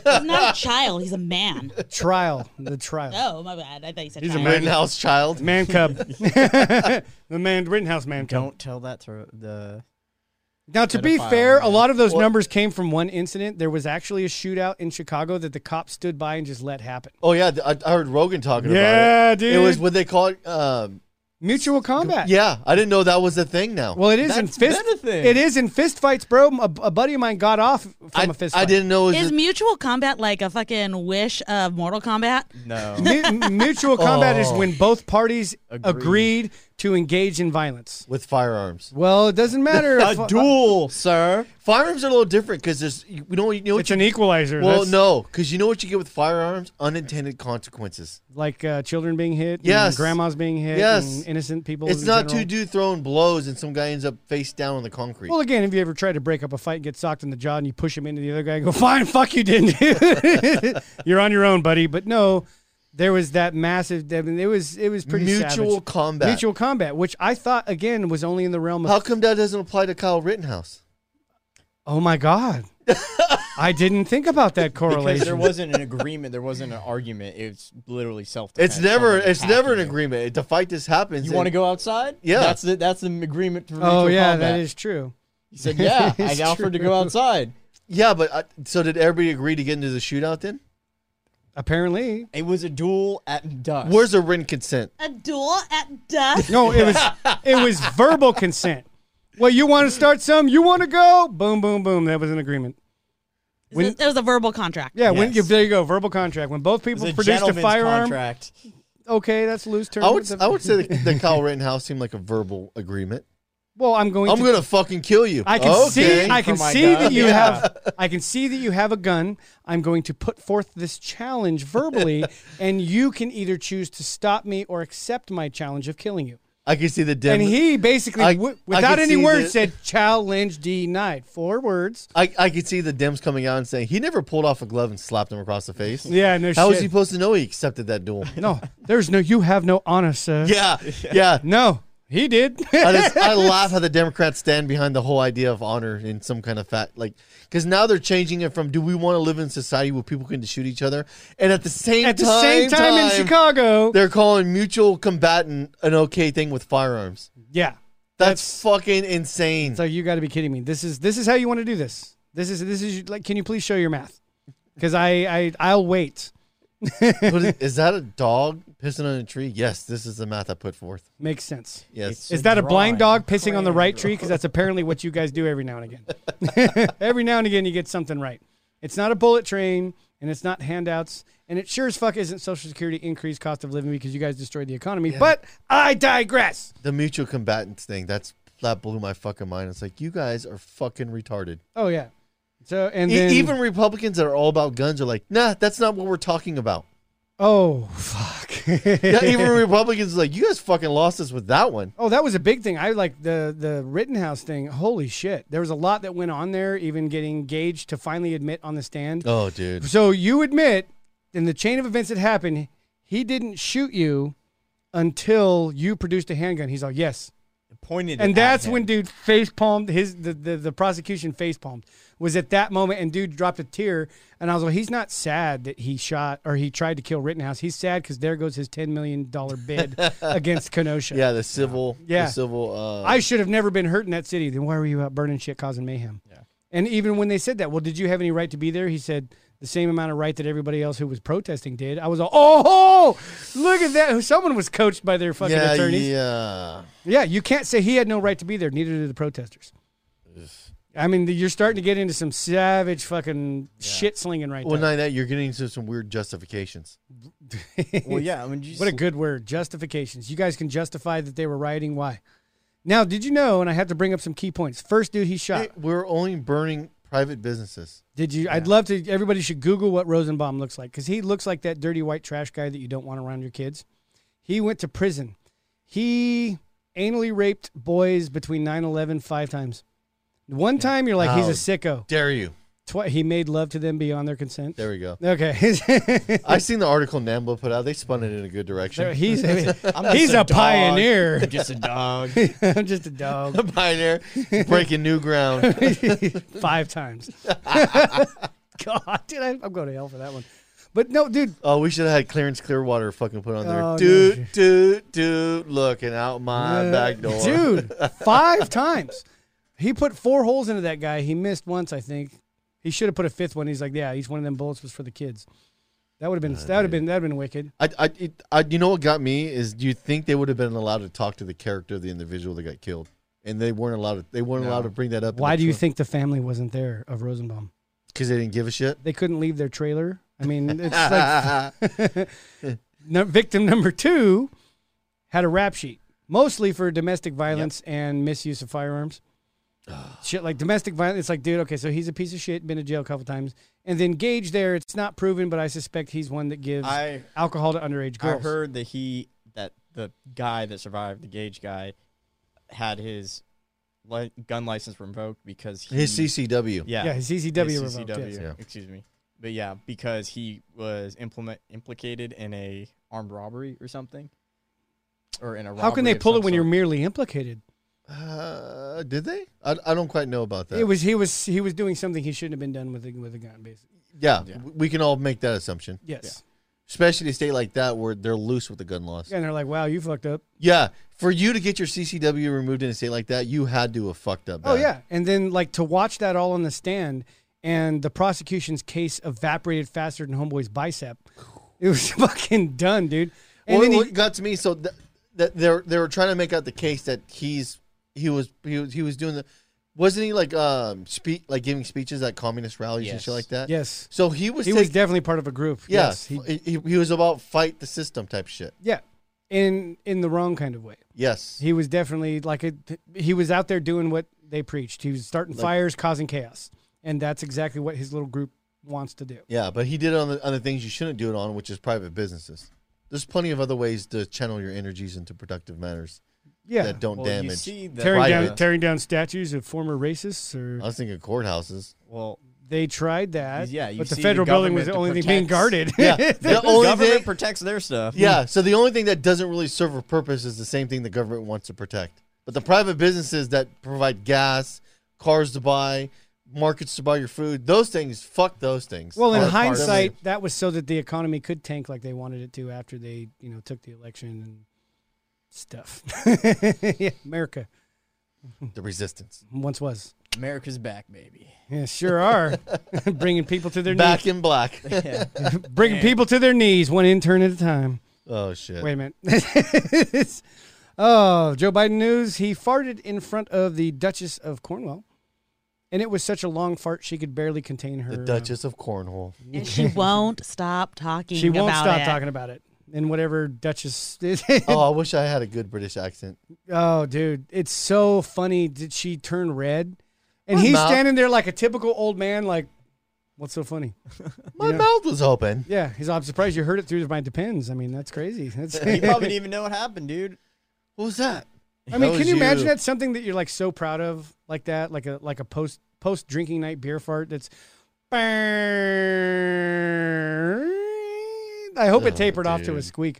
[SPEAKER 6] not a child. He's a man.
[SPEAKER 3] trial. The trial.
[SPEAKER 6] Oh, my bad. I thought you said
[SPEAKER 9] He's a
[SPEAKER 6] child.
[SPEAKER 9] Rittenhouse child.
[SPEAKER 3] Man
[SPEAKER 8] (laughs)
[SPEAKER 3] cub. the man Rittenhouse man cub.
[SPEAKER 8] Don't tell that to the.
[SPEAKER 3] Now, to be
[SPEAKER 8] pedophile,
[SPEAKER 3] fair, a
[SPEAKER 8] man.
[SPEAKER 3] lot of those numbers came from one incident. There was actually a shootout in Chicago that the cops stood by and just let happen.
[SPEAKER 9] Oh yeah, th- I, I heard Rogan talking about
[SPEAKER 3] Yeah,
[SPEAKER 9] it. It was
[SPEAKER 3] dude.
[SPEAKER 9] what they call it. Um,
[SPEAKER 3] Mutual combat.
[SPEAKER 9] yeah, I didn't know that was a thing. Now,
[SPEAKER 3] Well, it is in
[SPEAKER 8] That's
[SPEAKER 3] fist.
[SPEAKER 8] been a thing.
[SPEAKER 3] It is in fist fights, bro. A, a buddy of mine got off from
[SPEAKER 9] I,
[SPEAKER 3] a fist
[SPEAKER 9] I
[SPEAKER 3] fight.
[SPEAKER 9] didn't know it was.
[SPEAKER 6] Is
[SPEAKER 9] a-
[SPEAKER 6] mutual combat like a fucking wish of Mortal Kombat?
[SPEAKER 3] (laughs)
[SPEAKER 8] No.
[SPEAKER 3] Mu- mutual combat
[SPEAKER 9] Oh.
[SPEAKER 3] is when both parties agreed.
[SPEAKER 8] Agreed.
[SPEAKER 3] to engage in violence.
[SPEAKER 9] with firearms.
[SPEAKER 3] Well, it doesn't
[SPEAKER 9] (laughs)
[SPEAKER 3] matter. if- uh,
[SPEAKER 8] a duel, sir.
[SPEAKER 9] Firearms are a little different because there's you know you know what
[SPEAKER 3] It's
[SPEAKER 9] you,
[SPEAKER 3] an equalizer.
[SPEAKER 9] well
[SPEAKER 3] That's
[SPEAKER 9] no because you know what you get with firearms unintended consequences.
[SPEAKER 3] like uh, children being hit.
[SPEAKER 9] Yes.
[SPEAKER 3] And grandmas being hit.
[SPEAKER 9] Yes.
[SPEAKER 3] And innocent people.
[SPEAKER 9] It's
[SPEAKER 3] in
[SPEAKER 9] not
[SPEAKER 3] general.
[SPEAKER 9] two dude throwing blows and some guy ends up face down on the concrete.
[SPEAKER 3] Well, again, have you ever tried to break up a fight, and get socked in the jaw, and you push him into the other guy and go, fine, fuck you, didn't you? (laughs) You're on your own, buddy. But no, there was that massive, I mean, it was, it was pretty
[SPEAKER 9] Mutual
[SPEAKER 3] savage.
[SPEAKER 9] combat.
[SPEAKER 3] Mutual combat, which I thought, again, was only in the realm of,
[SPEAKER 9] How come that doesn't apply to Kyle Rittenhouse?
[SPEAKER 3] oh my
[SPEAKER 8] (laughs)
[SPEAKER 3] God. I didn't think about that
[SPEAKER 8] Because
[SPEAKER 3] correlation.
[SPEAKER 8] there wasn't an agreement. There wasn't an argument. It's literally self defense.
[SPEAKER 9] It's never it's never an agreement. To fight this happens.
[SPEAKER 8] You want to
[SPEAKER 9] and-
[SPEAKER 8] go outside?
[SPEAKER 9] Yeah.
[SPEAKER 8] That's the that's the agreement for
[SPEAKER 3] oh,
[SPEAKER 8] mutual
[SPEAKER 3] yeah,
[SPEAKER 8] combat.
[SPEAKER 3] that is true.
[SPEAKER 8] He said,
[SPEAKER 3] (laughs)
[SPEAKER 8] "Yeah, I
[SPEAKER 3] It's
[SPEAKER 8] offered to
[SPEAKER 3] true.
[SPEAKER 8] go outside."
[SPEAKER 9] Yeah, but uh, so did everybody agree to get into the shootout then?
[SPEAKER 3] Apparently.
[SPEAKER 8] It was a duel at dusk.
[SPEAKER 9] Where's the written consent?
[SPEAKER 6] A duel at dusk?
[SPEAKER 3] No, it was, it
[SPEAKER 8] (laughs)
[SPEAKER 3] was verbal consent. Well, you want to start some? You want to go? Boom, boom, boom. That was an agreement. (laughs) When-
[SPEAKER 6] That was a verbal contract.
[SPEAKER 3] Yeah, when you,
[SPEAKER 8] Yes.
[SPEAKER 3] there you go, verbal contract. When both
[SPEAKER 8] It
[SPEAKER 3] people
[SPEAKER 8] was a
[SPEAKER 3] produced a
[SPEAKER 8] gentleman's
[SPEAKER 3] firearm,
[SPEAKER 8] contract?
[SPEAKER 3] okay, that's a loose term.
[SPEAKER 9] I would
[SPEAKER 3] It's a-
[SPEAKER 9] I would say that, that Kyle Rittenhouse seemed like a verbal agreement.
[SPEAKER 3] Well, I'm going.
[SPEAKER 9] I'm
[SPEAKER 3] to,
[SPEAKER 9] gonna fucking kill you.
[SPEAKER 3] I can
[SPEAKER 9] Okay. Oh
[SPEAKER 3] see. I can
[SPEAKER 8] For my
[SPEAKER 3] see
[SPEAKER 8] gun.
[SPEAKER 3] that you
[SPEAKER 8] Yeah.
[SPEAKER 9] (laughs)
[SPEAKER 3] have. I can see that you have a gun. I'm going to put forth this challenge
[SPEAKER 9] (laughs)
[SPEAKER 3] verbally, and you can either choose to stop me or accept my challenge of killing you.
[SPEAKER 9] I can see the dim.
[SPEAKER 3] And he basically,
[SPEAKER 9] I-
[SPEAKER 3] w-
[SPEAKER 9] I
[SPEAKER 3] without
[SPEAKER 9] can
[SPEAKER 3] any
[SPEAKER 9] see
[SPEAKER 3] words,
[SPEAKER 9] that-
[SPEAKER 3] said "challenge denied." Four words.
[SPEAKER 9] I, I could see the Dems coming out and saying he never pulled off a glove and slapped him across the face.
[SPEAKER 3] Yeah, no
[SPEAKER 9] How was
[SPEAKER 3] shit.
[SPEAKER 9] he supposed to know he accepted that duel?
[SPEAKER 3] (laughs) No, there's no. You have no honor, sir. (laughs)
[SPEAKER 9] yeah, yeah.
[SPEAKER 3] No, he did.
[SPEAKER 9] I, just, I laugh how the Democrats stand behind the whole idea of honor in some kind of fact, like because now they're changing it from "Do we want to live in society where people can shoot each other?" and at the
[SPEAKER 3] (laughs)
[SPEAKER 9] same
[SPEAKER 3] At the
[SPEAKER 9] time,
[SPEAKER 3] same time in Chicago.
[SPEAKER 9] they're calling mutual combatant an okay thing with firearms.
[SPEAKER 3] Yeah.
[SPEAKER 9] That's, fucking insane.
[SPEAKER 3] So you got to be kidding me. This is this is how you want to do this. This is this is like. Can you please show your math? Because I I I'll wait.
[SPEAKER 9] What (laughs) is, is that a dog pissing on a tree? Yes, this is the math I put forth.
[SPEAKER 3] Makes sense.
[SPEAKER 9] Yes,
[SPEAKER 3] Is that a blind
[SPEAKER 8] drawing.
[SPEAKER 3] dog pissing on the right tree? Because that's apparently what you guys do every now and again. (laughs) every now and again, you get something right. It's not a bullet train, and it's not handouts, and it sure as fuck isn't Social Security increased cost of living because you guys destroyed the economy. But I digress.
[SPEAKER 9] the mutual combatants thing. That's that blew my fucking mind. It's like you guys are fucking retarded.
[SPEAKER 3] Oh yeah. So and
[SPEAKER 9] E-
[SPEAKER 3] then
[SPEAKER 9] Even Republicans that are all about guns are like, nah, that's not what we're talking about.
[SPEAKER 3] oh fuck.
[SPEAKER 9] Yeah,
[SPEAKER 3] (laughs)
[SPEAKER 9] even Republicans are like, you guys fucking lost us with that one.
[SPEAKER 3] Oh, that was a big thing. I like the the Rittenhouse thing. Holy shit! There was a lot that went on there. Even getting Gage to finally admit on the stand.
[SPEAKER 9] Oh, dude.
[SPEAKER 3] So you admit in the chain of events that happened, he didn't shoot you until you produced a handgun. He's like, yes,
[SPEAKER 8] Pointed.
[SPEAKER 3] and
[SPEAKER 8] at
[SPEAKER 3] that's
[SPEAKER 8] him.
[SPEAKER 3] when dude face palmed his the, the the prosecution face palmed was at that moment, and dude dropped a tear. And I was like, he's not sad that he shot or he tried to kill Rittenhouse. He's sad because there goes his ten million dollar
[SPEAKER 9] (laughs)
[SPEAKER 3] bid against Kenosha.
[SPEAKER 9] Yeah, the civil.
[SPEAKER 3] Yeah.
[SPEAKER 9] The civil. Uh,
[SPEAKER 3] I should have never been hurt in that city. Then why were you out burning shit, causing mayhem? Yeah. And even when they said that, well, did you have any right to be there? He said the same amount of right that everybody else who was protesting did. I was all, oh, look at that. Someone was coached by their fucking
[SPEAKER 9] yeah,
[SPEAKER 3] attorneys. Yeah.
[SPEAKER 9] yeah.
[SPEAKER 3] you can't say he had no right to be there. Neither did the protesters. I mean, you're starting to get into some savage fucking shit slinging right
[SPEAKER 9] Well,
[SPEAKER 3] there.
[SPEAKER 9] not that you're getting into some weird justifications.
[SPEAKER 3] (laughs)
[SPEAKER 8] Well, yeah. I mean, you
[SPEAKER 3] What a
[SPEAKER 8] just-
[SPEAKER 3] good word, justifications. You guys can justify that they were rioting. Why? Now, did you know? And I have to bring up some key points. First, dude, he shot.
[SPEAKER 9] Hey, we're only burning private businesses.
[SPEAKER 3] Did you? I'd love to. Everybody should Google what Rosenbaum looks like because he looks like that dirty white trash guy that you don't want around your kids. He went to prison. He anally raped boys between 9 11 five times. One time you're like, he's a
[SPEAKER 9] Wow.
[SPEAKER 3] sicko.
[SPEAKER 9] Dare you?
[SPEAKER 3] twice. He made love to them beyond their consent.
[SPEAKER 9] There we go.
[SPEAKER 3] Okay. (laughs)
[SPEAKER 9] I seen the article Nambo put out. They spun it in a good direction. (laughs)
[SPEAKER 3] he's
[SPEAKER 8] I'm
[SPEAKER 3] he's
[SPEAKER 8] just
[SPEAKER 3] a
[SPEAKER 8] dog.
[SPEAKER 3] pioneer. (laughs)
[SPEAKER 8] I'm (laughs) just a dog.
[SPEAKER 3] I'm just a dog.
[SPEAKER 9] Pioneer
[SPEAKER 3] (laughs)
[SPEAKER 9] breaking new ground.
[SPEAKER 3] Five times. (laughs) God, dude, I, I'm going to hell for that one. But no, dude,
[SPEAKER 9] Oh, we should have had Clarence Clearwater fucking put on there.
[SPEAKER 3] Oh,
[SPEAKER 9] dude, dude, dude, looking out my
[SPEAKER 3] Uh,
[SPEAKER 9] back door. (laughs)
[SPEAKER 3] Dude, five times. He put four holes into that guy. He missed once, I think. He should have put a fifth one. He's like, yeah, each one of them bullets was for the kids. That would have
[SPEAKER 9] Oh,
[SPEAKER 3] been that would have been that would have been wicked.
[SPEAKER 9] I, I, it, I, you know what got me is, do you think they would have been allowed to talk to the character of the individual that got killed, and they weren't allowed to? They weren't allowed to bring that up.
[SPEAKER 3] Why do you think the family wasn't there of Rosenbaum?
[SPEAKER 9] Because they didn't give a shit.
[SPEAKER 3] They couldn't leave their trailer. I mean, it's
[SPEAKER 9] (laughs)
[SPEAKER 3] like (laughs) no, victim number two had a rap sheet, mostly for domestic violence and misuse of firearms. shit like domestic violence. It's like, dude, okay, so he's a piece of shit, been to jail a couple times, and then Gage there. It's not proven, but I suspect he's one that gives
[SPEAKER 8] I
[SPEAKER 3] alcohol to underage
[SPEAKER 8] I
[SPEAKER 3] girls.
[SPEAKER 8] heard that he that the guy that survived the Gage guy had his li- gun license revoked because he,
[SPEAKER 9] His CCW.
[SPEAKER 8] yeah
[SPEAKER 3] yeah, his
[SPEAKER 8] his
[SPEAKER 3] CCW revoked.
[SPEAKER 8] CCW,
[SPEAKER 3] yes.
[SPEAKER 9] yes. Yeah.
[SPEAKER 8] excuse me but yeah because he was implement implicated in a armed robbery or something or in a
[SPEAKER 3] How can they
[SPEAKER 8] robbery of
[SPEAKER 3] pull it
[SPEAKER 8] some
[SPEAKER 3] when you're
[SPEAKER 8] sort.
[SPEAKER 3] merely implicated?
[SPEAKER 9] Uh, did they? I, I don't quite know about that.
[SPEAKER 3] It was he was he was doing something he shouldn't have been done with a, with a gun, basically.
[SPEAKER 9] yeah,
[SPEAKER 8] Yeah.
[SPEAKER 9] w- we can all make that assumption,
[SPEAKER 3] Yes.
[SPEAKER 9] especially in a state like that where they're loose with the gun laws. Yeah.
[SPEAKER 3] And they're like, "Wow, you fucked up."
[SPEAKER 9] for you to get your CCW removed in a state like that, you had to have fucked up.
[SPEAKER 3] Oh
[SPEAKER 9] bad.
[SPEAKER 3] yeah, and then like to watch that all on the stand, and the prosecution's case evaporated faster than Homeboy's bicep. It was (laughs) fucking done, dude. And
[SPEAKER 9] well,
[SPEAKER 3] then
[SPEAKER 9] what
[SPEAKER 3] he,
[SPEAKER 9] got to me, so th- that they were- they were trying to make out the case that he's he was he was, he was doing the wasn't he like um speak like giving speeches at communist rallies and shit
[SPEAKER 8] Yes.
[SPEAKER 9] like that.
[SPEAKER 3] yes,
[SPEAKER 9] So he was
[SPEAKER 3] he was
[SPEAKER 9] taking-
[SPEAKER 3] definitely part of a group.
[SPEAKER 9] yeah,
[SPEAKER 3] Yes, he,
[SPEAKER 9] he, he, he was about fight the system type shit.
[SPEAKER 3] yeah, in in the wrong kind of way.
[SPEAKER 9] Yes.
[SPEAKER 3] He was definitely like a, he was out there doing what they preached. He was starting fires, causing chaos, and that's exactly what his little group wants to do.
[SPEAKER 9] yeah, but he did it on the on the things you shouldn't do it on, which is private businesses. There's plenty of other ways to channel your energies into productive matters
[SPEAKER 3] Yeah,
[SPEAKER 9] that don't
[SPEAKER 8] well, you
[SPEAKER 9] damage.
[SPEAKER 8] see that
[SPEAKER 3] tearing
[SPEAKER 9] Private.
[SPEAKER 3] down tearing down statues of former racists or
[SPEAKER 9] I was thinking
[SPEAKER 3] (laughs)
[SPEAKER 9] courthouses.
[SPEAKER 8] well
[SPEAKER 3] They tried that.
[SPEAKER 8] Yeah, you
[SPEAKER 3] but the
[SPEAKER 8] see the
[SPEAKER 3] federal building was
[SPEAKER 8] government
[SPEAKER 3] the
[SPEAKER 8] that
[SPEAKER 3] only thing being guarded.
[SPEAKER 8] protects-
[SPEAKER 9] Yeah, the only
[SPEAKER 8] government
[SPEAKER 9] thing-
[SPEAKER 8] protects their stuff
[SPEAKER 9] Yeah, so the only thing that doesn't really serve a purpose is the same thing the government wants to protect. But the private businesses that provide gas, cars to buy, markets to buy your food, those things, fuck those things.
[SPEAKER 3] (laughs) well, in
[SPEAKER 9] Or- or-
[SPEAKER 3] hindsight, that was so that the economy could tank like they wanted it to after they, you know, took the election and stuff. (laughs) yeah, America
[SPEAKER 9] the resistance.
[SPEAKER 3] once was.
[SPEAKER 8] america's back
[SPEAKER 3] (laughs)
[SPEAKER 8] baby (laughs)
[SPEAKER 3] Yeah, sure are (laughs) bringing people to their
[SPEAKER 9] Back
[SPEAKER 3] (laughs)
[SPEAKER 9] in black.
[SPEAKER 8] yeah.
[SPEAKER 3] knees, bringing people to their knees, one intern at a time.
[SPEAKER 9] (laughs) oh shit.
[SPEAKER 3] Wait a minute. (laughs) oh, Joe Biden news. He farted in front of the Duchess of Cornwall, and it was such a long fart she could barely contain her.
[SPEAKER 9] the
[SPEAKER 3] uh,
[SPEAKER 9] Duchess of Cornwall.
[SPEAKER 6] And she won't stop talking.
[SPEAKER 3] She won't
[SPEAKER 6] about
[SPEAKER 3] stop
[SPEAKER 6] it.
[SPEAKER 3] talking about it. And whatever Duchess. (laughs)
[SPEAKER 9] Oh, I wish I had a good British accent.
[SPEAKER 3] oh, dude, it's so funny. Did she turn red? And
[SPEAKER 9] My
[SPEAKER 3] he's
[SPEAKER 9] mouth-
[SPEAKER 3] standing there like a typical old man. Like, what's so funny?
[SPEAKER 9] My
[SPEAKER 3] know-
[SPEAKER 9] mouth was open.
[SPEAKER 3] Yeah, he's. I'm surprised you heard it through my depends. I mean, that's crazy. That's. (laughs)
[SPEAKER 6] (laughs)
[SPEAKER 8] you
[SPEAKER 3] I
[SPEAKER 8] probably didn't even know what happened dude
[SPEAKER 9] What was that?
[SPEAKER 3] mean,
[SPEAKER 9] That
[SPEAKER 3] can
[SPEAKER 9] was
[SPEAKER 3] you imagine that's something that you're like so proud of, like that, like a like a post post drinking night beer fart. That's. I hope it
[SPEAKER 9] Oh,
[SPEAKER 3] tapered off to a
[SPEAKER 9] dude.
[SPEAKER 3] squeak.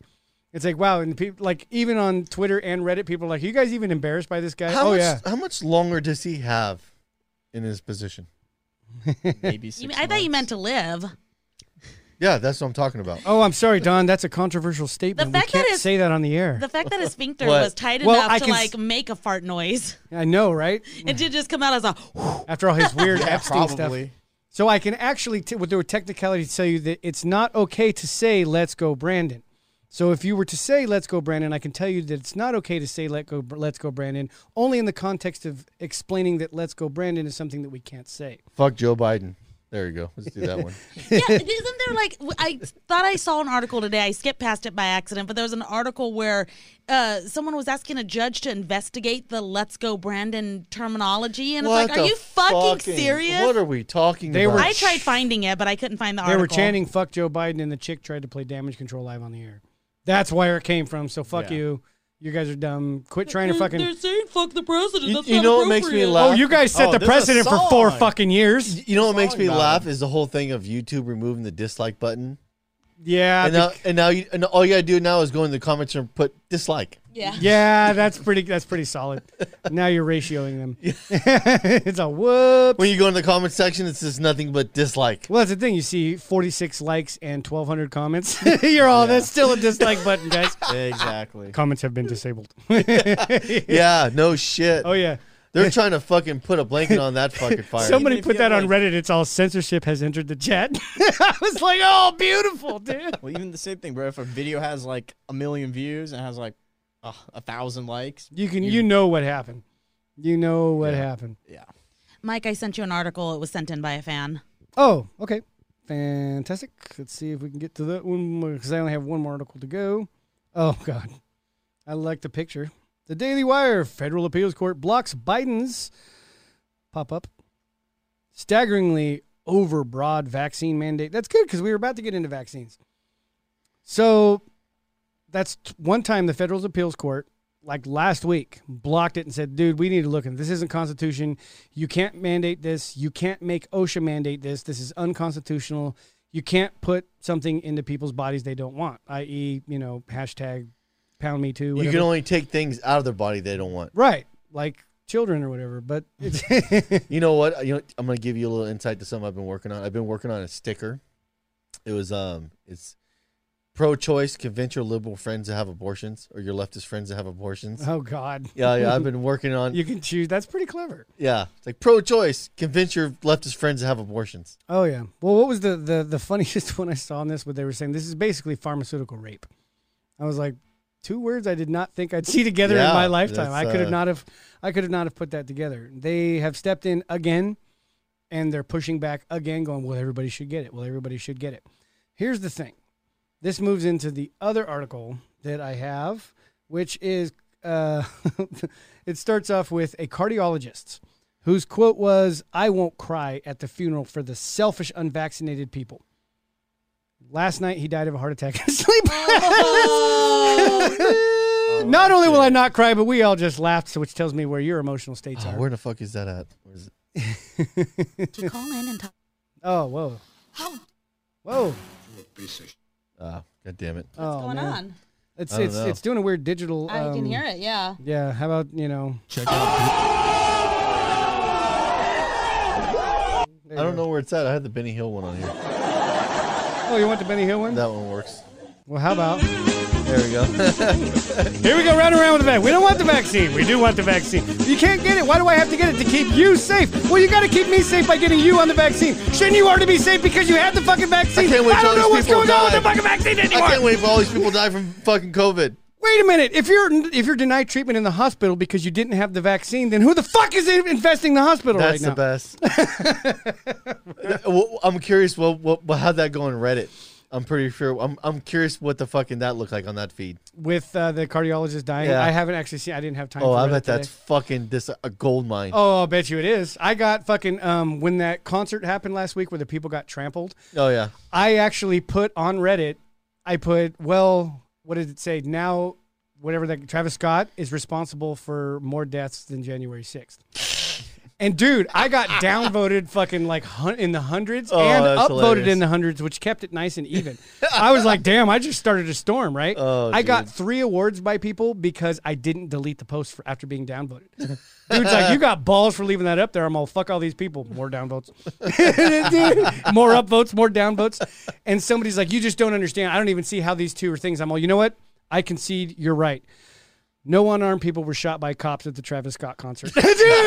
[SPEAKER 3] It's like wow, and people like even on Twitter and Reddit, people are like, "Are you guys even embarrassed by this guy?"
[SPEAKER 9] How
[SPEAKER 3] oh
[SPEAKER 9] much
[SPEAKER 3] yeah,
[SPEAKER 9] how much longer does he have in his position?
[SPEAKER 8] (laughs) maybe
[SPEAKER 6] You
[SPEAKER 8] six
[SPEAKER 6] mean- I thought you meant
[SPEAKER 8] months.
[SPEAKER 6] to live.
[SPEAKER 9] Yeah, that's what I'm talking about.
[SPEAKER 3] Oh, I'm sorry, Don. That's a controversial statement.
[SPEAKER 6] fact
[SPEAKER 3] we
[SPEAKER 6] that
[SPEAKER 3] can't
[SPEAKER 6] it's-
[SPEAKER 3] say that on the air.
[SPEAKER 6] The fact that his sphincter
[SPEAKER 9] What?
[SPEAKER 6] was tight
[SPEAKER 3] Well,
[SPEAKER 6] enough
[SPEAKER 3] I
[SPEAKER 6] to
[SPEAKER 3] can
[SPEAKER 6] like make a
[SPEAKER 3] (laughs)
[SPEAKER 6] fart noise.
[SPEAKER 3] I know, right?
[SPEAKER 6] It did just come out as a. (laughs)
[SPEAKER 3] After all his
[SPEAKER 9] (laughs)
[SPEAKER 3] weird Epstein
[SPEAKER 8] probably. (laughs)
[SPEAKER 3] stuff. So I can actually, t- with the technicality, tell you that it's not okay to say "Let's go, Brandon." So if you were to say "Let's go, Brandon," I can tell you that it's not okay to say "Let go, Let's go, Brandon," only in the context of explaining that "Let's go, Brandon" is something that we can't say.
[SPEAKER 9] Fuck Joe Biden. There you go. Let's
[SPEAKER 3] (laughs)
[SPEAKER 9] do that one.
[SPEAKER 6] yeah, isn't there like I thought I saw an article today. I skipped past it by accident, but there was an article where uh, someone was asking a judge to investigate the "Let's Go Brandon" terminology, and it's like,
[SPEAKER 9] the
[SPEAKER 6] are you fucking,
[SPEAKER 9] fucking-
[SPEAKER 6] serious?
[SPEAKER 9] What are we talking
[SPEAKER 3] They
[SPEAKER 9] about?
[SPEAKER 3] were-
[SPEAKER 6] I tried finding it, but I couldn't find the
[SPEAKER 3] They
[SPEAKER 6] article.
[SPEAKER 3] were chanting "Fuck Joe Biden," and the chick tried to play damage control live on the air. That's where it came from. So fuck
[SPEAKER 8] Yeah.
[SPEAKER 3] you. You guys are dumb. Quit trying to fucking.
[SPEAKER 10] They're saying fuck the president.
[SPEAKER 9] You,
[SPEAKER 10] That's
[SPEAKER 9] you
[SPEAKER 10] not
[SPEAKER 9] know what makes me
[SPEAKER 10] appropriate.
[SPEAKER 9] laugh?
[SPEAKER 3] Oh, you guys set
[SPEAKER 9] Oh,
[SPEAKER 3] the
[SPEAKER 9] this is a
[SPEAKER 3] precedent for four
[SPEAKER 9] song.
[SPEAKER 3] fucking years.
[SPEAKER 9] You know what makes me
[SPEAKER 8] about
[SPEAKER 9] laugh is the whole thing of YouTube removing the dislike button.
[SPEAKER 3] Yeah.
[SPEAKER 9] And now,
[SPEAKER 3] bec-
[SPEAKER 9] and now, you, and all you gotta do now is go in the comments and put dislike.
[SPEAKER 6] Yeah.
[SPEAKER 3] yeah, that's pretty. That's pretty solid. now you're ratioing them. (laughs) it's a whoop.
[SPEAKER 9] When you go in the comment section, it's just nothing but (laughs) dislike.
[SPEAKER 3] Well, that's the thing. You see 46 likes and 1,200 comments. (laughs) you're all. That's still a dislike button, guys.
[SPEAKER 8] Exactly.
[SPEAKER 3] comments have been disabled.
[SPEAKER 9] Yeah, no shit.
[SPEAKER 3] oh yeah.
[SPEAKER 9] They're trying to fucking put a (laughs) blanket on that fucking fire.
[SPEAKER 3] Somebody
[SPEAKER 10] if
[SPEAKER 3] put
[SPEAKER 10] you
[SPEAKER 3] that
[SPEAKER 10] have,
[SPEAKER 3] on
[SPEAKER 10] like-
[SPEAKER 3] Reddit. It's all censorship has entered the chat. (laughs) I was like, oh, beautiful, dude.
[SPEAKER 8] Well, even the same thing, bro. If a video has like a million views and has like uh, a thousand likes,
[SPEAKER 3] You can, you know what happened. You know what happened.
[SPEAKER 8] yeah.
[SPEAKER 6] Mike, I sent you an article. It was sent in by a fan.
[SPEAKER 3] Oh, okay, fantastic. Let's see if we can get to that one because I only have one more article to go. Oh God, I like the picture. The Daily Wire: Federal Appeals Court blocks Biden's pop up. Staggeringly overbroad vaccine mandate. That's good because we were about to get into vaccines. So that's t- one time the federal appeals court like last week blocked it and said dude we need to look at this isn't constitution you can't mandate this you can't make osha mandate this this is unconstitutional you can't put something into people's bodies they don't want i.e you know hashtag pound me too
[SPEAKER 9] You
[SPEAKER 3] whatever.
[SPEAKER 9] can only take things out of their body they don't want.
[SPEAKER 3] right like children or whatever but it's (laughs)
[SPEAKER 9] You know what? You know, I'm gonna give you a little insight to something I've been working on. I've been working on a sticker. It was um, it's pro-choice. Convince your liberal friends to have abortions, or your leftist friends to have abortions.
[SPEAKER 3] oh god
[SPEAKER 9] Yeah, yeah.
[SPEAKER 3] (laughs)
[SPEAKER 9] I've been working on.
[SPEAKER 3] you can choose that's pretty clever
[SPEAKER 9] Yeah, it's like pro-choice. Convince your leftist friends to have abortions.
[SPEAKER 3] Oh yeah. Well, what was the the the funniest (laughs) one I saw on this? What they were saying? This is basically pharmaceutical rape. I was like, two words I did not think I'd (laughs) see together in
[SPEAKER 9] Yeah,
[SPEAKER 3] my lifetime. I
[SPEAKER 9] that's,
[SPEAKER 3] could have
[SPEAKER 9] uh,
[SPEAKER 3] not have I could have not have put that together. They have stepped in again, and they're pushing back again, going, "Well, everybody should get it. Well, everybody should get it." Here's the thing. This moves into the other article that I have, which is uh, (laughs) it starts off with a cardiologist whose quote was, I won't cry at the funeral for the selfish, unvaccinated people. Last night, he died of a heart attack in (laughs) sleep.
[SPEAKER 6] Oh,
[SPEAKER 3] (laughs)
[SPEAKER 9] Oh,
[SPEAKER 3] not only will I not cry, but we all just laughed, so which tells me where your emotional states
[SPEAKER 9] Oh,
[SPEAKER 3] are.
[SPEAKER 9] where the fuck is that at? Where is it?
[SPEAKER 6] To call in and talk.
[SPEAKER 3] Oh, whoa. Whoa.
[SPEAKER 9] Ah, god damn it!
[SPEAKER 3] What's
[SPEAKER 6] going on?
[SPEAKER 3] It's,
[SPEAKER 9] I don't
[SPEAKER 3] it's,
[SPEAKER 9] know.
[SPEAKER 3] it's doing a weird digital.
[SPEAKER 6] I can
[SPEAKER 3] um,
[SPEAKER 6] hear it. Yeah.
[SPEAKER 3] Yeah, how about, you know.
[SPEAKER 1] Check out.
[SPEAKER 9] I don't know where it's at. I had the Benny Hill one on here.
[SPEAKER 3] Oh, you want the Benny Hill one?
[SPEAKER 9] That one works.
[SPEAKER 3] Well, how about.
[SPEAKER 9] There we go. (laughs)
[SPEAKER 3] Here we go, round and round with the vaccine. We don't want the vaccine. We do want the vaccine. You can't get it. Why do I have to get it? To keep you safe. Well, you got to keep me safe by getting you on the vaccine. Shouldn't you already be safe because you had the fucking vaccine?
[SPEAKER 9] I can't wait
[SPEAKER 3] I
[SPEAKER 9] till
[SPEAKER 3] don't know what's
[SPEAKER 9] these people
[SPEAKER 3] going on with
[SPEAKER 9] die.
[SPEAKER 3] the fucking vaccine anymore.
[SPEAKER 9] I can't wait for all these people to die from fucking COVID.
[SPEAKER 3] Wait a minute. If you're if you're denied treatment in the hospital because you didn't have the vaccine, then who the fuck is infesting the hospital
[SPEAKER 9] That's
[SPEAKER 3] right now?
[SPEAKER 9] the
[SPEAKER 3] (laughs)
[SPEAKER 9] best. Th- well, I'm curious what, what what how'd that go on Reddit. I'm pretty sure. I'm I'm curious what the fucking that looked like on that feed.
[SPEAKER 3] With uh, the cardiologist dying,
[SPEAKER 9] Yeah.
[SPEAKER 3] I haven't actually seen. I didn't have time.
[SPEAKER 9] Oh,
[SPEAKER 3] for
[SPEAKER 9] I
[SPEAKER 3] Reddit
[SPEAKER 9] bet that's
[SPEAKER 3] today.
[SPEAKER 9] fucking this a gold mine. Oh,
[SPEAKER 3] Oh, I'll bet you it is. I got fucking um, when that concert happened last week where the people got trampled.
[SPEAKER 9] Oh, yeah,
[SPEAKER 3] I actually put on Reddit, I put, well, what did it say? Now, whatever that Travis Scott is responsible for more deaths than January 6th. And dude, I
[SPEAKER 9] (laughs)
[SPEAKER 3] got downvoted fucking like hun- in the hundreds
[SPEAKER 9] Oh,
[SPEAKER 3] and
[SPEAKER 9] that's
[SPEAKER 3] upvoted
[SPEAKER 9] hilarious.
[SPEAKER 3] in the hundreds, which kept it nice and even. I was like, damn, I just started a storm, right?
[SPEAKER 9] Oh,
[SPEAKER 3] I got
[SPEAKER 9] dude.
[SPEAKER 3] three awards by people because I didn't delete the post for after being downvoted. (laughs) Dude's like, you got balls for leaving that up there. I'm all fuck all these people. More downvotes. Dude, (laughs) more upvotes, more downvotes. And somebody's like, you just don't understand. I don't even see how these two are things. I'm all, you know what? I concede you're right. No unarmed people were shot by cops at the Travis Scott concert. (laughs) dude,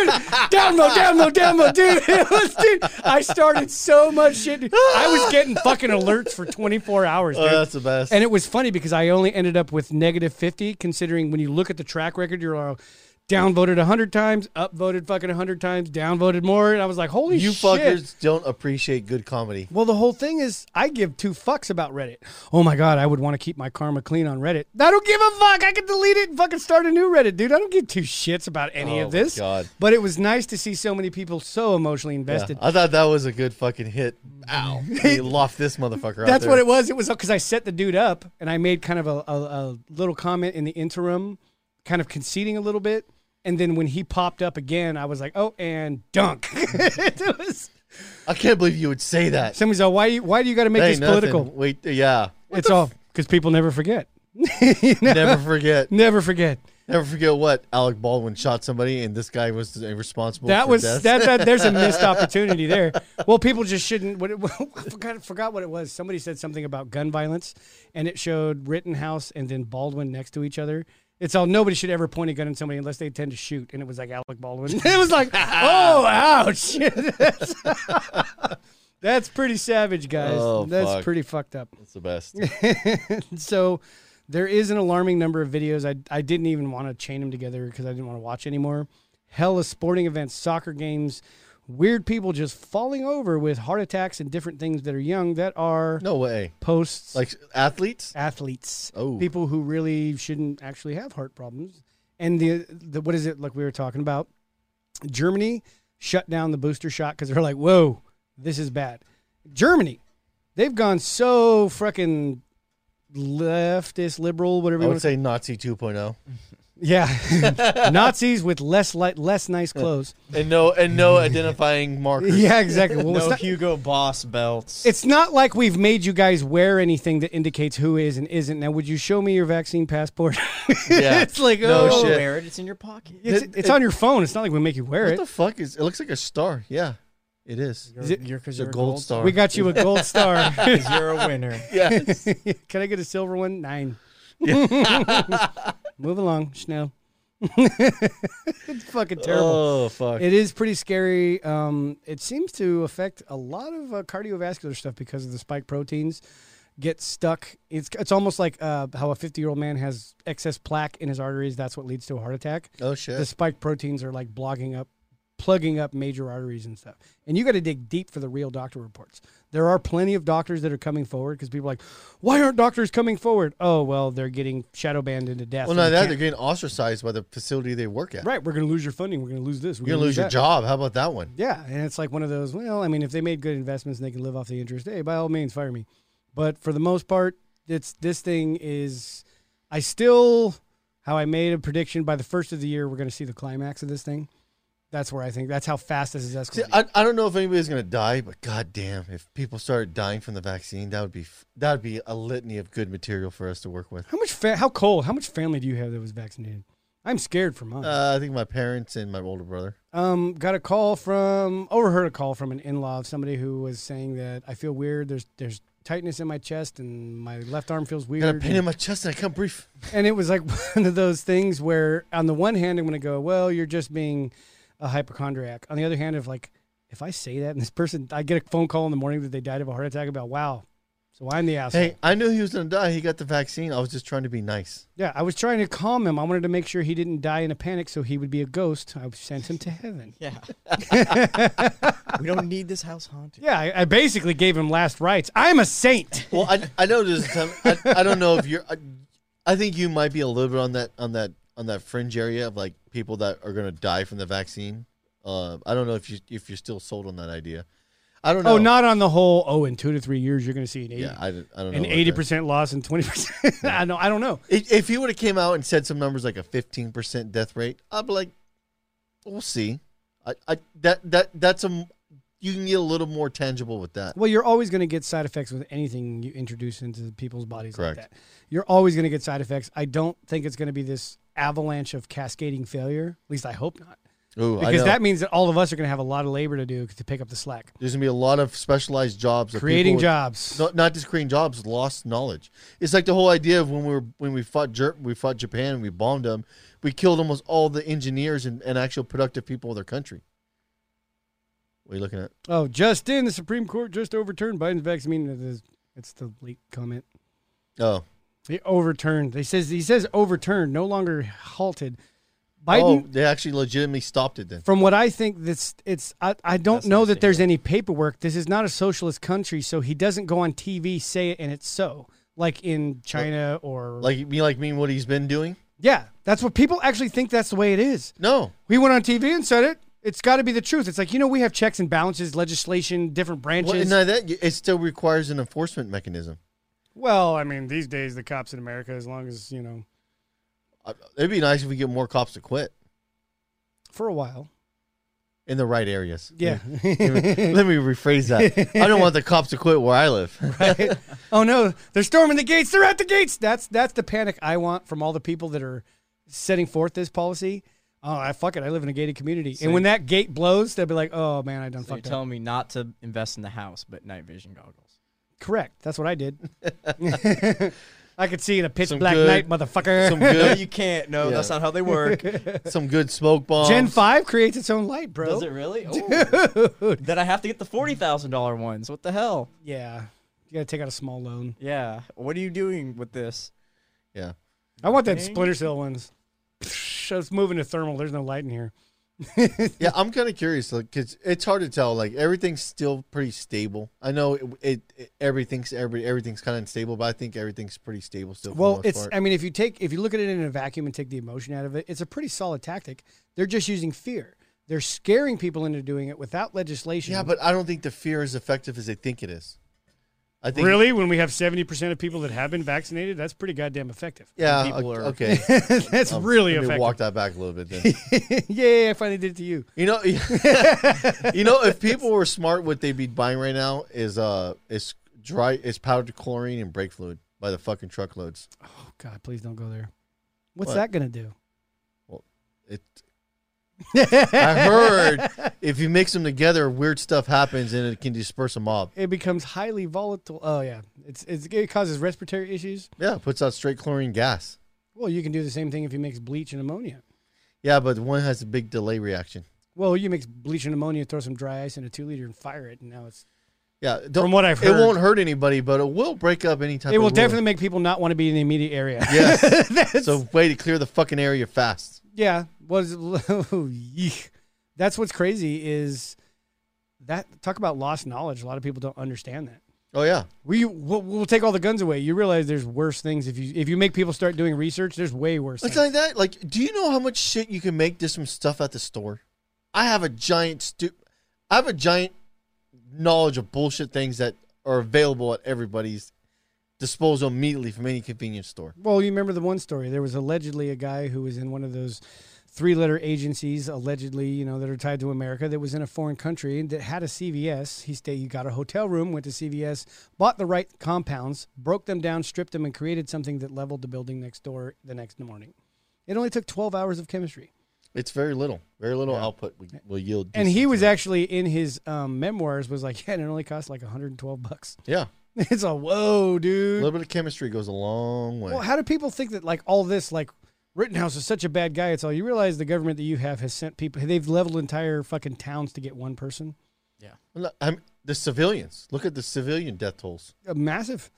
[SPEAKER 3] downvote, downvote, downvote, dude. (laughs) It was, dude. I started so much shit. dude. I was getting fucking alerts for 24 hours, dude.
[SPEAKER 9] oh, that's the best.
[SPEAKER 3] And it was funny because I only ended up with negative 50, considering when you look at the track record, you're all downvoted 100 times, upvoted fucking 100 times, downvoted more. And I was like, holy
[SPEAKER 9] you
[SPEAKER 3] shit.
[SPEAKER 9] fuckers don't appreciate good comedy.
[SPEAKER 3] Well, the whole thing is I give two fucks about Reddit. Oh my God, I would want to keep my karma clean on Reddit. I don't give a fuck. I can delete it and fucking start a new Reddit, dude. I don't give two shits about any
[SPEAKER 9] Oh
[SPEAKER 3] of
[SPEAKER 9] my
[SPEAKER 3] this.
[SPEAKER 9] God.
[SPEAKER 3] But it was nice to see so many people so emotionally
[SPEAKER 9] Yeah,
[SPEAKER 3] invested.
[SPEAKER 9] I thought that was a good
[SPEAKER 3] (laughs)
[SPEAKER 9] fucking hit. Ow! He loft this motherfucker.
[SPEAKER 3] That's what it was. It was because I set the dude up and I made kind of a, a, a little comment in the interim kind of conceding a little bit. And then when he popped up again, I was like, oh, and dunk. (laughs) it was,
[SPEAKER 9] I can't believe you would say that.
[SPEAKER 3] somebody's all, why, you- why do you got to make
[SPEAKER 9] Hey,
[SPEAKER 3] this
[SPEAKER 9] nothing.
[SPEAKER 3] political?
[SPEAKER 9] Wait, yeah.
[SPEAKER 3] It's all because people never forget. (laughs) You know? (laughs)
[SPEAKER 9] Never forget.
[SPEAKER 3] Never forget.
[SPEAKER 9] Never forget what Alec Baldwin shot somebody, and this guy was responsible.
[SPEAKER 3] That
[SPEAKER 9] for
[SPEAKER 3] was
[SPEAKER 9] death.
[SPEAKER 3] that, that.
[SPEAKER 9] (laughs)
[SPEAKER 3] There's a missed opportunity there. Well, people just shouldn't. What it, (laughs) I forgot, forgot what it was. Somebody said something about gun violence, and it showed Rittenhouse and then Baldwin next to each other. It's all nobody should ever point a gun at somebody unless they intend to shoot, and it was like Alec Baldwin. (laughs) it was
[SPEAKER 9] (laughs)
[SPEAKER 3] like, oh, ouch. (laughs) That's, that's pretty savage, guys.
[SPEAKER 9] Oh,
[SPEAKER 3] that's
[SPEAKER 9] fuck.
[SPEAKER 3] pretty fucked up.
[SPEAKER 9] That's the best.
[SPEAKER 3] So there is an alarming number of videos. I, I didn't even want to chain them together because I didn't want to watch anymore. Hella sporting events, soccer games, weird people just falling over with heart attacks and different things that are young that are
[SPEAKER 9] No way.
[SPEAKER 3] posts
[SPEAKER 9] Like athletes.
[SPEAKER 3] athletes.
[SPEAKER 9] Oh.
[SPEAKER 3] People who really shouldn't actually have heart problems. And the, the what is it like we were talking about? Germany shut down the booster shot because they're like, whoa, this is bad. Germany, they've gone so freaking leftist, liberal, whatever
[SPEAKER 9] I
[SPEAKER 3] you want
[SPEAKER 9] would
[SPEAKER 3] to
[SPEAKER 9] say Nazi 2.0.
[SPEAKER 3] Yeah. (laughs) Nazis with less light, less nice
[SPEAKER 9] (laughs)
[SPEAKER 3] clothes.
[SPEAKER 9] And no, and (laughs) no identifying markers.
[SPEAKER 3] yeah, exactly. Well, it's
[SPEAKER 8] No
[SPEAKER 3] not-
[SPEAKER 8] Hugo Boss belts.
[SPEAKER 3] It's not like we've made you guys wear anything that indicates who is and isn't. Now, would you show me your vaccine passport? (laughs)
[SPEAKER 9] Yeah.
[SPEAKER 3] it's like,
[SPEAKER 9] No
[SPEAKER 3] oh,
[SPEAKER 9] shit.
[SPEAKER 8] wear it. It's in your pocket.
[SPEAKER 3] It's,
[SPEAKER 9] It-
[SPEAKER 3] it's
[SPEAKER 9] it-
[SPEAKER 3] on your phone. It's not like we make you wear
[SPEAKER 9] What
[SPEAKER 3] it.
[SPEAKER 9] the fuck is? It looks like a star. Yeah, it is.
[SPEAKER 3] Is it-
[SPEAKER 9] It's a gold star.
[SPEAKER 3] we got you a gold
[SPEAKER 9] (laughs)
[SPEAKER 3] star. (laughs)
[SPEAKER 8] Because you're a winner.
[SPEAKER 9] Yes.
[SPEAKER 3] Can I get a silver one? Nine. (laughs) Move along, Snow.
[SPEAKER 9] (laughs)
[SPEAKER 3] it's fucking terrible.
[SPEAKER 9] oh fuck.
[SPEAKER 3] It is pretty scary. Um, it seems to affect a lot of uh, cardiovascular stuff because of the spike proteins get stuck. It's it's almost like uh, how a 50 year old man has excess plaque in his arteries. That's what leads to a heart attack.
[SPEAKER 9] oh shit.
[SPEAKER 3] The spike proteins are like blogging up, plugging up major arteries and stuff. And you got to dig deep for the real doctor reports. There are plenty of doctors that are coming forward because people are like, why aren't doctors coming forward? Oh, well, they're getting shadow banned into death. and
[SPEAKER 9] well, not
[SPEAKER 3] you
[SPEAKER 9] that
[SPEAKER 3] can't-
[SPEAKER 9] they're getting ostracized by the facility they work at.
[SPEAKER 3] Right, we're going to lose your funding. We're going to lose this. We're
[SPEAKER 9] You're gonna lose your
[SPEAKER 3] that.
[SPEAKER 9] job. How about that one?
[SPEAKER 3] Yeah, and it's like one of those. Well, I mean, if they made good investments and they can live off the interest, hey, by all means, fire me. But for the most part, it's this thing is. I still, how I made a prediction by the first of the year, we're going to see the climax of this thing. That's where I think that's how fast this is
[SPEAKER 9] See,
[SPEAKER 3] escalating.
[SPEAKER 9] I, I don't know if anybody's gonna die, but goddamn, if people started dying from the vaccine, that would be f- that would be a litany of good material for us to work with.
[SPEAKER 3] how much? Fa- how cold? How much family do you have that was vaccinated? I'm scared for mine.
[SPEAKER 9] Uh, I think my parents and my older brother.
[SPEAKER 3] Um, got a call from overheard a call from an in-law of somebody who was saying that I feel weird. There's there's tightness in my chest and my left arm feels
[SPEAKER 9] I
[SPEAKER 3] weird.
[SPEAKER 9] got a pain
[SPEAKER 3] and-
[SPEAKER 9] in my chest and I can't breathe.
[SPEAKER 3] and it was like (laughs) one of those things where on the one hand i'm going to go well you're just being a hypochondriac on the other hand if like if i say that and this person i get a phone call in the morning that they died of a heart attack about wow so i'm the asshole
[SPEAKER 9] Hey, I knew he was gonna die. He got the vaccine. I was just trying to be nice.
[SPEAKER 3] yeah i was trying to calm him i wanted to make sure he didn't die in a panic so he would be a ghost i sent him to heaven
[SPEAKER 8] (laughs) (laughs) Yeah. we don't need this house haunted.
[SPEAKER 3] yeah i, I basically gave him last rites i'm a
[SPEAKER 9] (laughs)
[SPEAKER 3] saint
[SPEAKER 9] Well, I, I know there's some. I, I don't know if you're. I, I think you might be a little bit on that on that on that fringe area of like people that are gonna die from the vaccine. Uh, I don't know if you if you're still sold on that idea. I don't know.
[SPEAKER 3] oh not on the whole oh in two to three years you're going to see an 80
[SPEAKER 9] Yeah, I, don't- I don't know.
[SPEAKER 3] an
[SPEAKER 9] about that.
[SPEAKER 3] 80% loss and (laughs) 20% i know i don't know
[SPEAKER 9] If if he would have came out and said some numbers like a 15% death rate, I'd be like, we'll see. I, I that that that's a you can get a little more tangible with that.
[SPEAKER 3] Well, you're always going to get side effects with anything you introduce into people's bodies like
[SPEAKER 9] Correct.
[SPEAKER 3] that. You're always going to get side effects. I don't think it's going to be this avalanche of cascading failure. At least I hope not.
[SPEAKER 9] Ooh, I
[SPEAKER 3] Because
[SPEAKER 9] know.
[SPEAKER 3] that means that all of us are going to have a lot of labor to do to pick up the slack.
[SPEAKER 9] There's gonna be a lot of specialized jobs, of
[SPEAKER 3] Creating
[SPEAKER 9] people with-
[SPEAKER 3] jobs.
[SPEAKER 9] no- not just creating jobs, lost knowledge. It's like the whole idea of when we were when we fought Jer- we fought Japan and we bombed them, we killed almost all the engineers and, and actual productive people of their country. What are you looking at?
[SPEAKER 3] Oh, just in, the Supreme Court just overturned Biden's vaccine. It is- It's the late comment.
[SPEAKER 9] Oh,
[SPEAKER 3] They overturned. They says he says overturned, no longer halted.
[SPEAKER 9] oh,
[SPEAKER 3] Biden
[SPEAKER 9] they actually legitimately stopped it then.
[SPEAKER 3] from what I think, this it's I, I don't
[SPEAKER 8] That's
[SPEAKER 3] know
[SPEAKER 8] nice
[SPEAKER 3] that
[SPEAKER 8] to
[SPEAKER 3] there's
[SPEAKER 8] hear.
[SPEAKER 3] any paperwork. This is not a socialist country, so he doesn't go on TV say it and it's so like in China or
[SPEAKER 9] Like you mean like me and what he's been doing?
[SPEAKER 3] yeah, that's what people actually think. That's the way it is.
[SPEAKER 9] No,
[SPEAKER 3] We went on TV and said it. It's got to be the truth. It's like you know we have checks and balances, legislation, different
[SPEAKER 9] Well,
[SPEAKER 3] branches.
[SPEAKER 9] and
[SPEAKER 3] Well,
[SPEAKER 9] not that it still requires an enforcement mechanism.
[SPEAKER 3] I mean these days the cops in America, as long as you know
[SPEAKER 9] I- It'd be nice if we get more cops to quit
[SPEAKER 3] for a while.
[SPEAKER 9] in the right areas.
[SPEAKER 3] Yeah.
[SPEAKER 9] (laughs) Let me rephrase that. I don't want the cops to quit where I live.
[SPEAKER 3] oh no, they're storming the gates. They're at the gates. That's that's the panic I want from all the people that are setting forth this policy. Oh, I fuck it. I live in a gated community, and when that gate blows, they'll be like, "Oh man, I done
[SPEAKER 8] So you're
[SPEAKER 3] fucked up."
[SPEAKER 8] telling me not to invest in the house, but night vision (laughs) goggles.
[SPEAKER 3] Correct. That's what I
[SPEAKER 9] (laughs)
[SPEAKER 3] did. I could see in a pitch
[SPEAKER 9] Some
[SPEAKER 3] black
[SPEAKER 9] good-
[SPEAKER 3] night, motherfucker.
[SPEAKER 9] Some good,
[SPEAKER 8] you can't. No,
[SPEAKER 9] that's not
[SPEAKER 8] how they (laughs) work.
[SPEAKER 9] some good smoke bombs.
[SPEAKER 3] (laughs) Gen five creates its own light, bro.
[SPEAKER 8] Does it (laughs) really? Ooh. Then I have to get the forty thousand dollar ones. What the hell?
[SPEAKER 3] Yeah, you gotta take out a small loan.
[SPEAKER 8] Yeah. What are you doing with this?
[SPEAKER 9] Yeah.
[SPEAKER 3] I want that
[SPEAKER 8] Dang.
[SPEAKER 3] Splinter Cell ones. Psh, It's moving to thermal. There's no light in here.
[SPEAKER 9] Yeah, I'm kind of curious like, 'cause it's hard to tell. Like everything's still pretty stable. I know it, it, it- everything's every everything's kind of unstable, but I think everything's pretty stable still. for the
[SPEAKER 3] Well,
[SPEAKER 9] most
[SPEAKER 3] it's.
[SPEAKER 9] part.
[SPEAKER 3] I mean, if you take, if you look at it in a vacuum and take the emotion out of it, it's a pretty solid tactic. They're just using fear. They're scaring people into doing it without legislation.
[SPEAKER 9] yeah, but I don't think the fear is effective as they think it is. I think
[SPEAKER 3] really, when we have seventy percent of people that have been vaccinated, that's pretty goddamn effective.
[SPEAKER 9] Yeah.
[SPEAKER 8] people
[SPEAKER 9] o-
[SPEAKER 8] are-
[SPEAKER 9] okay.
[SPEAKER 3] (laughs)
[SPEAKER 9] Um,
[SPEAKER 3] that's really
[SPEAKER 9] Let me
[SPEAKER 3] effective.
[SPEAKER 9] walk that back a little bit. Then.
[SPEAKER 3] (laughs) yeah, I finally did it to you.
[SPEAKER 9] you know, you know, if (laughs) people were smart, what they'd be buying right now is uh, is dry, is powdered chlorine and brake fluid by the fucking truckloads.
[SPEAKER 3] Oh God, please don't go there. What's
[SPEAKER 9] What?
[SPEAKER 3] that gonna do?
[SPEAKER 9] It. I heard if you mix them together, weird stuff happens and it can disperse a mob.
[SPEAKER 3] It becomes highly volatile. Oh yeah, it's, it's it causes respiratory issues.
[SPEAKER 9] Yeah, it puts out straight chlorine gas.
[SPEAKER 3] Well, you can do the same thing if you mix bleach and ammonia.
[SPEAKER 9] Yeah, but one has a big delay reaction.
[SPEAKER 3] Well, you mix bleach and ammonia, throw some dry ice in a two liter, and fire it, and now it's.
[SPEAKER 9] Yeah, don't,
[SPEAKER 3] From what I've heard.
[SPEAKER 9] it won't hurt anybody, but it will break up anytime.
[SPEAKER 3] It will definitely make people not want to be in the immediate area.
[SPEAKER 9] Yes. so way to clear the fucking area fast.
[SPEAKER 3] (laughs) yeah. Was (laughs) oh, yeek. that's what's crazy is that talk about lost knowledge. A lot of people don't understand that.
[SPEAKER 9] Oh yeah,
[SPEAKER 3] We we'll, we'll take all the guns away. You realize there's worse things if you if you make people start doing research. There's way worse.
[SPEAKER 9] It's
[SPEAKER 3] Things.
[SPEAKER 9] like that. Like, do you know how much shit you can make just from stuff at the store? I have a giant stu- I have a giant knowledge of bullshit things that are available at everybody's disposal immediately from any convenience store.
[SPEAKER 3] Well, you remember the one story. There was allegedly a guy who was in one of those three letter agencies, allegedly, you know, that are tied to America, that was in a foreign country that had a CVS. He stayed, he got a hotel room, went to CVS, bought the right compounds, broke them down, stripped them, and created something that leveled the building next door the next morning. It only took 12 hours of chemistry.
[SPEAKER 9] It's very little, very little output we, will yield.
[SPEAKER 3] And he
[SPEAKER 9] decent
[SPEAKER 3] was
[SPEAKER 9] return.
[SPEAKER 3] actually in his um, memoirs was like, (laughs) yeah, and it only cost like 112 bucks. (laughs)
[SPEAKER 9] yeah,
[SPEAKER 3] It's a whoa,
[SPEAKER 9] a
[SPEAKER 3] dude.
[SPEAKER 9] little bit of chemistry goes a long way.
[SPEAKER 3] Well, how do people think that like all this like Rittenhouse is such a bad guy? It's all you realize the government that you have has sent people. They've leveled entire fucking towns to get one person.
[SPEAKER 9] Look, I'm, the civilians. Look at the civilian death tolls.
[SPEAKER 3] Uh, massive.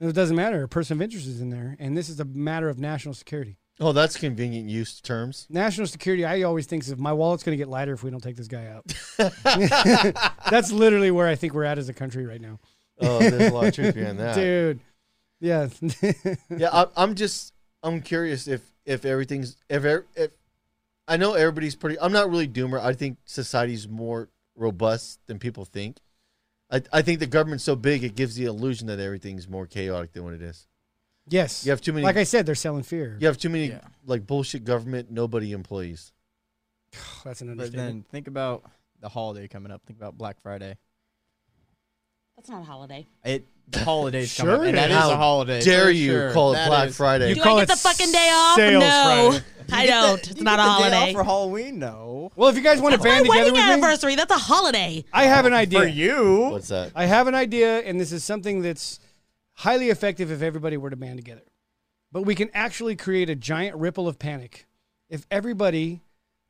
[SPEAKER 3] It doesn't matter. A person of interest is in there, and this is a matter of national security.
[SPEAKER 9] Oh, that's convenient use terms.
[SPEAKER 3] National security. I always think of my wallet's going to get lighter if we don't take this guy
[SPEAKER 9] (laughs)
[SPEAKER 3] out. (laughs) That's literally where I think we're at as a country right now,
[SPEAKER 9] Oh, there's a lot of truth behind that.
[SPEAKER 3] dude. Yeah, (laughs)
[SPEAKER 9] yeah I, i'm just i'm curious if if everything's if, ev- if i know everybody's pretty i'm not really doomer i think society's more robust than people think I, I think the government's so big it gives the illusion that everything's more chaotic than what it is
[SPEAKER 3] yes.
[SPEAKER 9] you have too many
[SPEAKER 3] Like I said, they're selling fear.
[SPEAKER 9] you have too many
[SPEAKER 8] Yeah.
[SPEAKER 9] like bullshit government nobody employees
[SPEAKER 3] That's an
[SPEAKER 8] But
[SPEAKER 3] understatement.
[SPEAKER 8] then think about the holiday coming up. Think about Black Friday.
[SPEAKER 6] That's not a holiday.
[SPEAKER 8] It (laughs) the holidays
[SPEAKER 3] Sure
[SPEAKER 8] coming up, and
[SPEAKER 3] it
[SPEAKER 8] that is
[SPEAKER 9] is.
[SPEAKER 8] a holiday.
[SPEAKER 9] dare
[SPEAKER 8] for
[SPEAKER 9] you
[SPEAKER 8] sure.
[SPEAKER 9] call it
[SPEAKER 8] That
[SPEAKER 9] black
[SPEAKER 8] is-
[SPEAKER 9] friday
[SPEAKER 3] You
[SPEAKER 6] Do
[SPEAKER 3] call
[SPEAKER 6] I
[SPEAKER 3] it
[SPEAKER 6] get the fucking day off?
[SPEAKER 3] Sales
[SPEAKER 6] No,
[SPEAKER 3] Friday.
[SPEAKER 6] I
[SPEAKER 8] You get the-
[SPEAKER 6] don't.
[SPEAKER 8] you
[SPEAKER 6] it's
[SPEAKER 8] get
[SPEAKER 6] not a
[SPEAKER 8] the day off
[SPEAKER 6] holiday.
[SPEAKER 8] for Halloween. No,
[SPEAKER 3] well, if you guys
[SPEAKER 6] (laughs)
[SPEAKER 3] want to
[SPEAKER 6] It's my
[SPEAKER 3] band together
[SPEAKER 6] wedding
[SPEAKER 3] with me,
[SPEAKER 6] anniversary. That's a holiday.
[SPEAKER 3] I have an idea.
[SPEAKER 8] for you.
[SPEAKER 9] what's that
[SPEAKER 3] I have an idea, and this is something that's highly effective if everybody were to band together. But we can actually create a giant ripple of panic if everybody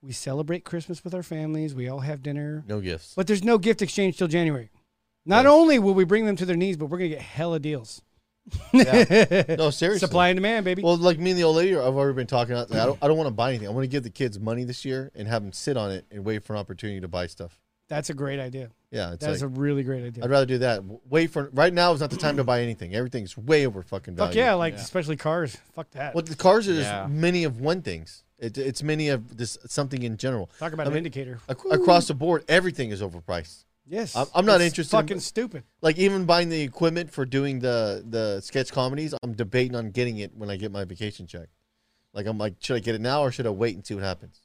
[SPEAKER 3] we celebrate Christmas with our families, we all have dinner, (laughs)
[SPEAKER 9] no gifts
[SPEAKER 3] but there's no gift exchange till January. Not only will we bring them to their knees, but we're gonna get hella deals.
[SPEAKER 9] no seriously
[SPEAKER 3] Supply and demand, baby.
[SPEAKER 9] Well, like me and the old lady, I've already been talking about that. I don't, I don't want to buy anything. I want to give the kids money this year and have them sit on it and wait for an opportunity to buy stuff.
[SPEAKER 3] That's a great idea.
[SPEAKER 9] Yeah, it's
[SPEAKER 3] That's
[SPEAKER 9] like,
[SPEAKER 3] a really great
[SPEAKER 9] I'd
[SPEAKER 3] idea.
[SPEAKER 9] rather do that. W- Wait for right now is not the time to buy anything. Everything's way over fucking value.
[SPEAKER 3] Fuck yeah, like especially cars. Fuck that.
[SPEAKER 9] What the cars are just
[SPEAKER 8] Yeah.
[SPEAKER 9] many of one things. It, it's many of this something in general.
[SPEAKER 3] Talk about
[SPEAKER 9] I
[SPEAKER 3] an
[SPEAKER 9] mean,
[SPEAKER 3] indicator.
[SPEAKER 9] ac- across the board, everything is overpriced.
[SPEAKER 3] Yes,
[SPEAKER 9] I'm- I'm not
[SPEAKER 3] It's
[SPEAKER 9] interested in-
[SPEAKER 3] Fucking stupid.
[SPEAKER 9] Like even buying the equipment for doing the the sketch comedies, I'm debating on getting it when I get my vacation check Like I'm like, should I get it now or should I wait and see what happens?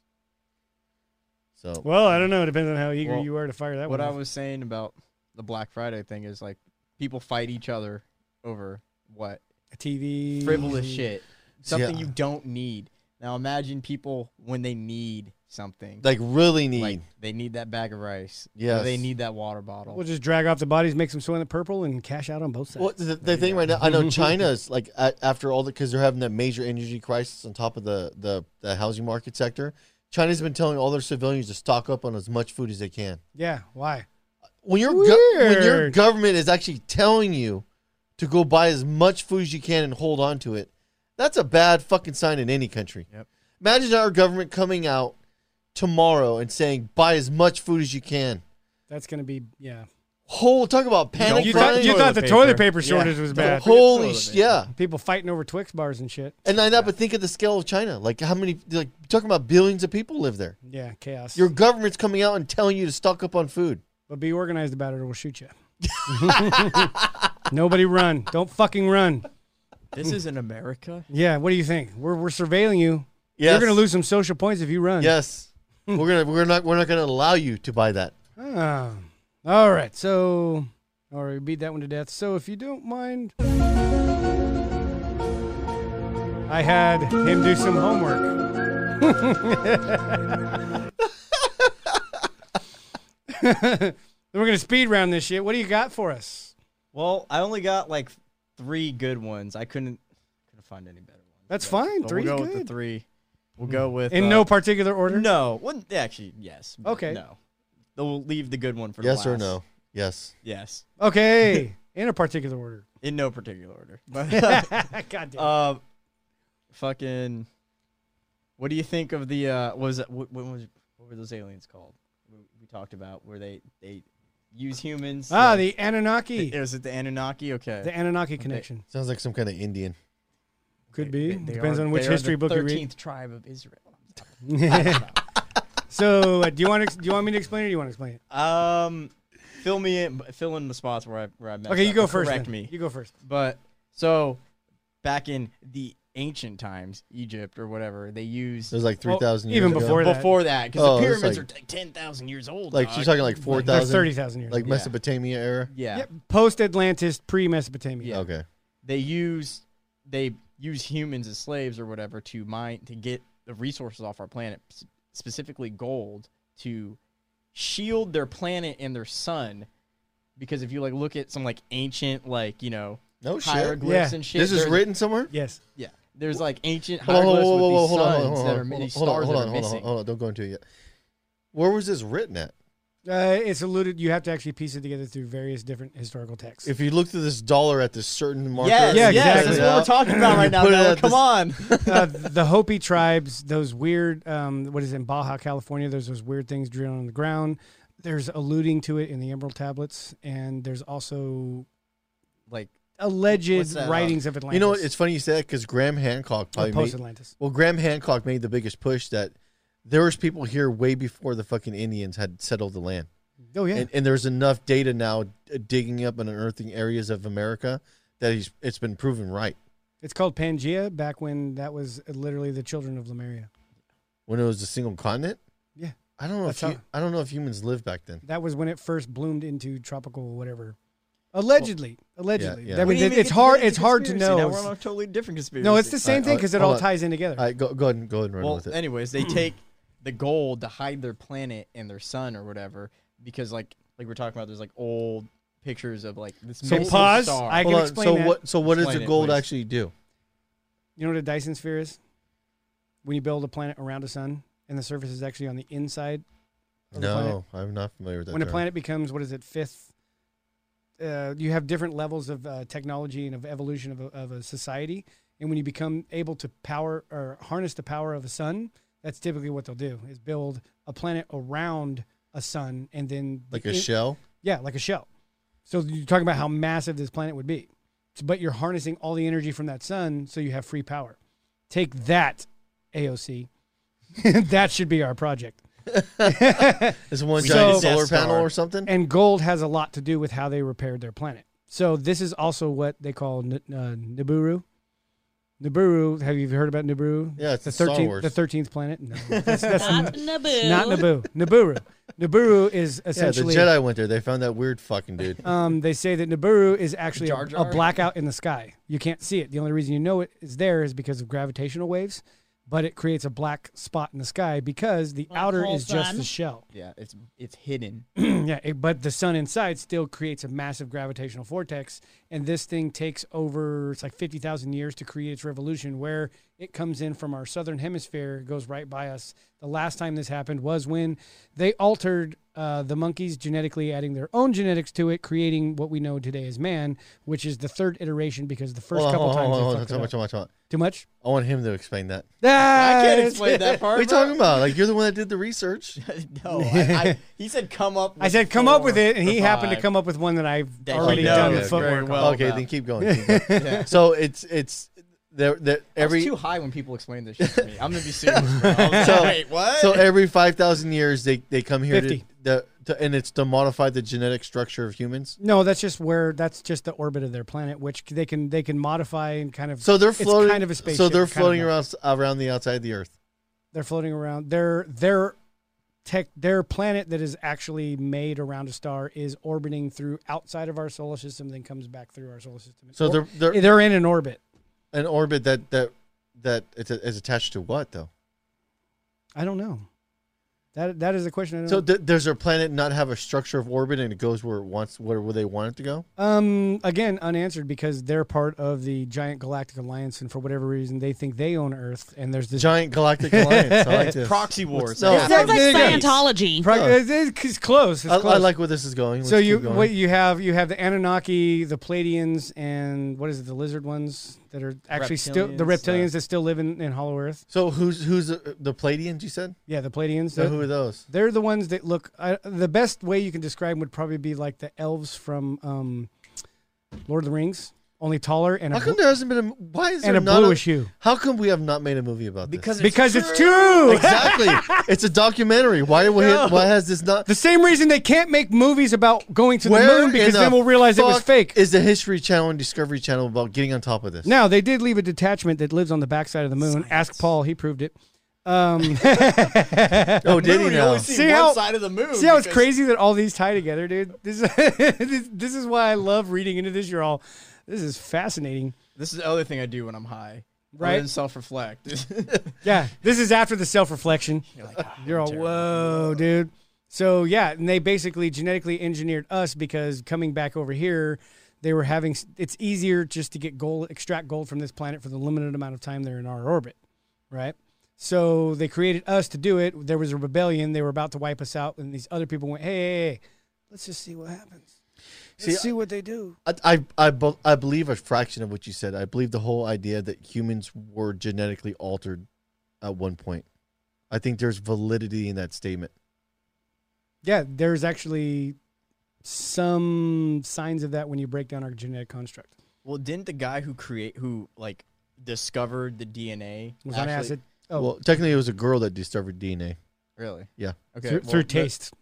[SPEAKER 9] So
[SPEAKER 3] Well, I don't know. It depends on how eager
[SPEAKER 8] Well,
[SPEAKER 3] you are to fire that
[SPEAKER 8] what
[SPEAKER 3] one.
[SPEAKER 8] I
[SPEAKER 3] off.
[SPEAKER 8] was saying about the Black Friday thing is like people fight each other over
[SPEAKER 6] (laughs)
[SPEAKER 8] what
[SPEAKER 3] TV
[SPEAKER 8] frivolous shit, something
[SPEAKER 9] Yeah.
[SPEAKER 8] you don't need. Now imagine people when they need something,
[SPEAKER 9] like really need
[SPEAKER 8] like they need that bag of rice, yeah,
[SPEAKER 9] Yes.
[SPEAKER 8] they need that water bottle.
[SPEAKER 3] We'll just drag off the bodies, make some soy in the purple, and cash out on both sides.
[SPEAKER 9] Well, the, the thing right now, I know China's like a after all the because they're having that major energy crisis on top of the, the the housing market sector. China's been telling all their civilians to stock up on as much food as they can.
[SPEAKER 3] Yeah, why?
[SPEAKER 9] When your go- when your
[SPEAKER 3] Weird.
[SPEAKER 9] government is actually telling you to go buy as much food as you can and hold on to it, that's a bad fucking sign in any country.
[SPEAKER 8] Yep.
[SPEAKER 9] Imagine our government coming out tomorrow and saying buy as much food as you can.
[SPEAKER 3] That's gonna be yeah.
[SPEAKER 9] Whole talk about panic
[SPEAKER 3] You
[SPEAKER 8] Don't
[SPEAKER 3] thought,
[SPEAKER 9] buying.
[SPEAKER 3] you
[SPEAKER 8] Toilet
[SPEAKER 3] thought the
[SPEAKER 8] paper.
[SPEAKER 3] toilet paper
[SPEAKER 8] Yeah.
[SPEAKER 3] shortage was bad.
[SPEAKER 9] Holy
[SPEAKER 8] Toilet
[SPEAKER 9] sh-
[SPEAKER 8] paper.
[SPEAKER 9] yeah.
[SPEAKER 3] People fighting over Twix bars and shit.
[SPEAKER 9] And I know, but think of the scale of China. Like how many? Like you're talking about billions of people live there.
[SPEAKER 3] Yeah, chaos.
[SPEAKER 9] Your government's coming out and telling you to stock up on food.
[SPEAKER 3] but be organized about it, or we'll shoot you. Nobody run. Don't fucking run.
[SPEAKER 8] this is in America.
[SPEAKER 3] Yeah, what do you think? We're, we're surveilling you.
[SPEAKER 9] Yes.
[SPEAKER 3] You're gonna lose some social points if you run. (laughs)
[SPEAKER 9] Yes, we're gonna we're not we're not gonna allow you to buy that.
[SPEAKER 3] Ah. all right. So, all right, we beat that one to death. So, if you don't mind, I had him do some homework. (laughs) We're gonna speed round this shit. What do you got for us?
[SPEAKER 8] Well, I only got like three good ones. I couldn't couldn't find any better ones.
[SPEAKER 3] That's fine.
[SPEAKER 8] But
[SPEAKER 3] Three's
[SPEAKER 8] we'll go
[SPEAKER 3] good.
[SPEAKER 8] with the three. We'll go with
[SPEAKER 3] In
[SPEAKER 8] uh,
[SPEAKER 3] no particular order.
[SPEAKER 8] No, well, actually, yes. but
[SPEAKER 3] Okay.
[SPEAKER 8] No, we'll leave the good one for
[SPEAKER 9] Yes or
[SPEAKER 8] last.
[SPEAKER 9] no? Yes.
[SPEAKER 8] Yes, (laughs)
[SPEAKER 3] Okay. In a particular order.
[SPEAKER 8] in no
[SPEAKER 3] (laughs)
[SPEAKER 8] particular order.
[SPEAKER 3] God damn.
[SPEAKER 8] (laughs) uh, fucking. What do you think of the? Uh, what was that? What, what was? What were those aliens called? We, we talked about where they they use
[SPEAKER 3] (laughs)
[SPEAKER 8] humans.
[SPEAKER 3] ah,
[SPEAKER 8] like-
[SPEAKER 3] the E! Anunnaki.
[SPEAKER 8] It was it the Anunnaki? Okay.
[SPEAKER 3] the Anunnaki connection.
[SPEAKER 9] Sounds like some kind of Indian.
[SPEAKER 3] Could be.
[SPEAKER 8] They- they
[SPEAKER 3] Depends
[SPEAKER 8] are-
[SPEAKER 3] on which
[SPEAKER 8] they are the
[SPEAKER 3] history book you read.
[SPEAKER 8] 13th tribe of Israel.
[SPEAKER 3] (laughs) so, uh, do you want to, do you want me to explain it? or Do you want to explain it?
[SPEAKER 8] Um, fill me in. Fill in the spots where I where I messed
[SPEAKER 3] Okay,
[SPEAKER 8] up
[SPEAKER 3] you go
[SPEAKER 8] and
[SPEAKER 3] first.
[SPEAKER 8] Correct
[SPEAKER 3] then.
[SPEAKER 8] me.
[SPEAKER 3] You go first.
[SPEAKER 8] But so back in the ancient times, Egypt or whatever, they used
[SPEAKER 9] It was like three
[SPEAKER 3] Well,
[SPEAKER 9] thousand.
[SPEAKER 3] even
[SPEAKER 9] years ago.
[SPEAKER 3] before that.
[SPEAKER 8] before that because
[SPEAKER 9] Oh,
[SPEAKER 8] the
[SPEAKER 9] it's
[SPEAKER 8] pyramids
[SPEAKER 9] like-
[SPEAKER 8] are like ten thousand years old.
[SPEAKER 9] Like
[SPEAKER 8] dog.
[SPEAKER 9] she's talking like four
[SPEAKER 3] They're
[SPEAKER 9] thousand.
[SPEAKER 3] thirty thousand years.
[SPEAKER 9] Like
[SPEAKER 3] old.
[SPEAKER 8] Yeah.
[SPEAKER 9] Mesopotamia era.
[SPEAKER 8] yeah,
[SPEAKER 3] Yep, post Atlantis, pre Mesopotamia.
[SPEAKER 8] Yeah.
[SPEAKER 9] Okay.
[SPEAKER 8] they use they use humans as slaves or whatever to mine to get the resources off our planet, s- specifically gold, to shield their planet and their sun. Because if you like look at some like ancient like you know
[SPEAKER 9] No Oh, shit.
[SPEAKER 8] hieroglyphs
[SPEAKER 3] Yeah.
[SPEAKER 8] and shit,
[SPEAKER 9] This is
[SPEAKER 8] there's-
[SPEAKER 9] written somewhere.
[SPEAKER 3] Yes.
[SPEAKER 8] Yeah. There's like ancient
[SPEAKER 9] Hold on,
[SPEAKER 8] hieroglyphs
[SPEAKER 9] hold on,
[SPEAKER 8] with these
[SPEAKER 9] hold on,
[SPEAKER 8] suns
[SPEAKER 9] hold on,
[SPEAKER 8] that are
[SPEAKER 9] hold on,
[SPEAKER 8] these
[SPEAKER 9] hold on,
[SPEAKER 8] stars
[SPEAKER 9] hold
[SPEAKER 8] that
[SPEAKER 9] on,
[SPEAKER 8] are
[SPEAKER 9] hold on,
[SPEAKER 8] missing.
[SPEAKER 9] hold on. Oh, Don't go into it yet. Where was this written at?
[SPEAKER 3] Uh, it's alluded. You have to actually piece it together through various different historical texts.
[SPEAKER 9] If you look through this dollar at this certain marker,
[SPEAKER 8] Yes,
[SPEAKER 3] Yeah,
[SPEAKER 8] yeah,
[SPEAKER 3] exactly.
[SPEAKER 8] yes, that's what we're talking about right now.
[SPEAKER 9] (laughs) Put it
[SPEAKER 8] Noah,
[SPEAKER 9] at
[SPEAKER 8] Come
[SPEAKER 9] this-
[SPEAKER 8] on.
[SPEAKER 9] (laughs)
[SPEAKER 3] uh, the Hopi tribes, those weird, um, what is it, in Baja California? There's those weird things drilled on the ground. There's alluding to it in the Emerald Tablets, and there's also
[SPEAKER 8] like
[SPEAKER 3] alleged
[SPEAKER 8] What's that, uh,
[SPEAKER 3] writings of Atlantis.
[SPEAKER 9] You know what? It's funny you say that because Graham Hancock probably
[SPEAKER 3] post
[SPEAKER 9] made,
[SPEAKER 3] Atlantis.
[SPEAKER 9] Well, Graham Hancock made the biggest push that there was people here way before the fucking Indians had settled the land,
[SPEAKER 3] Oh yeah,
[SPEAKER 9] and, and there's enough data now uh, digging up and unearthing areas of America that he's it's been proven right
[SPEAKER 3] it's called Pangea. Back when that was uh, literally the children of Lemuria.
[SPEAKER 9] when it was a single continent.
[SPEAKER 3] Yeah.
[SPEAKER 9] I don't know
[SPEAKER 3] That's
[SPEAKER 9] if
[SPEAKER 3] how-
[SPEAKER 9] hu- I don't know if humans lived back then.
[SPEAKER 3] That was when it first bloomed into tropical whatever. Allegedly, allegedly.
[SPEAKER 9] yeah.
[SPEAKER 3] I mean, it- it's hard. It's hard to know.
[SPEAKER 8] Now we're on a totally different conspiracy.
[SPEAKER 3] no, it's the
[SPEAKER 9] All
[SPEAKER 3] same
[SPEAKER 9] right,
[SPEAKER 3] thing
[SPEAKER 9] all
[SPEAKER 3] because
[SPEAKER 9] right,
[SPEAKER 3] it all
[SPEAKER 9] hold on.
[SPEAKER 3] ties in together.
[SPEAKER 9] All right, go go ahead and go ahead and run
[SPEAKER 8] Well,
[SPEAKER 9] with it.
[SPEAKER 8] anyways, they take the gold to hide their planet and their sun or whatever because, like, like we're talking about, there's like old pictures of like this.
[SPEAKER 3] So
[SPEAKER 8] missing
[SPEAKER 3] pause.
[SPEAKER 8] Star.
[SPEAKER 3] I
[SPEAKER 9] Hold
[SPEAKER 3] can
[SPEAKER 9] on,
[SPEAKER 3] explain
[SPEAKER 9] so
[SPEAKER 3] that.
[SPEAKER 9] what so what does
[SPEAKER 8] Explain
[SPEAKER 9] the
[SPEAKER 8] it,
[SPEAKER 9] gold
[SPEAKER 8] please.
[SPEAKER 9] actually do?
[SPEAKER 3] You know what a Dyson sphere is? When you build a planet around a sun and the surface is actually on the inside. Of the planet.
[SPEAKER 9] No, I'm not familiar with that.
[SPEAKER 3] When a
[SPEAKER 9] term.
[SPEAKER 3] planet becomes what is it fifth? Uh, you have different levels of uh, technology and of evolution of a, of a society, and when you become able to power or harness the power of a sun, that's typically what they'll do: is build a planet around a sun, and then
[SPEAKER 9] like
[SPEAKER 3] the
[SPEAKER 9] a
[SPEAKER 3] in-
[SPEAKER 9] shell.
[SPEAKER 3] Yeah, like a shell. So you're talking about how massive this planet would be, So- but you're harnessing all the energy from that sun, so you have free power. Take that, AOC. (laughs) that should be our project.
[SPEAKER 9] Is it one
[SPEAKER 8] We
[SPEAKER 9] giant
[SPEAKER 8] did Death
[SPEAKER 9] solar panel
[SPEAKER 8] Star.
[SPEAKER 9] or something?
[SPEAKER 3] And gold has a lot to do with how they repaired their planet. So this is also what they call N- uh, Nibiru, Nibiru. Have you heard about Nibiru?
[SPEAKER 1] Yeah, it's
[SPEAKER 3] the
[SPEAKER 1] in Star Wars.
[SPEAKER 3] The thirteenth planet.
[SPEAKER 1] (laughs)
[SPEAKER 3] No, that's, that's
[SPEAKER 6] Not Naboo.
[SPEAKER 3] not Naboo. Nibiru. Nibiru is
[SPEAKER 1] Yeah, the
[SPEAKER 3] essentially.
[SPEAKER 1] Jedi went there. They found that weird fucking
[SPEAKER 8] (laughs)
[SPEAKER 1] dude.
[SPEAKER 3] um, they say that Nibiru is actually a-
[SPEAKER 8] Jar
[SPEAKER 3] a,
[SPEAKER 8] Jar?
[SPEAKER 3] blackout in the sky. You can't see it. The only reason you know it is there is because of gravitational waves, but it creates a black spot in the sky because the
[SPEAKER 6] Black
[SPEAKER 3] outer
[SPEAKER 6] hole
[SPEAKER 3] is just
[SPEAKER 6] sun.
[SPEAKER 3] the shell.
[SPEAKER 8] Yeah, it's it's hidden.
[SPEAKER 3] yeah, it- but the sun inside still creates a massive gravitational vortex, and this thing takes over. It's like fifty thousand years to create its revolution, where it comes in from our southern hemisphere, goes right by us. The last time this happened was when they altered uh, the monkeys genetically, adding their own genetics to it, creating what we know today as man, which is the third iteration because the first
[SPEAKER 1] Hold on,
[SPEAKER 3] couple
[SPEAKER 1] hold on,
[SPEAKER 3] times
[SPEAKER 1] hold on,
[SPEAKER 3] they
[SPEAKER 1] hold on,
[SPEAKER 3] fucked
[SPEAKER 1] hold on,
[SPEAKER 3] it
[SPEAKER 1] hold
[SPEAKER 3] up.
[SPEAKER 1] on, hold on.
[SPEAKER 3] too much.
[SPEAKER 1] I want him to explain that.
[SPEAKER 8] I can't
[SPEAKER 3] That's-
[SPEAKER 8] explain that
[SPEAKER 1] What
[SPEAKER 8] part.
[SPEAKER 1] are you
[SPEAKER 8] bro.
[SPEAKER 1] talking about? Like you're the one that did the research.
[SPEAKER 8] (laughs)
[SPEAKER 9] (laughs)
[SPEAKER 8] no, I, I, he said come up. With
[SPEAKER 3] I said, come up with
[SPEAKER 8] four
[SPEAKER 3] it, and he
[SPEAKER 8] or
[SPEAKER 3] happened to
[SPEAKER 8] five.
[SPEAKER 3] come up with one that I've
[SPEAKER 8] That he
[SPEAKER 3] already
[SPEAKER 1] knows
[SPEAKER 3] done the
[SPEAKER 1] very
[SPEAKER 3] footwork.
[SPEAKER 8] well.
[SPEAKER 3] on.
[SPEAKER 8] Oh,
[SPEAKER 1] okay,
[SPEAKER 8] about-
[SPEAKER 1] then keep going. keep going.
[SPEAKER 9] (laughs)
[SPEAKER 1] So it's it's there there
[SPEAKER 8] Every,
[SPEAKER 1] every
[SPEAKER 8] too high when people explain this shit to me. I'm gonna be serious. Bro. I was
[SPEAKER 3] (laughs)
[SPEAKER 8] like,
[SPEAKER 1] So-
[SPEAKER 8] Wait, what?
[SPEAKER 1] so every five thousand years they they come here to,
[SPEAKER 3] 50.
[SPEAKER 1] the, to and it's to modify the genetic structure of humans.
[SPEAKER 3] No, that's just where that's just the orbit of their planet, which they can they can modify and kind of.
[SPEAKER 1] So they're
[SPEAKER 3] it's
[SPEAKER 1] floating.
[SPEAKER 3] kind of a spaceship.
[SPEAKER 1] so they're
[SPEAKER 3] kind of
[SPEAKER 1] floating
[SPEAKER 3] a-
[SPEAKER 1] around around the outside of the Earth.
[SPEAKER 3] They're floating around. Their their tech their planet that is actually made around a star is orbiting through outside of our solar system, then comes back through our solar system.
[SPEAKER 1] So
[SPEAKER 3] Or-
[SPEAKER 1] they're they're
[SPEAKER 3] they're in an orbit.
[SPEAKER 1] an orbit that that that it's is attached to what though?
[SPEAKER 3] I don't know. That that is a question. I don't
[SPEAKER 1] So
[SPEAKER 3] know.
[SPEAKER 1] th- does their planet not have a structure of orbit and it goes where it wants where, where they want it to go?
[SPEAKER 3] Um, again, unanswered because they're part of the giant galactic alliance, and for whatever reason, they think they own Earth, and there's (laughs) this
[SPEAKER 1] Giant Galactic Alliance. I like this.
[SPEAKER 8] proxy wars.
[SPEAKER 1] no.
[SPEAKER 8] Yeah,
[SPEAKER 6] Sounds (laughs) like
[SPEAKER 3] There you go.
[SPEAKER 6] Scientology.
[SPEAKER 3] Pro- it's, it's close. It's
[SPEAKER 1] I, I
[SPEAKER 3] close.
[SPEAKER 1] like where this is going.
[SPEAKER 3] So
[SPEAKER 1] Let's
[SPEAKER 3] you
[SPEAKER 1] keep going.
[SPEAKER 3] what you have you have the Anunnaki, the Pleiadians, and what is it, the lizard ones that are actually still the
[SPEAKER 8] Reptilians,
[SPEAKER 3] reptilians
[SPEAKER 8] uh,
[SPEAKER 3] that still live in, in Hollow Earth.
[SPEAKER 1] So who's who's the, the Pleiadians? You said.
[SPEAKER 3] Yeah, the Pleiadians.
[SPEAKER 1] So
[SPEAKER 3] they're,
[SPEAKER 1] who are those?
[SPEAKER 3] they're the ones that look. I, the best way you can describe them would probably be like the elves from um, Lord of the Rings, only taller and a,
[SPEAKER 1] How come
[SPEAKER 3] bl-
[SPEAKER 1] there hasn't been a why is
[SPEAKER 3] and
[SPEAKER 1] there
[SPEAKER 3] a
[SPEAKER 1] not
[SPEAKER 3] bluish hue.
[SPEAKER 1] How come we have not made a movie about this?
[SPEAKER 8] because
[SPEAKER 3] Because it's true.
[SPEAKER 1] exactly,
[SPEAKER 3] (laughs)
[SPEAKER 1] it's a documentary. Why we why has this not?
[SPEAKER 3] The same reason they can't make movies about going to
[SPEAKER 1] Where
[SPEAKER 3] the moon
[SPEAKER 1] in
[SPEAKER 3] because
[SPEAKER 1] the
[SPEAKER 3] then we'll realize it was
[SPEAKER 1] fuck
[SPEAKER 3] fake.
[SPEAKER 1] Is the History Channel and Discovery Channel about getting on top of this?
[SPEAKER 3] Now they did leave a detachment that lives on the backside of the moon. Ask Paul; he proved it. Um,
[SPEAKER 1] oh, did he
[SPEAKER 8] Dude, you
[SPEAKER 1] now?
[SPEAKER 8] only see,
[SPEAKER 3] See
[SPEAKER 8] one
[SPEAKER 3] how-
[SPEAKER 8] side of the moon.
[SPEAKER 3] See how it's
[SPEAKER 8] because-
[SPEAKER 3] crazy that all these tie together, dude. This is (laughs) this, this is why I love reading into this. You're all, this is fascinating,
[SPEAKER 8] This is the other thing I do when I'm high.
[SPEAKER 3] Right.
[SPEAKER 8] And self reflect.
[SPEAKER 3] yeah. This is after the self reflection.
[SPEAKER 1] "Ah,
[SPEAKER 3] You're all, whoa, dude. So yeah, and they basically genetically engineered us because coming back over here, they were having. s- It's easier just to get gold, extract gold from this planet for the limited amount of time they're in our orbit, right? So they created us to do it. There was a rebellion. They were about to wipe us out, and these other people went, "Hey, hey, hey let's just see what happens. Let's
[SPEAKER 1] See,
[SPEAKER 3] see what they do."
[SPEAKER 1] I, I, I, be- I believe a fraction of what you said. I believe the whole idea that humans were genetically altered at one point. I think there's validity in that statement.
[SPEAKER 3] Yeah, there's actually some signs of that when you break down our genetic construct.
[SPEAKER 8] (laughs) well, didn't the guy who create who like discovered the DNA
[SPEAKER 3] Was on
[SPEAKER 8] actually-
[SPEAKER 3] acid. Oh,
[SPEAKER 1] Well, technically, it was a girl that discovered DNA.
[SPEAKER 8] Really?
[SPEAKER 1] Yeah. (laughs)
[SPEAKER 8] Okay.
[SPEAKER 3] through,
[SPEAKER 8] well,
[SPEAKER 3] through
[SPEAKER 8] the-
[SPEAKER 3] taste.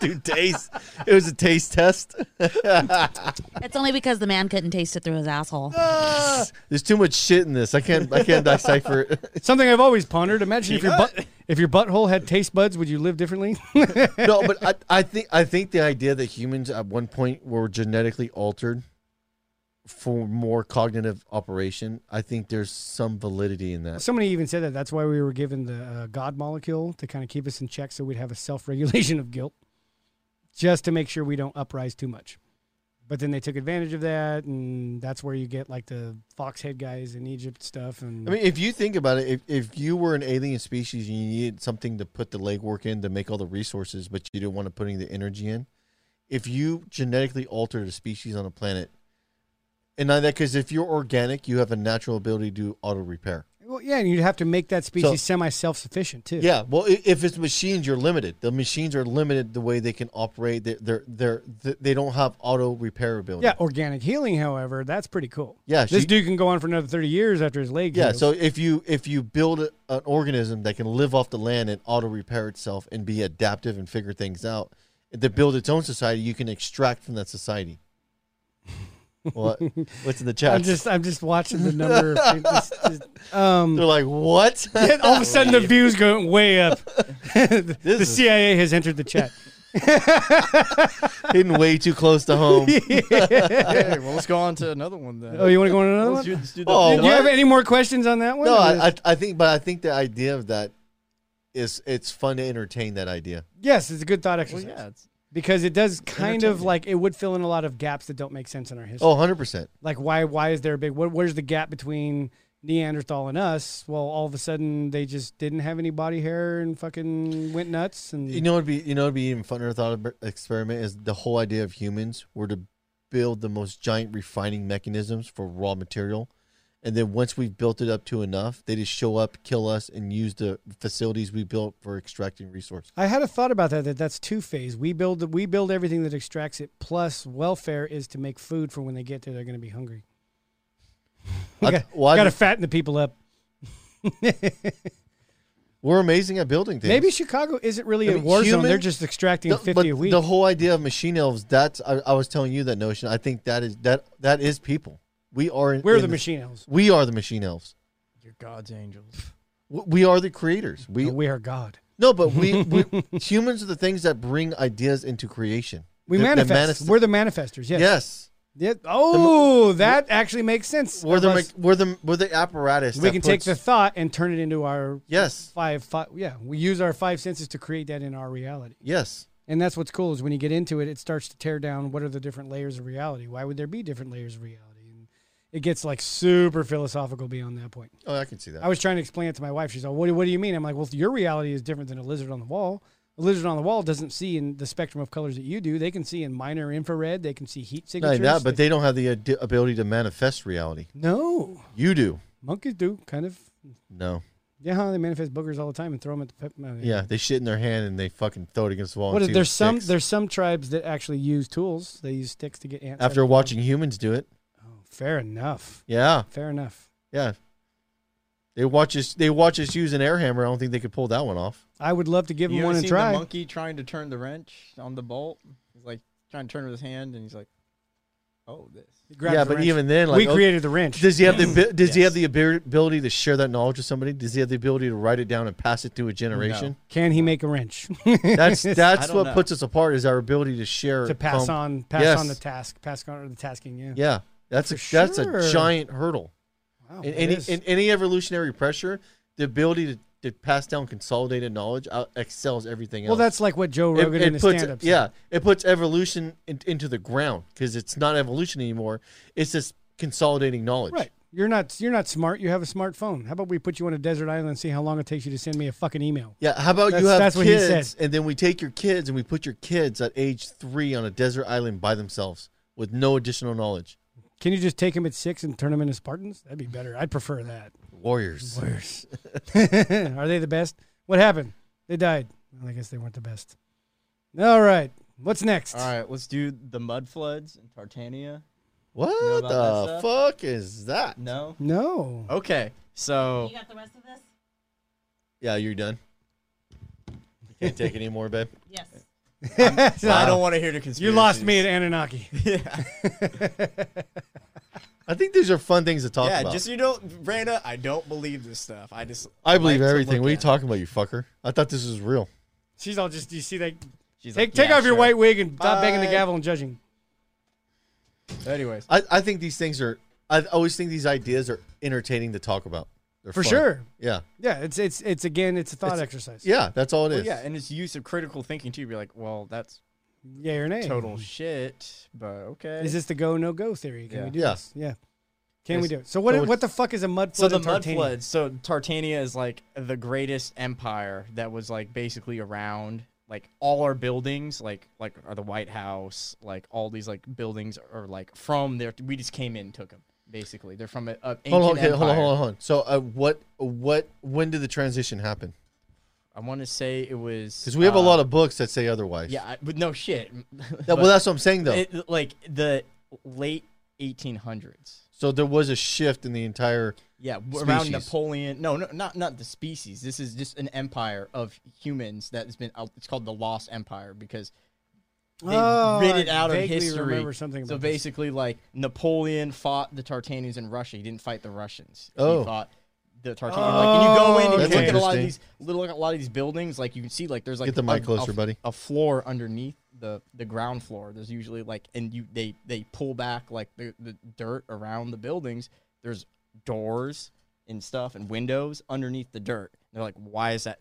[SPEAKER 1] Dude, taste. it was a taste test. (laughs)
[SPEAKER 6] It's only because the man couldn't taste it through his asshole.
[SPEAKER 1] There's too much shit in this. I can't. I can't decipher it. (laughs)
[SPEAKER 3] Something I've always pondered. Imagine if your butt, if your butthole had taste buds, would you live differently?
[SPEAKER 1] No, but I, I think I think the idea that humans at one point were genetically altered for more cognitive operation. I think there's some validity in that.
[SPEAKER 3] (laughs) Somebody even said that. That's why we were given the uh, God molecule to kind of keep us in check, so we'd have a self-regulation of guilt, just to make sure we don't uprise too much. But then they took advantage of that, and that's where you get like the fox head guys in Egypt stuff. And
[SPEAKER 1] I mean, if you think about it, if, if you were an alien species and you needed something to put the legwork in to make all the resources, but you didn't want to putting the energy in, if you genetically altered a species on a planet, and not that because if you're organic, you have a natural ability to do auto repair.
[SPEAKER 3] well, yeah, and you'd have to make that species semi self-sufficient too.
[SPEAKER 1] Yeah, well, i- if it's machines, you're limited. The machines are limited the way they can operate. They're they're, they're th- they don't have auto repairability.
[SPEAKER 3] Yeah, organic healing, however, that's pretty cool.
[SPEAKER 1] Yeah,
[SPEAKER 3] this
[SPEAKER 1] she-
[SPEAKER 3] dude can go on for another thirty years after his leg.
[SPEAKER 1] Yeah,
[SPEAKER 3] heals.
[SPEAKER 1] so if you if you build a, an organism that can live off the land and auto repair itself and be adaptive and
[SPEAKER 9] (laughs)
[SPEAKER 1] figure things out, to build its own society, you can extract from that society.
[SPEAKER 9] What? What's in the chat?
[SPEAKER 3] I'm just I'm just watching the number.
[SPEAKER 9] (laughs)
[SPEAKER 3] Of, people- this- this- um,
[SPEAKER 9] They're like, (laughs) what?
[SPEAKER 3] and all of a sudden the views go way up. the
[SPEAKER 9] (laughs) This is-
[SPEAKER 3] CIA has entered the
[SPEAKER 9] (laughs)
[SPEAKER 3] chat.
[SPEAKER 9] Hitting way too close to home.
[SPEAKER 8] Okay, well, let's go on to another
[SPEAKER 3] (laughs)
[SPEAKER 8] one then.
[SPEAKER 3] Oh, you want to go on another
[SPEAKER 8] Let's
[SPEAKER 3] one?
[SPEAKER 8] do-
[SPEAKER 3] Do
[SPEAKER 8] let's do the-
[SPEAKER 9] Oh,
[SPEAKER 3] you have
[SPEAKER 9] what?
[SPEAKER 3] any more questions on that one?
[SPEAKER 9] No,
[SPEAKER 3] Or
[SPEAKER 9] I,
[SPEAKER 3] is-
[SPEAKER 9] I, I think, but I think the idea of that is it's fun to entertain that idea.
[SPEAKER 3] yes, it's a good thought
[SPEAKER 8] Well,
[SPEAKER 3] exercise
[SPEAKER 8] yeah, it's,
[SPEAKER 3] because it does kind of
[SPEAKER 8] entertaining.
[SPEAKER 3] like it would fill in a lot of gaps that don't make sense in our history.
[SPEAKER 9] Oh, 100%.
[SPEAKER 3] like why why is there a big what, where's the gap between neanderthal and us well all of a sudden they just didn't have any body hair and fucking went nuts and
[SPEAKER 9] You know, it'd be you know, it'd be even funner thought ab- experiment is the whole idea of humans were to build the most giant refining mechanisms for raw material, and then once we've built it up to enough, they just show up, kill us, and use the facilities we built for extracting resources.
[SPEAKER 3] i had a thought about that that that's two phase we build we build everything that extracts it plus welfare is to make food for when they get there they're going to be hungry
[SPEAKER 9] I-
[SPEAKER 3] Got-
[SPEAKER 9] well, I
[SPEAKER 3] gotta
[SPEAKER 9] just-
[SPEAKER 3] fatten the people up
[SPEAKER 9] we're amazing at building things.
[SPEAKER 3] maybe chicago isn't really
[SPEAKER 9] I
[SPEAKER 3] a
[SPEAKER 9] mean,
[SPEAKER 3] war zone
[SPEAKER 9] human-
[SPEAKER 3] they're just extracting
[SPEAKER 9] The-
[SPEAKER 3] 50
[SPEAKER 9] but
[SPEAKER 3] a week
[SPEAKER 9] the whole idea of machine elves. That's I, I was telling you that notion. I think that is that that is people. We are in-
[SPEAKER 3] we're
[SPEAKER 9] in
[SPEAKER 3] the machine elves
[SPEAKER 9] We are the machine elves.
[SPEAKER 8] you're God's angels.
[SPEAKER 9] W- We are the creators. We
[SPEAKER 3] we are god
[SPEAKER 9] no, but we,
[SPEAKER 3] (laughs)
[SPEAKER 9] we humans are the things that bring ideas into creation.
[SPEAKER 3] we
[SPEAKER 9] The- the
[SPEAKER 3] manifest.
[SPEAKER 9] manis-
[SPEAKER 3] we're the manifesters. Yes.
[SPEAKER 9] Yes.
[SPEAKER 3] Yeah. Oh, that actually makes sense.
[SPEAKER 9] We're the,
[SPEAKER 3] Of us-
[SPEAKER 9] mech- we're the we're the apparatus.
[SPEAKER 3] we
[SPEAKER 9] that
[SPEAKER 3] can take
[SPEAKER 9] puts-
[SPEAKER 3] the thought and turn it into our
[SPEAKER 9] yes,
[SPEAKER 3] five, five. Yeah, we use our five senses to create that in our reality,
[SPEAKER 9] yes,
[SPEAKER 3] and that's what's cool is when you get into it, it starts to tear down what are the different layers of reality. Why would there be different layers of reality? And it gets like super philosophical beyond that point.
[SPEAKER 9] oh, I can see that.
[SPEAKER 3] I was trying to explain it to my wife. She's like, "What? do- What do you mean?" I'm like, "Well, your reality is different than a lizard on the wall." A lizard on the wall doesn't see in the spectrum of colors that you do. They can see in minor infrared. They can see heat
[SPEAKER 9] Not
[SPEAKER 3] signatures.
[SPEAKER 9] only that, but they don't have the ad- ability to manifest reality.
[SPEAKER 3] no
[SPEAKER 9] You do.
[SPEAKER 3] monkeys do kind of.
[SPEAKER 9] No.
[SPEAKER 3] Yeah, huh? they manifest boogers all the time and throw them at the pep. no, they-
[SPEAKER 9] Yeah, they shit in their hand and they fucking throw it against the wall.
[SPEAKER 3] What
[SPEAKER 9] and
[SPEAKER 3] is
[SPEAKER 9] see
[SPEAKER 3] there's
[SPEAKER 9] what
[SPEAKER 3] some
[SPEAKER 9] sticks.
[SPEAKER 3] there's some tribes that actually use tools. They use sticks to get ants. out
[SPEAKER 9] after
[SPEAKER 3] of the
[SPEAKER 9] watching humans do it.
[SPEAKER 3] ground. Fair enough.
[SPEAKER 9] Yeah,
[SPEAKER 3] Fair enough.
[SPEAKER 9] yeah. They watch us. They watch us use an air hammer. I don't think they could pull that one off.
[SPEAKER 3] I would love to give
[SPEAKER 8] You
[SPEAKER 3] them one
[SPEAKER 8] ever seen
[SPEAKER 3] and try.
[SPEAKER 8] the monkey trying to turn the wrench on the bolt? He's like trying to turn with his hand, and he's like, "Oh, this."
[SPEAKER 3] He grabs
[SPEAKER 9] yeah,
[SPEAKER 3] the
[SPEAKER 9] but
[SPEAKER 3] wrench.
[SPEAKER 9] even then, like, oh,
[SPEAKER 3] we
[SPEAKER 9] okay,
[SPEAKER 3] created the wrench.
[SPEAKER 9] Does he have
[SPEAKER 8] (clears throat)
[SPEAKER 9] the abi- Does he have the abi- ability to share that knowledge with somebody? Does he have the ability to write it down and pass it to a generation?
[SPEAKER 3] Can he make a
[SPEAKER 9] (laughs)
[SPEAKER 3] wrench (laughs)
[SPEAKER 9] That's
[SPEAKER 8] I
[SPEAKER 9] that's
[SPEAKER 8] don't
[SPEAKER 9] what
[SPEAKER 8] know.
[SPEAKER 9] puts us apart is our ability to share
[SPEAKER 3] to pass
[SPEAKER 9] com-
[SPEAKER 3] on pass
[SPEAKER 9] Yes.
[SPEAKER 3] on the task pass on the tasking? Yeah.
[SPEAKER 9] Yeah, that's a
[SPEAKER 3] For
[SPEAKER 9] that's
[SPEAKER 3] sure.
[SPEAKER 9] a giant hurdle.
[SPEAKER 3] Wow,
[SPEAKER 9] in
[SPEAKER 3] it
[SPEAKER 9] any
[SPEAKER 3] is.
[SPEAKER 9] in any evolutionary pressure, the ability to, to pass down consolidated knowledge out- excels everything
[SPEAKER 3] well,
[SPEAKER 9] else.
[SPEAKER 3] that's like what Joe Rogan
[SPEAKER 9] it,
[SPEAKER 3] in
[SPEAKER 9] it
[SPEAKER 3] his
[SPEAKER 9] puts
[SPEAKER 3] stand-up. said.
[SPEAKER 9] yeah, it puts evolution in, into the ground because it's not evolution anymore. It's just consolidating knowledge.
[SPEAKER 3] Right. You're not you're not smart. You have a smartphone. How about we put you on a desert island and see how long it takes you to send me a fucking email?
[SPEAKER 9] Yeah, how about you
[SPEAKER 3] That's-
[SPEAKER 9] have
[SPEAKER 3] that's what he
[SPEAKER 9] kids, and then we take your kids and we put your kids at age three on a desert island by themselves with no additional knowledge.
[SPEAKER 3] Can you just take him at six and turn him into Spartans? That'd be better. I'd prefer that.
[SPEAKER 9] Warriors.
[SPEAKER 3] Warriors. (laughs) Are they the best? What happened? They died. Well, I guess they weren't the best. All right. What's next?
[SPEAKER 8] All right, let's do the mud floods in Tartania.
[SPEAKER 9] What
[SPEAKER 8] about that
[SPEAKER 9] the
[SPEAKER 8] stuff?
[SPEAKER 9] fuck is that?
[SPEAKER 8] No.
[SPEAKER 3] No.
[SPEAKER 8] Okay, so
[SPEAKER 6] You got the rest of this?
[SPEAKER 9] Yeah, you're done. You can't take any more, babe.
[SPEAKER 6] Yes.
[SPEAKER 8] I don't want to hear the conspiracy.
[SPEAKER 3] You lost me at Anunnaki. (laughs)
[SPEAKER 8] yeah,
[SPEAKER 9] I think these are fun things to talk
[SPEAKER 8] yeah.
[SPEAKER 9] about.
[SPEAKER 8] Just you don't, Branda. I don't believe this stuff. I just.
[SPEAKER 9] I believe
[SPEAKER 8] like to
[SPEAKER 9] everything.
[SPEAKER 8] look
[SPEAKER 9] What are you
[SPEAKER 8] at it.
[SPEAKER 9] talking about, you fucker? I thought this was real.
[SPEAKER 3] She's all just, do you see that?
[SPEAKER 8] She's
[SPEAKER 3] Take,
[SPEAKER 8] like,
[SPEAKER 3] take
[SPEAKER 8] yeah,
[SPEAKER 3] off your
[SPEAKER 8] sure.
[SPEAKER 3] white wig and stop banging the
[SPEAKER 8] Bye.
[SPEAKER 3] gavel and judging.
[SPEAKER 8] Anyways,
[SPEAKER 9] I, I think these things are. I always think these ideas are entertaining to talk about. They're
[SPEAKER 3] For
[SPEAKER 9] fun.
[SPEAKER 3] sure.
[SPEAKER 9] Yeah.
[SPEAKER 3] Yeah, it's it's it's again, it's a thought
[SPEAKER 9] It's-
[SPEAKER 3] exercise. Yeah,
[SPEAKER 9] Yeah. That's all it
[SPEAKER 8] Well,
[SPEAKER 9] is.
[SPEAKER 8] yeah, and it's use of critical thinking too. Be like, well, that's
[SPEAKER 3] or nay.
[SPEAKER 8] total shit, but okay.
[SPEAKER 3] Is this the go no go theory? Can we
[SPEAKER 8] Yeah.
[SPEAKER 3] do
[SPEAKER 9] Yeah.
[SPEAKER 3] this? Yeah. Can we
[SPEAKER 8] Yes.
[SPEAKER 3] do it? So what
[SPEAKER 9] So
[SPEAKER 3] what the fuck is a mud
[SPEAKER 8] so
[SPEAKER 3] flood?
[SPEAKER 8] the
[SPEAKER 3] in
[SPEAKER 8] mud
[SPEAKER 3] Tartania?
[SPEAKER 8] floods. So Tartania is like the greatest empire that was like basically around. Like all our buildings, like like are the White House, like all these like buildings are like from there. We just came in, and took them. Basically, they're from a, a ancient
[SPEAKER 9] Hold on, okay,
[SPEAKER 8] empire.
[SPEAKER 9] hold on. Hold on. Hold on. So, uh, what? What? When did the transition happen?
[SPEAKER 8] I want to say it was
[SPEAKER 9] Because we have a
[SPEAKER 8] uh,
[SPEAKER 9] lot of books that say otherwise.
[SPEAKER 8] Yeah, I, but no shit. (laughs)
[SPEAKER 9] That- well, that's what I'm saying though.
[SPEAKER 8] it, like the late 1800s.
[SPEAKER 9] so there was a shift in the entire.
[SPEAKER 8] Yeah, w- around
[SPEAKER 9] Species.
[SPEAKER 8] Napoleon. No, no, not not the species. This is just an empire of humans that has been. It's called the Lost Empire because They
[SPEAKER 3] Oh,
[SPEAKER 8] rid
[SPEAKER 3] I
[SPEAKER 8] it out of
[SPEAKER 3] vaguely
[SPEAKER 8] history.
[SPEAKER 3] remember something
[SPEAKER 8] so
[SPEAKER 3] about this.
[SPEAKER 8] basically, like Napoleon fought the Tartanians in Russia. He didn't fight the Russians.
[SPEAKER 9] Oh.
[SPEAKER 8] He fought the Tartanians. like, and you go in and
[SPEAKER 9] That's
[SPEAKER 8] you look at a lot of
[SPEAKER 9] interesting.
[SPEAKER 8] these little a lot of these buildings. Like you can see, like there's like
[SPEAKER 9] Get the mic
[SPEAKER 8] a-
[SPEAKER 9] closer,
[SPEAKER 8] a,
[SPEAKER 9] buddy.
[SPEAKER 8] A floor underneath the the ground floor. There's usually like, and you they they pull back like the the dirt around the buildings. There's doors and stuff and windows underneath the dirt. They're like, why is that?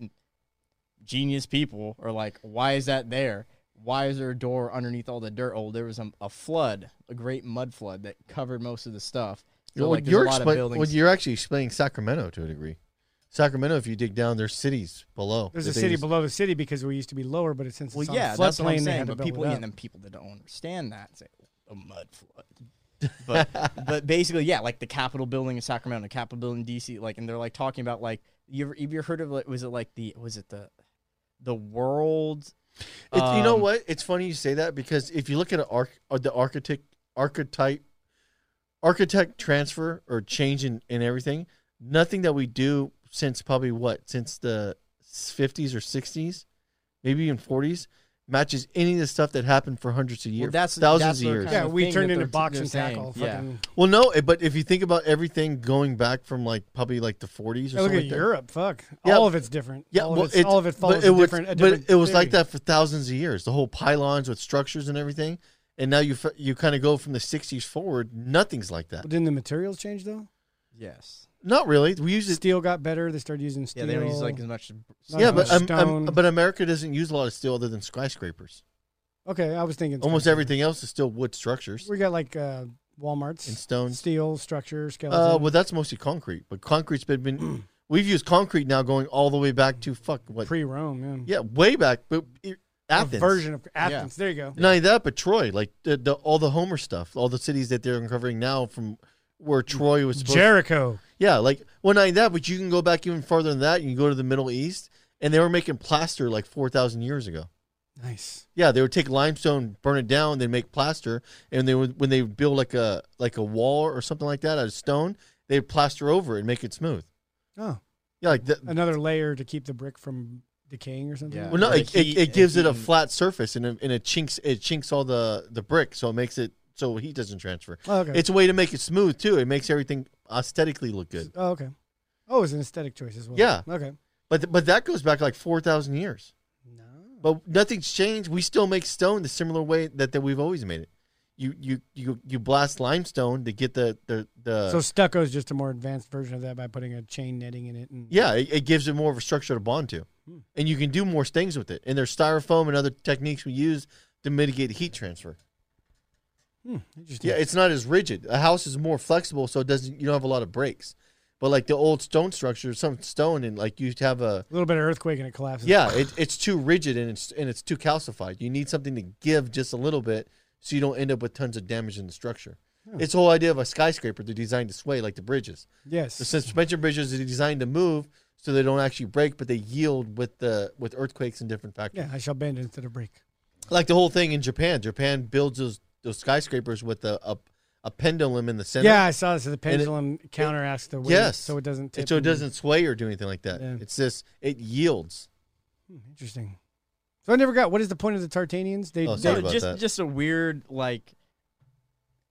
[SPEAKER 8] genius people are like, why is that there? Why is there a door underneath all the dirt? Oh, there was a, a flood, a great mud flood that covered most of the stuff. So,
[SPEAKER 9] Well,
[SPEAKER 8] like, there's
[SPEAKER 9] you're,
[SPEAKER 8] a lot of
[SPEAKER 9] explain-
[SPEAKER 8] buildings.
[SPEAKER 9] well, you're actually explaining Sacramento to a degree. Sacramento, if you dig down, there's cities below.
[SPEAKER 3] There's
[SPEAKER 9] that
[SPEAKER 3] a
[SPEAKER 9] they
[SPEAKER 3] city
[SPEAKER 9] use.
[SPEAKER 3] below the city because we used to be lower, but it's since
[SPEAKER 8] well,
[SPEAKER 3] it's
[SPEAKER 8] yeah,
[SPEAKER 3] on a
[SPEAKER 8] that's what I'm
[SPEAKER 3] floodplain, they
[SPEAKER 8] saying.
[SPEAKER 3] had to
[SPEAKER 8] But
[SPEAKER 3] build
[SPEAKER 8] people,
[SPEAKER 3] it
[SPEAKER 8] yeah,
[SPEAKER 3] up.
[SPEAKER 8] them people that don't understand that say "Oh, a mud flood. (laughs) But but basically, yeah, like the Capitol building in Sacramento, the Capitol building in DC, like, and they're like talking about like you ever, you ever heard of like was it like the was it the the world?
[SPEAKER 9] It's, you know
[SPEAKER 8] um,
[SPEAKER 9] what? It's funny you say that because if you look at an arch, or the architect archetype architect transfer or change in, in everything, nothing that we do since probably what since the fifties or sixties, maybe even forties, matches any of the stuff that happened for hundreds of years,
[SPEAKER 8] that's-
[SPEAKER 9] thousands
[SPEAKER 8] that's
[SPEAKER 9] of
[SPEAKER 8] what
[SPEAKER 9] years.
[SPEAKER 8] kind
[SPEAKER 3] Yeah,
[SPEAKER 8] of
[SPEAKER 3] we
[SPEAKER 8] thing
[SPEAKER 3] turned
[SPEAKER 8] that
[SPEAKER 3] into
[SPEAKER 8] they're-
[SPEAKER 3] box
[SPEAKER 8] they're
[SPEAKER 3] and
[SPEAKER 8] saying,
[SPEAKER 3] tackle.
[SPEAKER 8] yeah.
[SPEAKER 3] Fucking,
[SPEAKER 9] Well, no, eh, but if you think about everything going back from like probably like the forties or
[SPEAKER 3] look
[SPEAKER 9] something
[SPEAKER 3] at
[SPEAKER 9] like that.
[SPEAKER 3] Europe. Fuck,
[SPEAKER 9] Yeah.
[SPEAKER 3] all of it's different.
[SPEAKER 9] Yeah,
[SPEAKER 3] all,
[SPEAKER 9] well,
[SPEAKER 3] of it's, all of it
[SPEAKER 9] but
[SPEAKER 3] follows
[SPEAKER 9] it
[SPEAKER 3] a
[SPEAKER 9] was,
[SPEAKER 3] different. A different
[SPEAKER 9] but it was like
[SPEAKER 3] theory.
[SPEAKER 9] that for thousands of years. The whole pylons with structures and everything, and now you f- you kind of go from the '60s forward. Nothing's like that.
[SPEAKER 3] But didn't the materials change though?
[SPEAKER 8] Yes.
[SPEAKER 9] Not really. We use it.
[SPEAKER 3] Steel got better. They started using
[SPEAKER 8] Yeah,
[SPEAKER 3] steel.
[SPEAKER 8] they don't use like as much.
[SPEAKER 3] Not
[SPEAKER 9] yeah,
[SPEAKER 3] as
[SPEAKER 9] but
[SPEAKER 3] much
[SPEAKER 9] um, um,
[SPEAKER 3] stone.
[SPEAKER 9] but America doesn't use a lot of steel other than skyscrapers.
[SPEAKER 3] okay, I was thinking
[SPEAKER 9] Almost
[SPEAKER 3] steel.
[SPEAKER 9] everything else is still wood structures
[SPEAKER 3] We got like uh, Walmart's
[SPEAKER 9] and stone.
[SPEAKER 3] steel structure skeleton.
[SPEAKER 9] Uh, well, that's mostly concrete. But concrete's been,
[SPEAKER 3] Mm.
[SPEAKER 9] been we've used concrete now going all the way back to fuck what?
[SPEAKER 3] pre-Rome. Yeah,
[SPEAKER 9] yeah, way back. But eh,
[SPEAKER 3] A
[SPEAKER 9] Athens
[SPEAKER 3] version of Athens. There you go.
[SPEAKER 9] Not only that, but Troy, like the, the all the Homer stuff, all the cities that they're uncovering now from where Troy was supposed.
[SPEAKER 3] Jericho.
[SPEAKER 9] yeah, like well, not only that, but you can go back even farther than that. You can go to the Middle East, and they were making plaster like four thousand years ago.
[SPEAKER 3] Nice.
[SPEAKER 9] Yeah, they would take limestone, burn it down, then make plaster, and they would when they would build like a like a wall or something like that out of stone, they'd plaster over it and make it smooth.
[SPEAKER 3] Oh,
[SPEAKER 9] Yeah, like that.
[SPEAKER 3] another layer to keep the brick from decaying or something.
[SPEAKER 8] Yeah.
[SPEAKER 9] Well, no,
[SPEAKER 8] Or the
[SPEAKER 9] it, it,
[SPEAKER 8] heat-
[SPEAKER 9] it gives it a
[SPEAKER 8] heating.
[SPEAKER 9] flat surface and it, and it chinks it chinks all the the brick, so it makes it so heat doesn't transfer.
[SPEAKER 3] Oh, okay.
[SPEAKER 9] It's a way to make it smooth too. It makes everything aesthetically look good.
[SPEAKER 3] oh, okay. Oh, it's an aesthetic choice as well.
[SPEAKER 9] Yeah.
[SPEAKER 3] Okay.
[SPEAKER 9] But th- but that goes back like four thousand years.
[SPEAKER 3] No.
[SPEAKER 9] But nothing's changed. We still make stone the similar way that, that we've always made it. You you you you blast limestone to get the the, the
[SPEAKER 3] So stucco is just a more advanced version of that by putting a chain netting in it. And
[SPEAKER 9] yeah. It, it gives it more of a structure to bond to, and you can do more things with it. And there's styrofoam and other techniques we use to mitigate heat transfer.
[SPEAKER 3] Hmm, interesting.
[SPEAKER 9] Yeah, it's not as rigid. A house is more flexible, so it doesn't. You don't have a lot of breaks. But like the old stone structure, some stone and like you have a
[SPEAKER 3] A little bit of earthquake and it collapses.
[SPEAKER 9] Yeah, it, it's too rigid and it's and it's too calcified. You need something to give just a little bit so you don't end up with tons of damage in the structure. It's the whole idea of a skyscraper. They're designed to sway like the bridges. The
[SPEAKER 3] Yes.
[SPEAKER 9] suspension bridges are designed to move so they don't actually break, but they yield with the with earthquakes and different factors.
[SPEAKER 3] Yeah, I shall bend instead of break.
[SPEAKER 9] Like the whole thing in Japan. Japan builds those those skyscrapers with a a, a pendulum in the center.
[SPEAKER 3] Yeah, I saw this. The pendulum counteracts the weight,
[SPEAKER 9] Yes.
[SPEAKER 3] so it doesn't. Tip
[SPEAKER 9] And so it
[SPEAKER 3] and-
[SPEAKER 9] doesn't sway or do anything like that.
[SPEAKER 3] Yeah.
[SPEAKER 9] It's this. It yields.
[SPEAKER 3] Hmm, interesting. So I never got. What is the point of the Tartanians? They,
[SPEAKER 9] Oh,
[SPEAKER 3] they-
[SPEAKER 9] sorry about
[SPEAKER 8] just
[SPEAKER 9] that.
[SPEAKER 8] just a weird like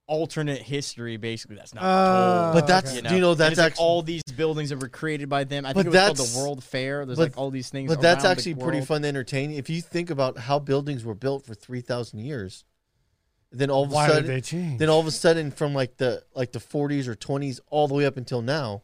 [SPEAKER 8] alternate history basically that's not
[SPEAKER 3] Oh,
[SPEAKER 8] told.
[SPEAKER 9] But that's
[SPEAKER 3] okay.
[SPEAKER 9] do you know
[SPEAKER 8] And
[SPEAKER 9] that's
[SPEAKER 8] it's like
[SPEAKER 9] actually
[SPEAKER 8] all these buildings that were created by them. I
[SPEAKER 9] But
[SPEAKER 8] think it was called
[SPEAKER 9] that's-
[SPEAKER 8] the World Fair. There's
[SPEAKER 9] but-
[SPEAKER 8] like all these things.
[SPEAKER 9] But that's
[SPEAKER 8] around the
[SPEAKER 9] actually pretty
[SPEAKER 8] world.
[SPEAKER 9] fun to entertain. If you think about how buildings were built for three thousand years, then all of a
[SPEAKER 3] Why did
[SPEAKER 9] sudden,
[SPEAKER 3] they change?
[SPEAKER 9] then all of a sudden, from like the like the forties or twenties all the way up until now,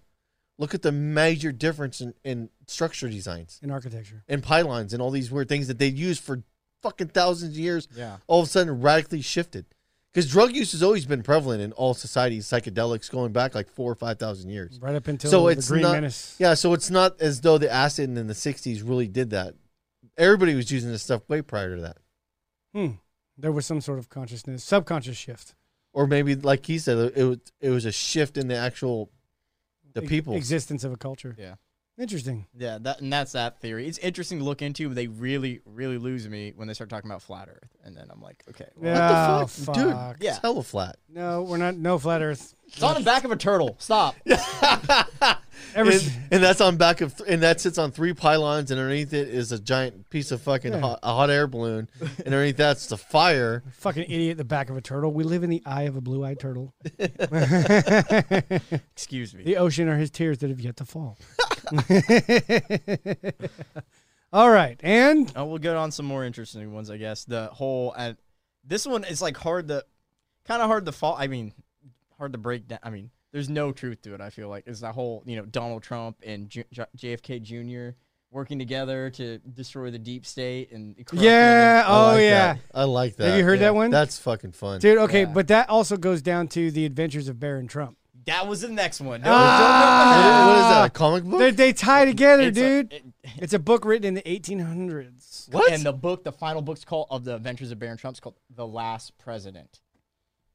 [SPEAKER 9] look at the major difference in, in structure designs
[SPEAKER 3] in architecture.
[SPEAKER 9] and pylons and all these weird things that they used for fucking thousands of years.
[SPEAKER 8] Yeah.
[SPEAKER 9] all of a sudden radically shifted because drug use has always been prevalent in all societies. Psychedelics going back like four or five thousand years
[SPEAKER 3] Right up until
[SPEAKER 9] so
[SPEAKER 3] the
[SPEAKER 9] it's
[SPEAKER 3] Green
[SPEAKER 9] not,
[SPEAKER 3] Menace.
[SPEAKER 9] Yeah, so it's not as though the acid in the '60s really did that. Everybody was using this stuff way prior to that,
[SPEAKER 3] Hmm. There was some sort of consciousness, subconscious shift.
[SPEAKER 9] or maybe like he said, it was it was a shift in the actual the
[SPEAKER 3] E-
[SPEAKER 9] people.
[SPEAKER 3] existence of a culture.
[SPEAKER 8] Yeah.
[SPEAKER 3] Interesting.
[SPEAKER 8] Yeah, that and that's that theory. It's interesting to look into, but they really, really lose me when they start talking about flat Earth, and then I'm like, okay, well,
[SPEAKER 9] What
[SPEAKER 3] Yeah,
[SPEAKER 9] the fuck, dude?
[SPEAKER 3] fuck.
[SPEAKER 9] It's hella flat.
[SPEAKER 3] No, we're not. No flat Earth.
[SPEAKER 8] it's on the back of a turtle. Stop.
[SPEAKER 3] (laughs) Ever
[SPEAKER 9] and,
[SPEAKER 3] s-
[SPEAKER 9] and that's on back of, th- and that sits on three pylons, and underneath it is a giant piece of fucking hot, a hot air balloon, and underneath that's the fire.
[SPEAKER 3] Fucking idiot in the back of a turtle. We live in the eye of a blue eyed turtle.
[SPEAKER 8] Excuse me.
[SPEAKER 3] The ocean are his tears that have yet to fall. (laughs) All right. And
[SPEAKER 8] Oh, we'll get on some more interesting ones, I guess. The whole uh, this one is like hard to, kind of hard to fall. I mean, hard to break down. I mean, there's no truth to it. I feel like it's that whole you know Donald Trump and J- J- JFK Jr. working together to destroy the deep state and corrupt them.
[SPEAKER 3] yeah. (laughs)
[SPEAKER 9] I
[SPEAKER 3] Oh,
[SPEAKER 9] like
[SPEAKER 3] yeah.
[SPEAKER 9] that. I like that.
[SPEAKER 3] Have you heard that one?
[SPEAKER 9] That's fucking fun.
[SPEAKER 3] Dude, okay. But that also goes down to the adventures of Barron Trump.
[SPEAKER 8] that was the next one. No,
[SPEAKER 9] What is- what is that?
[SPEAKER 3] Ah!
[SPEAKER 9] A comic book?
[SPEAKER 3] They, they tie together,
[SPEAKER 8] it's a-
[SPEAKER 3] dude.
[SPEAKER 8] it-
[SPEAKER 3] it's a book written in the 1800s.
[SPEAKER 9] what?
[SPEAKER 8] And the book, the final book's called of the Adventures of Barron Trump's called The Last President.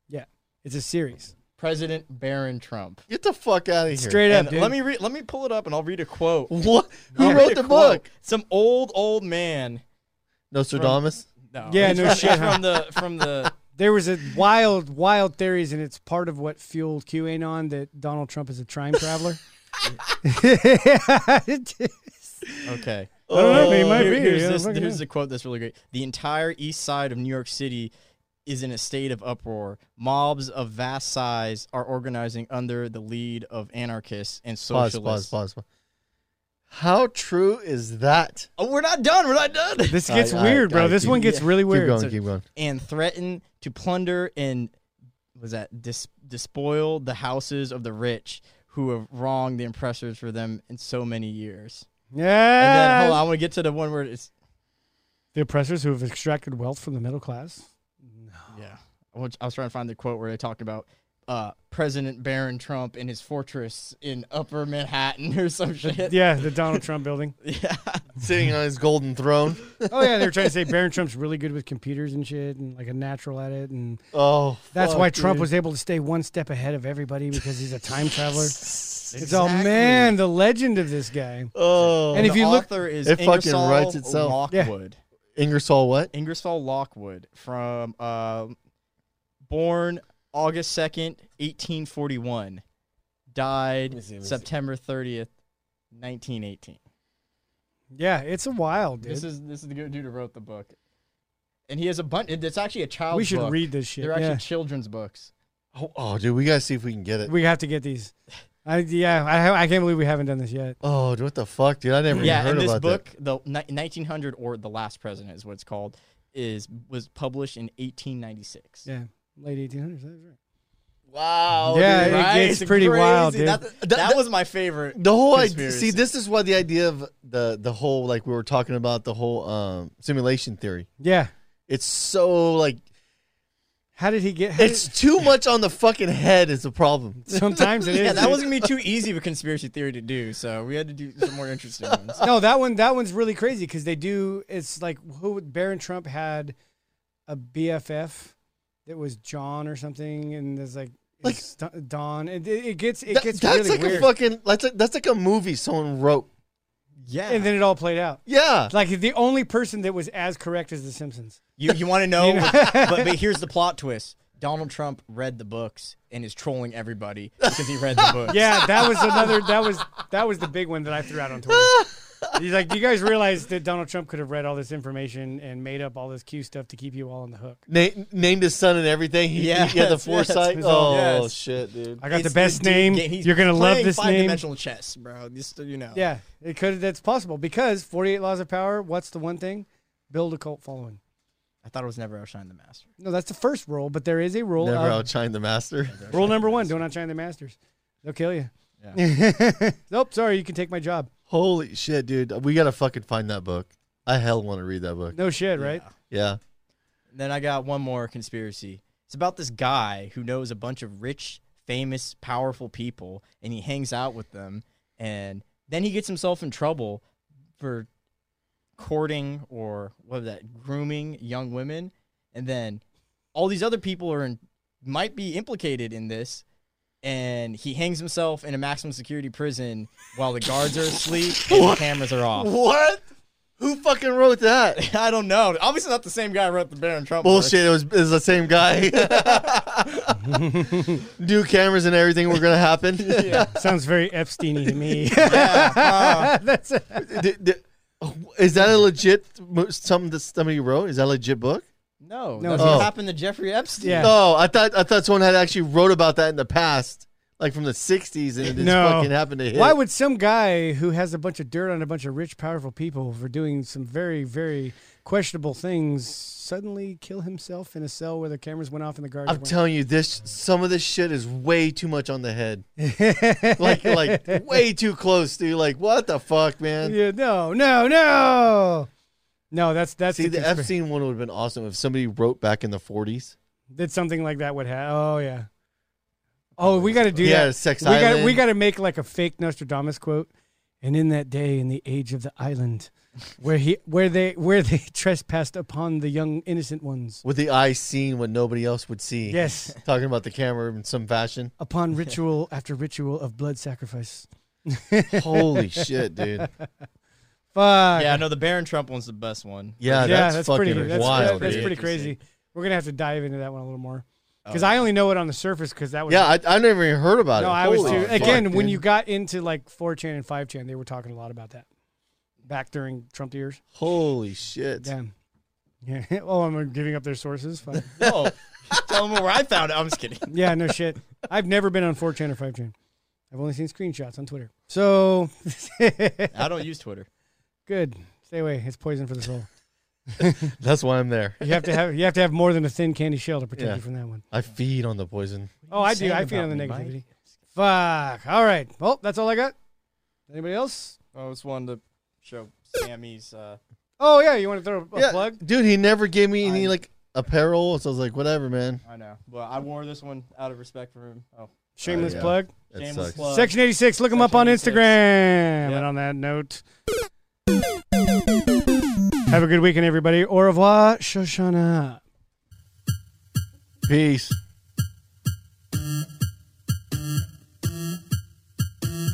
[SPEAKER 3] Yeah. It's a series.
[SPEAKER 8] President Barron Trump.
[SPEAKER 9] Get the fuck out of here.
[SPEAKER 3] Straight up,
[SPEAKER 8] And
[SPEAKER 3] dude.
[SPEAKER 8] let me read. Let me pull it up and I'll read a quote.
[SPEAKER 9] What? Who
[SPEAKER 8] I'll
[SPEAKER 9] wrote
[SPEAKER 8] read
[SPEAKER 9] the
[SPEAKER 8] a quote.
[SPEAKER 9] book?
[SPEAKER 8] Some old old man.
[SPEAKER 9] Nostradamus.
[SPEAKER 8] No.
[SPEAKER 3] Yeah,
[SPEAKER 8] it's
[SPEAKER 3] no
[SPEAKER 8] from-
[SPEAKER 3] shit,
[SPEAKER 8] it's
[SPEAKER 3] huh?
[SPEAKER 8] From the from the
[SPEAKER 3] there was a wild, wild theories, and it's part of what fueled QAnon that Donald Trump is a time traveler. (laughs)
[SPEAKER 8] okay.
[SPEAKER 3] (laughs) I don't know, man, he might
[SPEAKER 8] Here-
[SPEAKER 3] be,
[SPEAKER 8] Here's,
[SPEAKER 3] yeah,
[SPEAKER 8] this,
[SPEAKER 3] fucking
[SPEAKER 8] here's
[SPEAKER 3] yeah.
[SPEAKER 8] a quote that's really great. The entire east side of New York City is in a state of uproar. Mobs of vast size are organizing under the lead of anarchists and
[SPEAKER 9] Pause,
[SPEAKER 8] socialists.
[SPEAKER 9] pause, pause, pause. How true is that?
[SPEAKER 8] Oh, we're not done. We're not done.
[SPEAKER 3] (laughs) this
[SPEAKER 9] All
[SPEAKER 3] gets
[SPEAKER 9] right, all right,
[SPEAKER 3] weird,
[SPEAKER 9] all
[SPEAKER 3] bro.
[SPEAKER 9] right,
[SPEAKER 3] This
[SPEAKER 9] keep-
[SPEAKER 3] one gets
[SPEAKER 9] yeah,
[SPEAKER 3] really
[SPEAKER 9] Keep
[SPEAKER 3] weird.
[SPEAKER 9] going, keep going.
[SPEAKER 8] and threaten to plunder and was that dis- despoil the houses of the rich who have wronged the oppressors for them in so many years. And then
[SPEAKER 3] Yeah.
[SPEAKER 8] hold on, I want to get to the one where it's
[SPEAKER 3] The oppressors who have extracted wealth from the middle class. oh.
[SPEAKER 8] yeah. I was I was trying to find the quote where they talked about uh, President Barron Trump in his fortress in Upper Manhattan or some shit.
[SPEAKER 3] (laughs) Yeah, the Donald Trump
[SPEAKER 9] (laughs)
[SPEAKER 3] building.
[SPEAKER 8] yeah.
[SPEAKER 9] (laughs) Sitting on his golden throne.
[SPEAKER 3] Oh yeah, they were trying to say Barron Trump's really good with computers and shit, and like a natural at it, and
[SPEAKER 9] (laughs) Oh,
[SPEAKER 3] that's
[SPEAKER 9] fuck,
[SPEAKER 3] why Trump
[SPEAKER 9] dude.
[SPEAKER 3] was able to stay one step ahead of everybody because he's a time
[SPEAKER 9] (laughs)
[SPEAKER 3] traveler. It's all man, the legend of this guy.
[SPEAKER 9] Oh,
[SPEAKER 3] And if
[SPEAKER 8] the
[SPEAKER 3] you look-
[SPEAKER 8] author is
[SPEAKER 9] It fucking
[SPEAKER 8] Ingersoll
[SPEAKER 9] writes itself.
[SPEAKER 8] Lockwood.
[SPEAKER 9] Ingersoll, what?
[SPEAKER 8] Ingersoll Lockwood from um born August 2nd, 1841, died September 30th, 1918.
[SPEAKER 3] Yeah, it's a wild dude.
[SPEAKER 8] This is this is the good dude who wrote the book. And he has a bunch it's actually a child
[SPEAKER 3] we should
[SPEAKER 8] book.
[SPEAKER 3] read this shit.
[SPEAKER 8] They're actually
[SPEAKER 3] yeah.
[SPEAKER 8] children's books.
[SPEAKER 9] Oh, oh, dude, we gotta see if we can get it.
[SPEAKER 3] we have to get these. I, yeah, I, ha- I can't believe we haven't done this yet.
[SPEAKER 9] Oh, dude, what the fuck, dude? I never
[SPEAKER 8] Yeah,
[SPEAKER 9] even
[SPEAKER 8] and
[SPEAKER 9] heard
[SPEAKER 8] this
[SPEAKER 9] about
[SPEAKER 8] book, the ni- 1900 or The Last President is what it's called, is was published in 1896.
[SPEAKER 3] Yeah, late 1800s. That was right.
[SPEAKER 8] Wow.
[SPEAKER 3] Yeah, it gets pretty wild, dude.
[SPEAKER 8] That, that, was my favorite.
[SPEAKER 9] that. The whole idea.
[SPEAKER 8] Conspiracy.
[SPEAKER 9] See, this is why the idea of the the whole like we were talking about the whole um, simulation theory.
[SPEAKER 3] Yeah.
[SPEAKER 9] It's so like
[SPEAKER 3] How did he get? how
[SPEAKER 9] it's (laughs) too much on the fucking head is the problem.
[SPEAKER 3] did- (laughs) sometimes it is.
[SPEAKER 8] (laughs) (laughs) Yeah, that
[SPEAKER 3] dude.
[SPEAKER 8] wasn't gonna be too easy of a conspiracy theory to do, so we had to do some more interesting ones.
[SPEAKER 3] (laughs) no, that one. That one's really crazy because they do. It's like who Barron Trump had a BFF that was John or something, and there's like
[SPEAKER 9] Like-
[SPEAKER 3] it's Don- Don. It, it it gets it
[SPEAKER 9] That-
[SPEAKER 3] gets
[SPEAKER 9] that's
[SPEAKER 3] really
[SPEAKER 9] like
[SPEAKER 3] weird.
[SPEAKER 9] a fucking that's like that's like a movie someone wrote.
[SPEAKER 8] (laughs) Yeah.
[SPEAKER 3] and then it all played out.
[SPEAKER 9] Yeah,
[SPEAKER 3] Like the only person that was as correct as The Simpsons.
[SPEAKER 8] you (laughs) you want to know? but, but here's the plot twist: Donald Trump read the books and is trolling everybody because he read (laughs) the books.
[SPEAKER 3] Yeah, that was another. That was that was the big one that I threw out on Twitter. He's like, do you guys realize that Donald Trump could have read all this information and made up all this Q stuff to keep you all on the hook?
[SPEAKER 9] Na- named his son and everything. He, yeah,
[SPEAKER 8] Yes,
[SPEAKER 9] he had the
[SPEAKER 8] yes,
[SPEAKER 9] foresight.
[SPEAKER 8] yes.
[SPEAKER 9] oh
[SPEAKER 8] Yes.
[SPEAKER 9] shit, dude.
[SPEAKER 3] I got
[SPEAKER 8] It's
[SPEAKER 3] the best
[SPEAKER 8] dude
[SPEAKER 3] name.
[SPEAKER 8] game. He's
[SPEAKER 3] You're gonna love
[SPEAKER 8] playing
[SPEAKER 3] this name.
[SPEAKER 8] Five-dimensional chess, bro. Just so you know.
[SPEAKER 3] Yeah, it could. That's possible because 48 Laws of Power. What's the one thing? Build a cult following.
[SPEAKER 8] I thought it was never outshine the master.
[SPEAKER 3] No, that's the first rule, but there is a rule.
[SPEAKER 9] Never
[SPEAKER 3] of-
[SPEAKER 9] outshine the master.
[SPEAKER 3] rule number one: don't outshine the masters. They'll kill you. (laughs) nope. Sorry, you can take my job.
[SPEAKER 9] Holy shit, dude. We gotta fucking find that book. I hell want to read that book.
[SPEAKER 3] No shit, right?
[SPEAKER 9] Yeah.
[SPEAKER 8] Then I got one more conspiracy. It's about this guy who knows a bunch of rich, famous, powerful people, and he hangs out with them, and then he gets himself in trouble for courting or what was that grooming young women, and then all these other people are in, might be implicated in this, and he hangs himself in a maximum security prison while the guards are asleep and the cameras are off.
[SPEAKER 9] What? Who fucking
[SPEAKER 8] (laughs)
[SPEAKER 9] wrote that?
[SPEAKER 8] I don't know. Obviously, not the same guy who wrote the Baron Trump. book.
[SPEAKER 9] Bullshit. It was, it was the same guy. (laughs) New cameras and everything were gonna happen.
[SPEAKER 3] Sounds very Epstein to
[SPEAKER 9] (laughs)
[SPEAKER 3] me. (laughs)
[SPEAKER 9] uh, D- d- Is that a legit mo- something that somebody wrote? Is that a legit book?
[SPEAKER 8] No,
[SPEAKER 3] No,
[SPEAKER 8] that's
[SPEAKER 9] it's-
[SPEAKER 8] what happened to Jeffrey Epstein.
[SPEAKER 3] Yeah.
[SPEAKER 9] (laughs) Oh, I thought I thought someone had actually wrote about that in the past, like from the '60s, and it just
[SPEAKER 3] No.
[SPEAKER 9] fucking happened to hit.
[SPEAKER 3] Why would some guy who has a bunch of dirt on a bunch of rich, powerful people for doing some very, very questionable things suddenly kill himself in a cell where the cameras went off in the garden?
[SPEAKER 9] I'm telling you, this some of this shit is way too much on the head. like (laughs) like way too close, dude. Like what the fuck, man?
[SPEAKER 3] yeah, no, no, no, no. That's that's
[SPEAKER 9] See, the
[SPEAKER 3] conspira-
[SPEAKER 9] Epstein one would have been awesome if somebody wrote back in the 40s.
[SPEAKER 3] That something like that would have. Oh yeah. Oh, we got to do
[SPEAKER 9] Yeah,
[SPEAKER 3] that.
[SPEAKER 9] Sex
[SPEAKER 3] we got we
[SPEAKER 9] Island.
[SPEAKER 3] got to make like a fake Nostradamus quote. And in that day, in the age of the island, where he where they where they (laughs) trespassed upon the young innocent
[SPEAKER 9] (laughs)
[SPEAKER 3] ones.
[SPEAKER 9] With the eye seeing what nobody else would see.
[SPEAKER 3] Yes,
[SPEAKER 9] Talking about the camera in some fashion. (laughs)
[SPEAKER 3] upon ritual after ritual of blood sacrifice.
[SPEAKER 9] Holy (laughs) shit, dude.
[SPEAKER 3] Fuck.
[SPEAKER 8] Yeah, no, the Baron Trump one's the best one.
[SPEAKER 9] Yeah, that's, fucking
[SPEAKER 3] pretty. That's,
[SPEAKER 9] wild.
[SPEAKER 3] that's
[SPEAKER 9] dude. Oh,
[SPEAKER 3] pretty crazy. We're gonna have to dive into that one a little more because I only know it on the surface because that was
[SPEAKER 9] yeah, I, I never even heard about
[SPEAKER 3] no,
[SPEAKER 9] it.
[SPEAKER 3] I was
[SPEAKER 9] Holy
[SPEAKER 3] too.
[SPEAKER 9] fuck,
[SPEAKER 3] Again, when
[SPEAKER 9] dude.
[SPEAKER 3] you got into like 4chan and 5chan, they were talking a lot about that back during Trump years.
[SPEAKER 9] Holy shit.
[SPEAKER 3] Damn. Yeah. (laughs) Oh, I'm giving up their sources. Fuck.
[SPEAKER 8] (laughs) No, (laughs) tell them where I found it. I'm just kidding.
[SPEAKER 3] yeah. No shit. I've never been on 4chan or 5chan. I've only seen screenshots on Twitter. So
[SPEAKER 8] (laughs)
[SPEAKER 3] (laughs)
[SPEAKER 8] I don't use Twitter.
[SPEAKER 3] good. Stay away. It's poison for the soul.
[SPEAKER 9] That's why I'm there.
[SPEAKER 3] You have to have you have to have more than a thin candy shell to protect
[SPEAKER 9] Yeah.
[SPEAKER 3] you from that one.
[SPEAKER 9] I feed on the poison.
[SPEAKER 3] Oh, I do.
[SPEAKER 8] saying
[SPEAKER 3] I feed on the
[SPEAKER 8] about me, Mike?
[SPEAKER 3] negativity. Fuck. All right. Well, that's all I got. Anybody else?
[SPEAKER 8] I was wanted Oh, to show Sammy's. Uh,
[SPEAKER 3] Oh yeah, you want to throw a, a
[SPEAKER 9] Yeah,
[SPEAKER 3] plug?
[SPEAKER 9] Dude, he never gave me any
[SPEAKER 8] I-
[SPEAKER 9] like apparel. So I was like, whatever, man.
[SPEAKER 8] I know, but I wore this one out of respect for him. Oh,
[SPEAKER 3] Shameless
[SPEAKER 9] yeah.
[SPEAKER 3] plug.
[SPEAKER 9] That
[SPEAKER 8] shameless
[SPEAKER 9] sucks.
[SPEAKER 8] plug.
[SPEAKER 3] Section 86. Look him up on
[SPEAKER 8] Section 86.
[SPEAKER 3] Instagram.
[SPEAKER 8] Yeah.
[SPEAKER 3] And on that note, have a good weekend, everybody. Au revoir, Shoshana.
[SPEAKER 9] Peace.